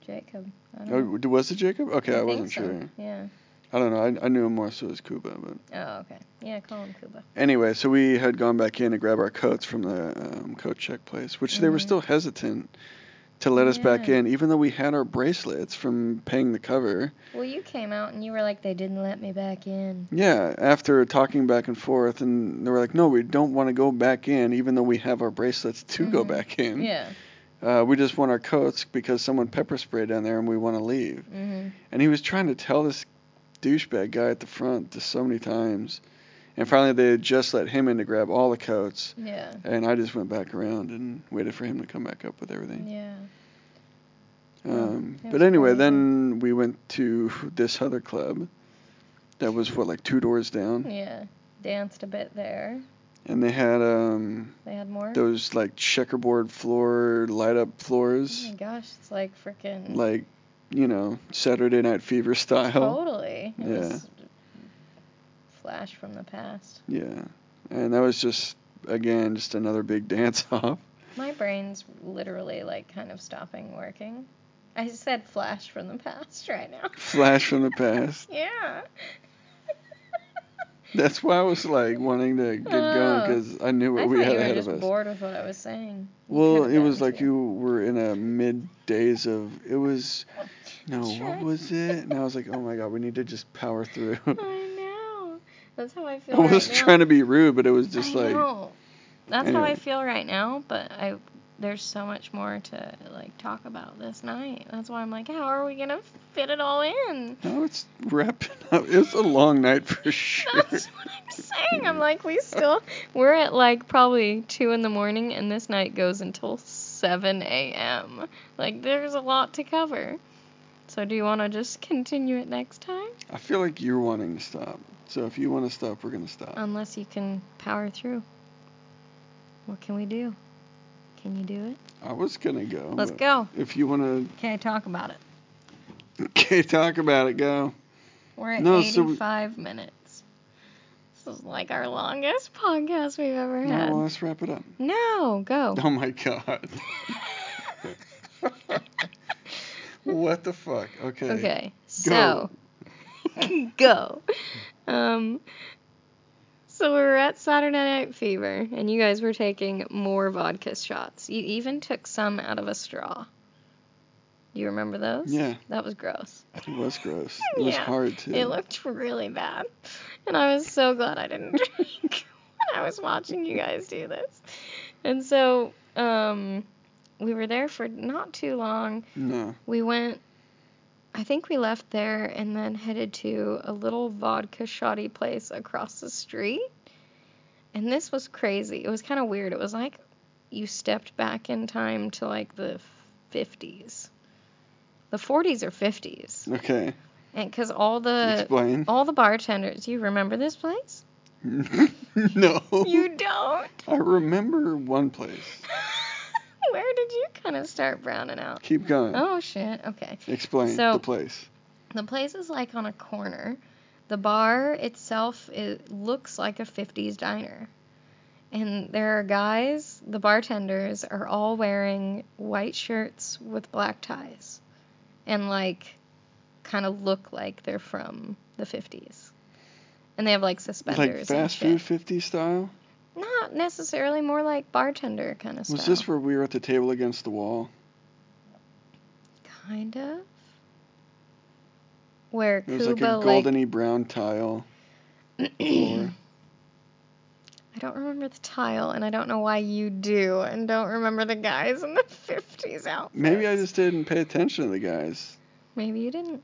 [SPEAKER 1] Jacob. I don't know.
[SPEAKER 2] Oh, d- was it Jacob? Okay, I,
[SPEAKER 1] think
[SPEAKER 2] wasn't
[SPEAKER 1] so.
[SPEAKER 2] sure.
[SPEAKER 1] Yeah.
[SPEAKER 2] I don't know. I, I knew him more so as Kuba, but
[SPEAKER 1] Oh, okay. Yeah, call him Kuba.
[SPEAKER 2] anyway, so we had gone back in to grab our coats from the um, coat check place, which they were
[SPEAKER 1] Mhm.
[SPEAKER 2] still hesitant to let us back
[SPEAKER 1] Yeah.
[SPEAKER 2] in, even though we had our bracelets from paying the cover.
[SPEAKER 1] Well, you came out and you were like, they didn't let me back in.
[SPEAKER 2] Yeah, after talking back and forth, and they were like, "No, we don't want to go back in, even though we have our bracelets to go
[SPEAKER 1] Mhm.
[SPEAKER 2] back in.
[SPEAKER 1] Yeah.
[SPEAKER 2] Uh, we just want our coats because someone pepper sprayed down there, and we want to leave."
[SPEAKER 1] hmm
[SPEAKER 2] And he was trying to tell this douchebag guy at the front just so many times. And finally, they had just let him in to grab all the coats.
[SPEAKER 1] Yeah.
[SPEAKER 2] And I just went back around and waited for him to come back up with everything.
[SPEAKER 1] Yeah.
[SPEAKER 2] Um,
[SPEAKER 1] Yeah,
[SPEAKER 2] but
[SPEAKER 1] it's
[SPEAKER 2] anyway,
[SPEAKER 1] crazy.
[SPEAKER 2] then we went to this other club that was, what, like two doors down?
[SPEAKER 1] Yeah. Danced a bit there.
[SPEAKER 2] And they had um,
[SPEAKER 1] They had more.
[SPEAKER 2] those, like, checkerboard floor, light up
[SPEAKER 1] Oh
[SPEAKER 2] floors.
[SPEAKER 1] my gosh, it's like freaking
[SPEAKER 2] Like, you know, Saturday Night Fever style.
[SPEAKER 1] Oh. totally. It
[SPEAKER 2] Yeah.
[SPEAKER 1] was flash from the past.
[SPEAKER 2] Yeah. And that was just, again, just another big dance off.
[SPEAKER 1] My brain's literally like kind of stopping working. I said flash from the past right now.
[SPEAKER 2] Flash from the past.
[SPEAKER 1] Yeah.
[SPEAKER 2] That's why I was like wanting to get going
[SPEAKER 1] Oh.
[SPEAKER 2] because I knew
[SPEAKER 1] I
[SPEAKER 2] what
[SPEAKER 1] thought
[SPEAKER 2] we had
[SPEAKER 1] you were
[SPEAKER 2] ahead
[SPEAKER 1] just
[SPEAKER 2] of us.
[SPEAKER 1] bored with what I was saying. You
[SPEAKER 2] Well,
[SPEAKER 1] could've
[SPEAKER 2] it was
[SPEAKER 1] gotten
[SPEAKER 2] like
[SPEAKER 1] to
[SPEAKER 2] you were in a mid days of it was no what
[SPEAKER 1] Shrek.
[SPEAKER 2] was it? And I was like, oh my god, we need to just power through.
[SPEAKER 1] I know. That's how I feel.
[SPEAKER 2] I was
[SPEAKER 1] right now.
[SPEAKER 2] trying to be rude, but it was just
[SPEAKER 1] I
[SPEAKER 2] like
[SPEAKER 1] know. That's how I
[SPEAKER 2] anyway.
[SPEAKER 1] feel right now, but I there's so much more to like talk about this night. That's why I'm like, how are we gonna fit it all in?
[SPEAKER 2] no, it's wrapping up. It was a long night for sure.
[SPEAKER 1] That's what I'm saying. I'm like, we still we're at like probably two in the morning, and this night goes until seven a.m. Like, there's a lot to cover. So, do you want to just continue it next time?
[SPEAKER 2] I feel like you're wanting to stop. So if you want to stop, we're gonna stop.
[SPEAKER 1] Unless you can power through. What can we do? Can you do it?
[SPEAKER 2] I was gonna go.
[SPEAKER 1] Let's
[SPEAKER 2] but
[SPEAKER 1] go.
[SPEAKER 2] If you wanna
[SPEAKER 1] Okay, talk about it.
[SPEAKER 2] okay, talk about it, go.
[SPEAKER 1] We're at
[SPEAKER 2] No, so we-
[SPEAKER 1] 85 minutes. This is like our longest podcast we've ever had.
[SPEAKER 2] No, uh, let's wrap it up.
[SPEAKER 1] No, go.
[SPEAKER 2] Oh my god. what the fuck? Okay.
[SPEAKER 1] Okay, so go. Um, so we were at Saturday Night Fever, and you guys were taking more vodka shots. You even took some out of a straw. You remember those?
[SPEAKER 2] Yeah.
[SPEAKER 1] That was gross.
[SPEAKER 2] It was gross. It was
[SPEAKER 1] Yeah,
[SPEAKER 2] hard too.
[SPEAKER 1] It looked really bad, and I was so glad I didn't drink when I was watching you guys do this. And so, um, we were there for not too long.
[SPEAKER 2] no.
[SPEAKER 1] We went, I think we left there and then headed to a little vodka shoddy place across the street. And this was crazy. It was kind of weird. It was like you stepped back in time to like the 50s. The 40s or 50s.
[SPEAKER 2] Okay.
[SPEAKER 1] And cuz all the
[SPEAKER 2] Explain.
[SPEAKER 1] all the bartenders, you remember this place?
[SPEAKER 2] no.
[SPEAKER 1] You don't.
[SPEAKER 2] I remember one place.
[SPEAKER 1] Where did you kind of start browning out?
[SPEAKER 2] Keep going.
[SPEAKER 1] Oh shit. Okay.
[SPEAKER 2] Explain
[SPEAKER 1] So-
[SPEAKER 2] the place.
[SPEAKER 1] The place is like on a corner. The bar itself it looks like a 50s diner. And there are guys, the bartenders are all wearing white shirts with black ties and like kind of look like they're from the 50s. And they have like
[SPEAKER 2] Like
[SPEAKER 1] suspenders
[SPEAKER 2] fast
[SPEAKER 1] and
[SPEAKER 2] food
[SPEAKER 1] shit.
[SPEAKER 2] 50 style?
[SPEAKER 1] Not necessarily more like bartender kind of stuff.
[SPEAKER 2] Was this where we were at the table against the wall?
[SPEAKER 1] kind of where
[SPEAKER 2] It was
[SPEAKER 1] Kuba
[SPEAKER 2] like a goldeny brown tile floor.
[SPEAKER 1] I don't remember the tile, and I don't know why you do, and don't remember the guys in the 50s outfits.
[SPEAKER 2] Maybe I just didn't pay attention to the guys.
[SPEAKER 1] Maybe you didn't.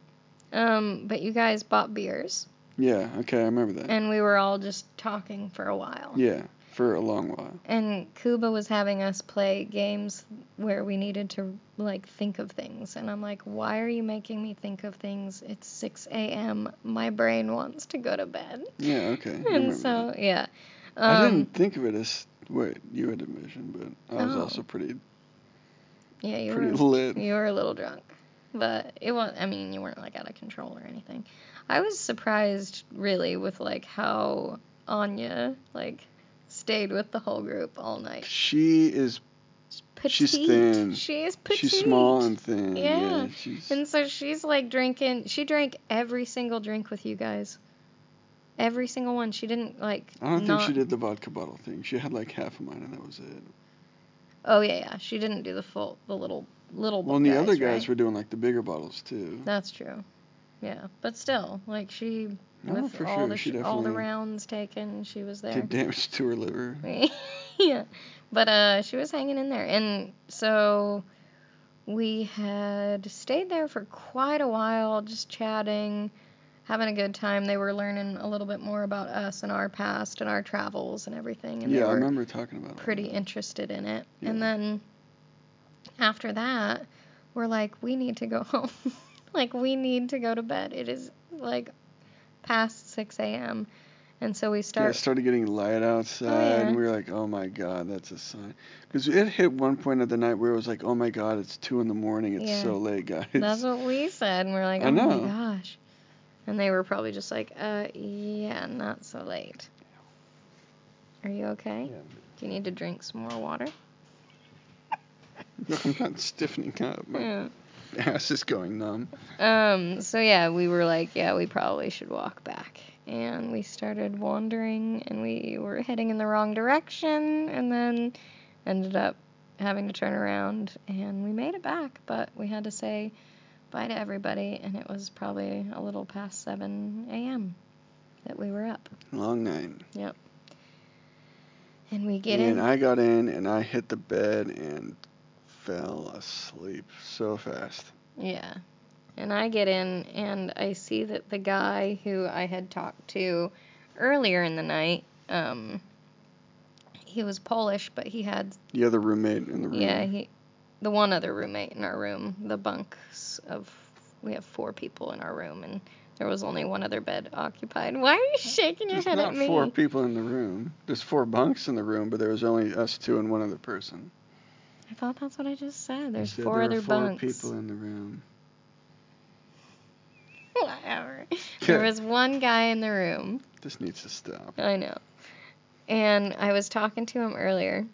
[SPEAKER 1] Um, but you guys bought beers,
[SPEAKER 2] Yeah, okay, I remember that.
[SPEAKER 1] and we were all just talking for a while.
[SPEAKER 2] yeah, for a long while.
[SPEAKER 1] And Kuba was having us play games where we needed to, like, think of things. And I'm like, why are you making me think of things? It's 6 a.m. My brain wants to go to bed.
[SPEAKER 2] Yeah, okay. I remember
[SPEAKER 1] And so,
[SPEAKER 2] that.
[SPEAKER 1] yeah.
[SPEAKER 2] I
[SPEAKER 1] Um,
[SPEAKER 2] didn't think of it as what you had envisioned, but I was
[SPEAKER 1] Oh.
[SPEAKER 2] also pretty
[SPEAKER 1] yeah, you
[SPEAKER 2] pretty
[SPEAKER 1] were
[SPEAKER 2] lit.
[SPEAKER 1] You were a little drunk, but it was. I mean, you weren't like out of control or anything. I was surprised, really, with like how Anya like stayed with the whole group all night.
[SPEAKER 2] She is She's
[SPEAKER 1] Petite.
[SPEAKER 2] thin.
[SPEAKER 1] She is petite.
[SPEAKER 2] she's small and thin. Yeah.
[SPEAKER 1] Yeah.
[SPEAKER 2] she's
[SPEAKER 1] And so she's like drinking. She drank every single drink with you guys. Every single one. She didn't like.
[SPEAKER 2] I don't
[SPEAKER 1] not-
[SPEAKER 2] think she did the vodka bottle thing. She had like half of mine and that was it.
[SPEAKER 1] Oh yeah, yeah. She didn't do the full, the little, little.
[SPEAKER 2] Well, and the other guys
[SPEAKER 1] right?
[SPEAKER 2] were doing like the bigger bottles too.
[SPEAKER 1] That's true. Yeah, but still, like she
[SPEAKER 2] No,
[SPEAKER 1] with
[SPEAKER 2] for
[SPEAKER 1] all
[SPEAKER 2] sure,
[SPEAKER 1] the
[SPEAKER 2] she
[SPEAKER 1] sh- all the
[SPEAKER 2] definitely-
[SPEAKER 1] rounds taken, she was there.
[SPEAKER 2] Did damage to her liver.
[SPEAKER 1] yeah, but uh, she was hanging in there, and so we had stayed there for quite a while, just chatting, having a good time. They were learning a little bit more about us and our past and our travels and everything, and
[SPEAKER 2] yeah,
[SPEAKER 1] they
[SPEAKER 2] I
[SPEAKER 1] were
[SPEAKER 2] remember talking about it.
[SPEAKER 1] pretty interested in it. And
[SPEAKER 2] Yeah.
[SPEAKER 1] then after that, we're like, we need to go home. like, we need to go to bed. It is like past 6 a.m. And so we
[SPEAKER 2] Yeah, it
[SPEAKER 1] start.
[SPEAKER 2] started getting light outside, and
[SPEAKER 1] yeah.
[SPEAKER 2] we were like, "Oh my God, that's a sign." Because it hit one point of the night where it was like, "Oh my God, it's two in the morning. It's
[SPEAKER 1] Yeah.
[SPEAKER 2] so late, guys."
[SPEAKER 1] That's what we said. And we're like,
[SPEAKER 2] I
[SPEAKER 1] oh my
[SPEAKER 2] know.
[SPEAKER 1] gosh. And they were probably just like, uh, yeah, not so late. Are you okay?
[SPEAKER 2] Yeah.
[SPEAKER 1] Do you need to drink some more water?
[SPEAKER 2] I'm not stiffening up.
[SPEAKER 1] Yeah.
[SPEAKER 2] ass is going numb.
[SPEAKER 1] Um, so yeah, we were like, yeah, we probably should walk back. And we started wandering and we were heading in the wrong direction and then ended up having to turn around and we made it back, but we had to say bye to everybody and it was probably a little past 7 a.m. that we were up.
[SPEAKER 2] Long night.
[SPEAKER 1] Yep. And we get
[SPEAKER 2] and
[SPEAKER 1] in.
[SPEAKER 2] I got in and I hit the bed and fell asleep so fast.
[SPEAKER 1] Yeah. And I get in and I see that the guy who I had talked to earlier in the night, um, he was Polish, but he had,
[SPEAKER 2] The other roommate in the room.
[SPEAKER 1] yeah, he, the one other roommate in our room, the bunks of, we have four people in our room and there was only one other bed occupied. Why are you shaking your
[SPEAKER 2] There's
[SPEAKER 1] head
[SPEAKER 2] not
[SPEAKER 1] at me?
[SPEAKER 2] four people in the room. There's four bunks in the room, but there was only us two and one other person.
[SPEAKER 1] I thought that's what I just said.
[SPEAKER 2] You
[SPEAKER 1] There's
[SPEAKER 2] said
[SPEAKER 1] four
[SPEAKER 2] there
[SPEAKER 1] other
[SPEAKER 2] were four
[SPEAKER 1] bunks.
[SPEAKER 2] people in the room.
[SPEAKER 1] Whatever. There was one guy in the room.
[SPEAKER 2] This needs to stop.
[SPEAKER 1] I know. And I was talking to him earlier,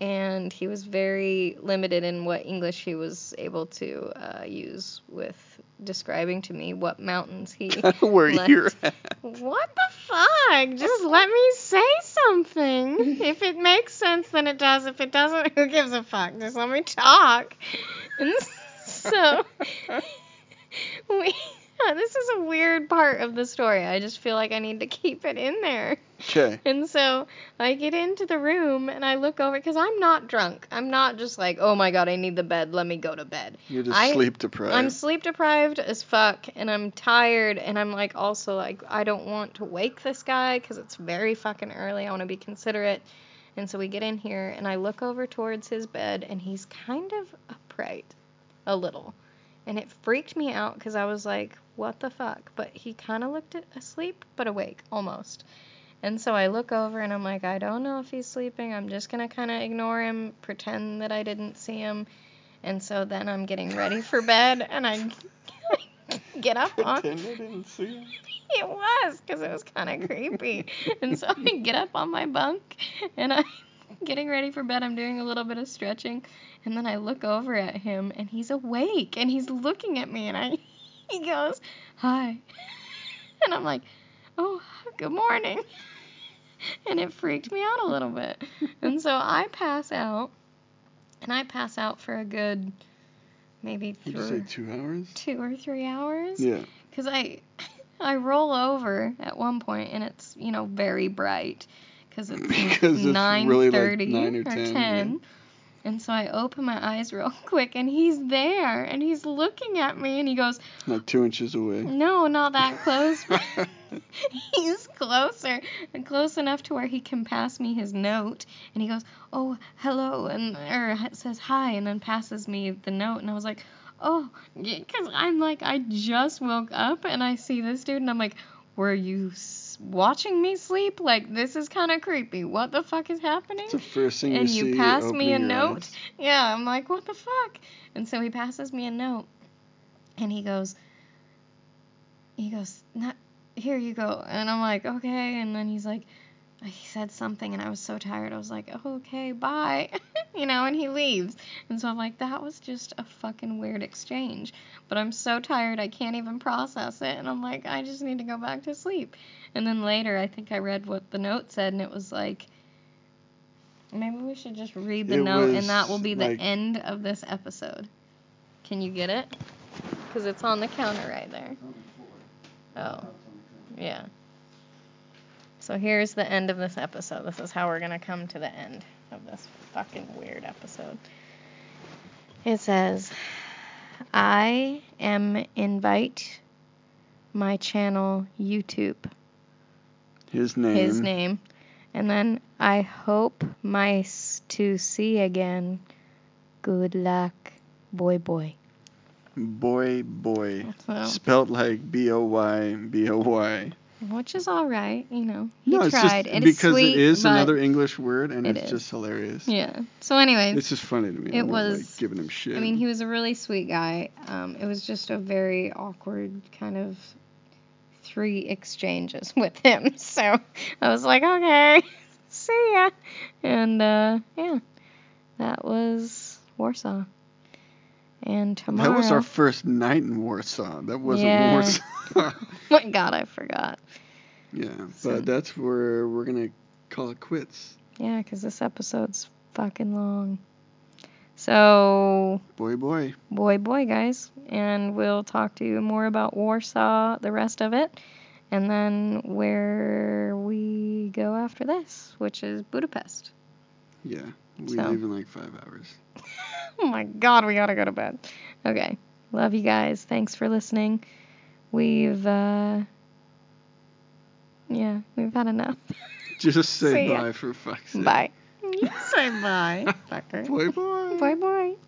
[SPEAKER 1] and he was very limited in what English he was able to uh, use with describing to me what mountains he.
[SPEAKER 2] Where
[SPEAKER 1] left.
[SPEAKER 2] you're at.
[SPEAKER 1] What the fuck? Just let me say something. If it makes sense, then it does. If it doesn't, who gives a fuck? Just let me talk. And so, we, this is a weird part of the story. I just feel like I need to keep it in there.
[SPEAKER 2] Okay.
[SPEAKER 1] And so I get into the room and I look over because I'm not drunk. I'm not just like, oh my god, I need the bed. Let me go to bed.
[SPEAKER 2] You're just
[SPEAKER 1] I-
[SPEAKER 2] sleep deprived.
[SPEAKER 1] I'm sleep deprived as fuck and I'm tired and I'm like also like I don't want to wake this guy cuz it's very fucking early. I want to be considerate. And so we get in here and I look over towards his bed and he's kind of upright a little. And it freaked me out cuz I was like what the fuck? But he kind of looked a- asleep but awake almost. And so I look over and I'm like I don't know if he's sleeping. I'm just going to kind of ignore him, pretend that I didn't see him. And so then I'm getting ready for bed and I get up on
[SPEAKER 2] Pretend I didn't see you.
[SPEAKER 1] it was because it was kind of creepy. and so I get up on my bunk and I'm getting ready for bed. I'm doing a little bit of stretching. And then I look over at him and he's awake and he's looking at me and I he goes, Hi. And I'm like, Oh, good morning. And it freaked me out a little bit. And so I pass out. And I pass out for a good maybe
[SPEAKER 2] Did you say
[SPEAKER 1] three,
[SPEAKER 2] two hours?
[SPEAKER 1] two or three hours
[SPEAKER 2] Yeah.
[SPEAKER 1] because I I roll over at one point and it's you know very bright because it's
[SPEAKER 2] Because it's
[SPEAKER 1] nine
[SPEAKER 2] really, like,
[SPEAKER 1] thirty
[SPEAKER 2] 9 or
[SPEAKER 1] or
[SPEAKER 2] 10, yeah.
[SPEAKER 1] 10. And so I open my eyes real quick, and he's there, and he's looking at me, and he goes,
[SPEAKER 2] Like two inches away.
[SPEAKER 1] "No, not that close." he's closer, and close enough to where he can pass me his note, and he goes, "Oh, hello," and or h- says hi, and then passes me the note, and I was like, "Oh," because I'm like, I just woke up, and I see this dude, and I'm like, "Were you s- watching me sleep? Like, this is kind of creepy. What the fuck is happening?"
[SPEAKER 2] It's the first thing
[SPEAKER 1] and
[SPEAKER 2] you
[SPEAKER 1] you
[SPEAKER 2] see,
[SPEAKER 1] pass me a
[SPEAKER 2] opening your
[SPEAKER 1] note.
[SPEAKER 2] eyes.
[SPEAKER 1] Yeah, I'm like, what the fuck? And so he passes me a note, and he goes, he goes, not here you go, and I'm like, okay, and then he's like, he said something, and I was so tired, I was like, oh, okay, bye, you know, and he leaves, and so I'm like, that was just a fucking weird exchange, but I'm so tired, I can't even process it, and I'm like, I just need to go back to sleep, and then later, I think I read what the note said, and it was like. Maybe we should just read the
[SPEAKER 2] It
[SPEAKER 1] note, and that
[SPEAKER 2] was,
[SPEAKER 1] will be the
[SPEAKER 2] like-
[SPEAKER 1] end of this episode. Can you get it? Because it's on the counter right there. Oh, yeah. So here's the end of this episode. This is how we're going to come to the end of this fucking weird episode. It says, I am invite my channel YouTube
[SPEAKER 2] His name.
[SPEAKER 1] his name. And then I hope mice to see again. Good luck, boy boy.
[SPEAKER 2] Boy, boy.
[SPEAKER 1] So,
[SPEAKER 2] Spelt like B O Y B O Y.
[SPEAKER 1] which is all right, you know. He
[SPEAKER 2] No, it's
[SPEAKER 1] tried.
[SPEAKER 2] just
[SPEAKER 1] and it's
[SPEAKER 2] because
[SPEAKER 1] sweet,
[SPEAKER 2] it is
[SPEAKER 1] but-
[SPEAKER 2] another English word, and
[SPEAKER 1] It
[SPEAKER 2] it's
[SPEAKER 1] is.
[SPEAKER 2] just hilarious.
[SPEAKER 1] Yeah. So anyways,
[SPEAKER 2] It's just funny to me.
[SPEAKER 1] It
[SPEAKER 2] I'm not,
[SPEAKER 1] was-
[SPEAKER 2] like giving him shit.
[SPEAKER 1] I mean, he was a really sweet guy. Um, it was just a very awkward kind of three exchanges with him. So I was like, okay, see ya. And uh, yeah, that was Warsaw. And tomorrow.
[SPEAKER 2] That was our first night in Warsaw. That wasn't
[SPEAKER 1] Yeah.
[SPEAKER 2] Warsaw.
[SPEAKER 1] my God, I forgot.
[SPEAKER 2] yeah,
[SPEAKER 1] So-
[SPEAKER 2] but that's where we're gonna call it quits.
[SPEAKER 1] Yeah, 'cause this episode's fucking long. So,
[SPEAKER 2] Boy, boy.
[SPEAKER 1] boy, boy, guys. And we'll talk to you more about Warsaw, the rest of it, and then where we go after this, which is Budapest.
[SPEAKER 2] Yeah, we
[SPEAKER 1] So.
[SPEAKER 2] leave in like five hours.
[SPEAKER 1] Oh my God, we gotta go to bed. Okay. Love you guys. Thanks for listening. We've, uh, yeah, we've had enough.
[SPEAKER 2] Just say
[SPEAKER 1] See ya.
[SPEAKER 2] bye for fuck's sake.
[SPEAKER 1] Bye. You say bye, fucker.
[SPEAKER 2] Boy, boy.
[SPEAKER 1] Bye bye.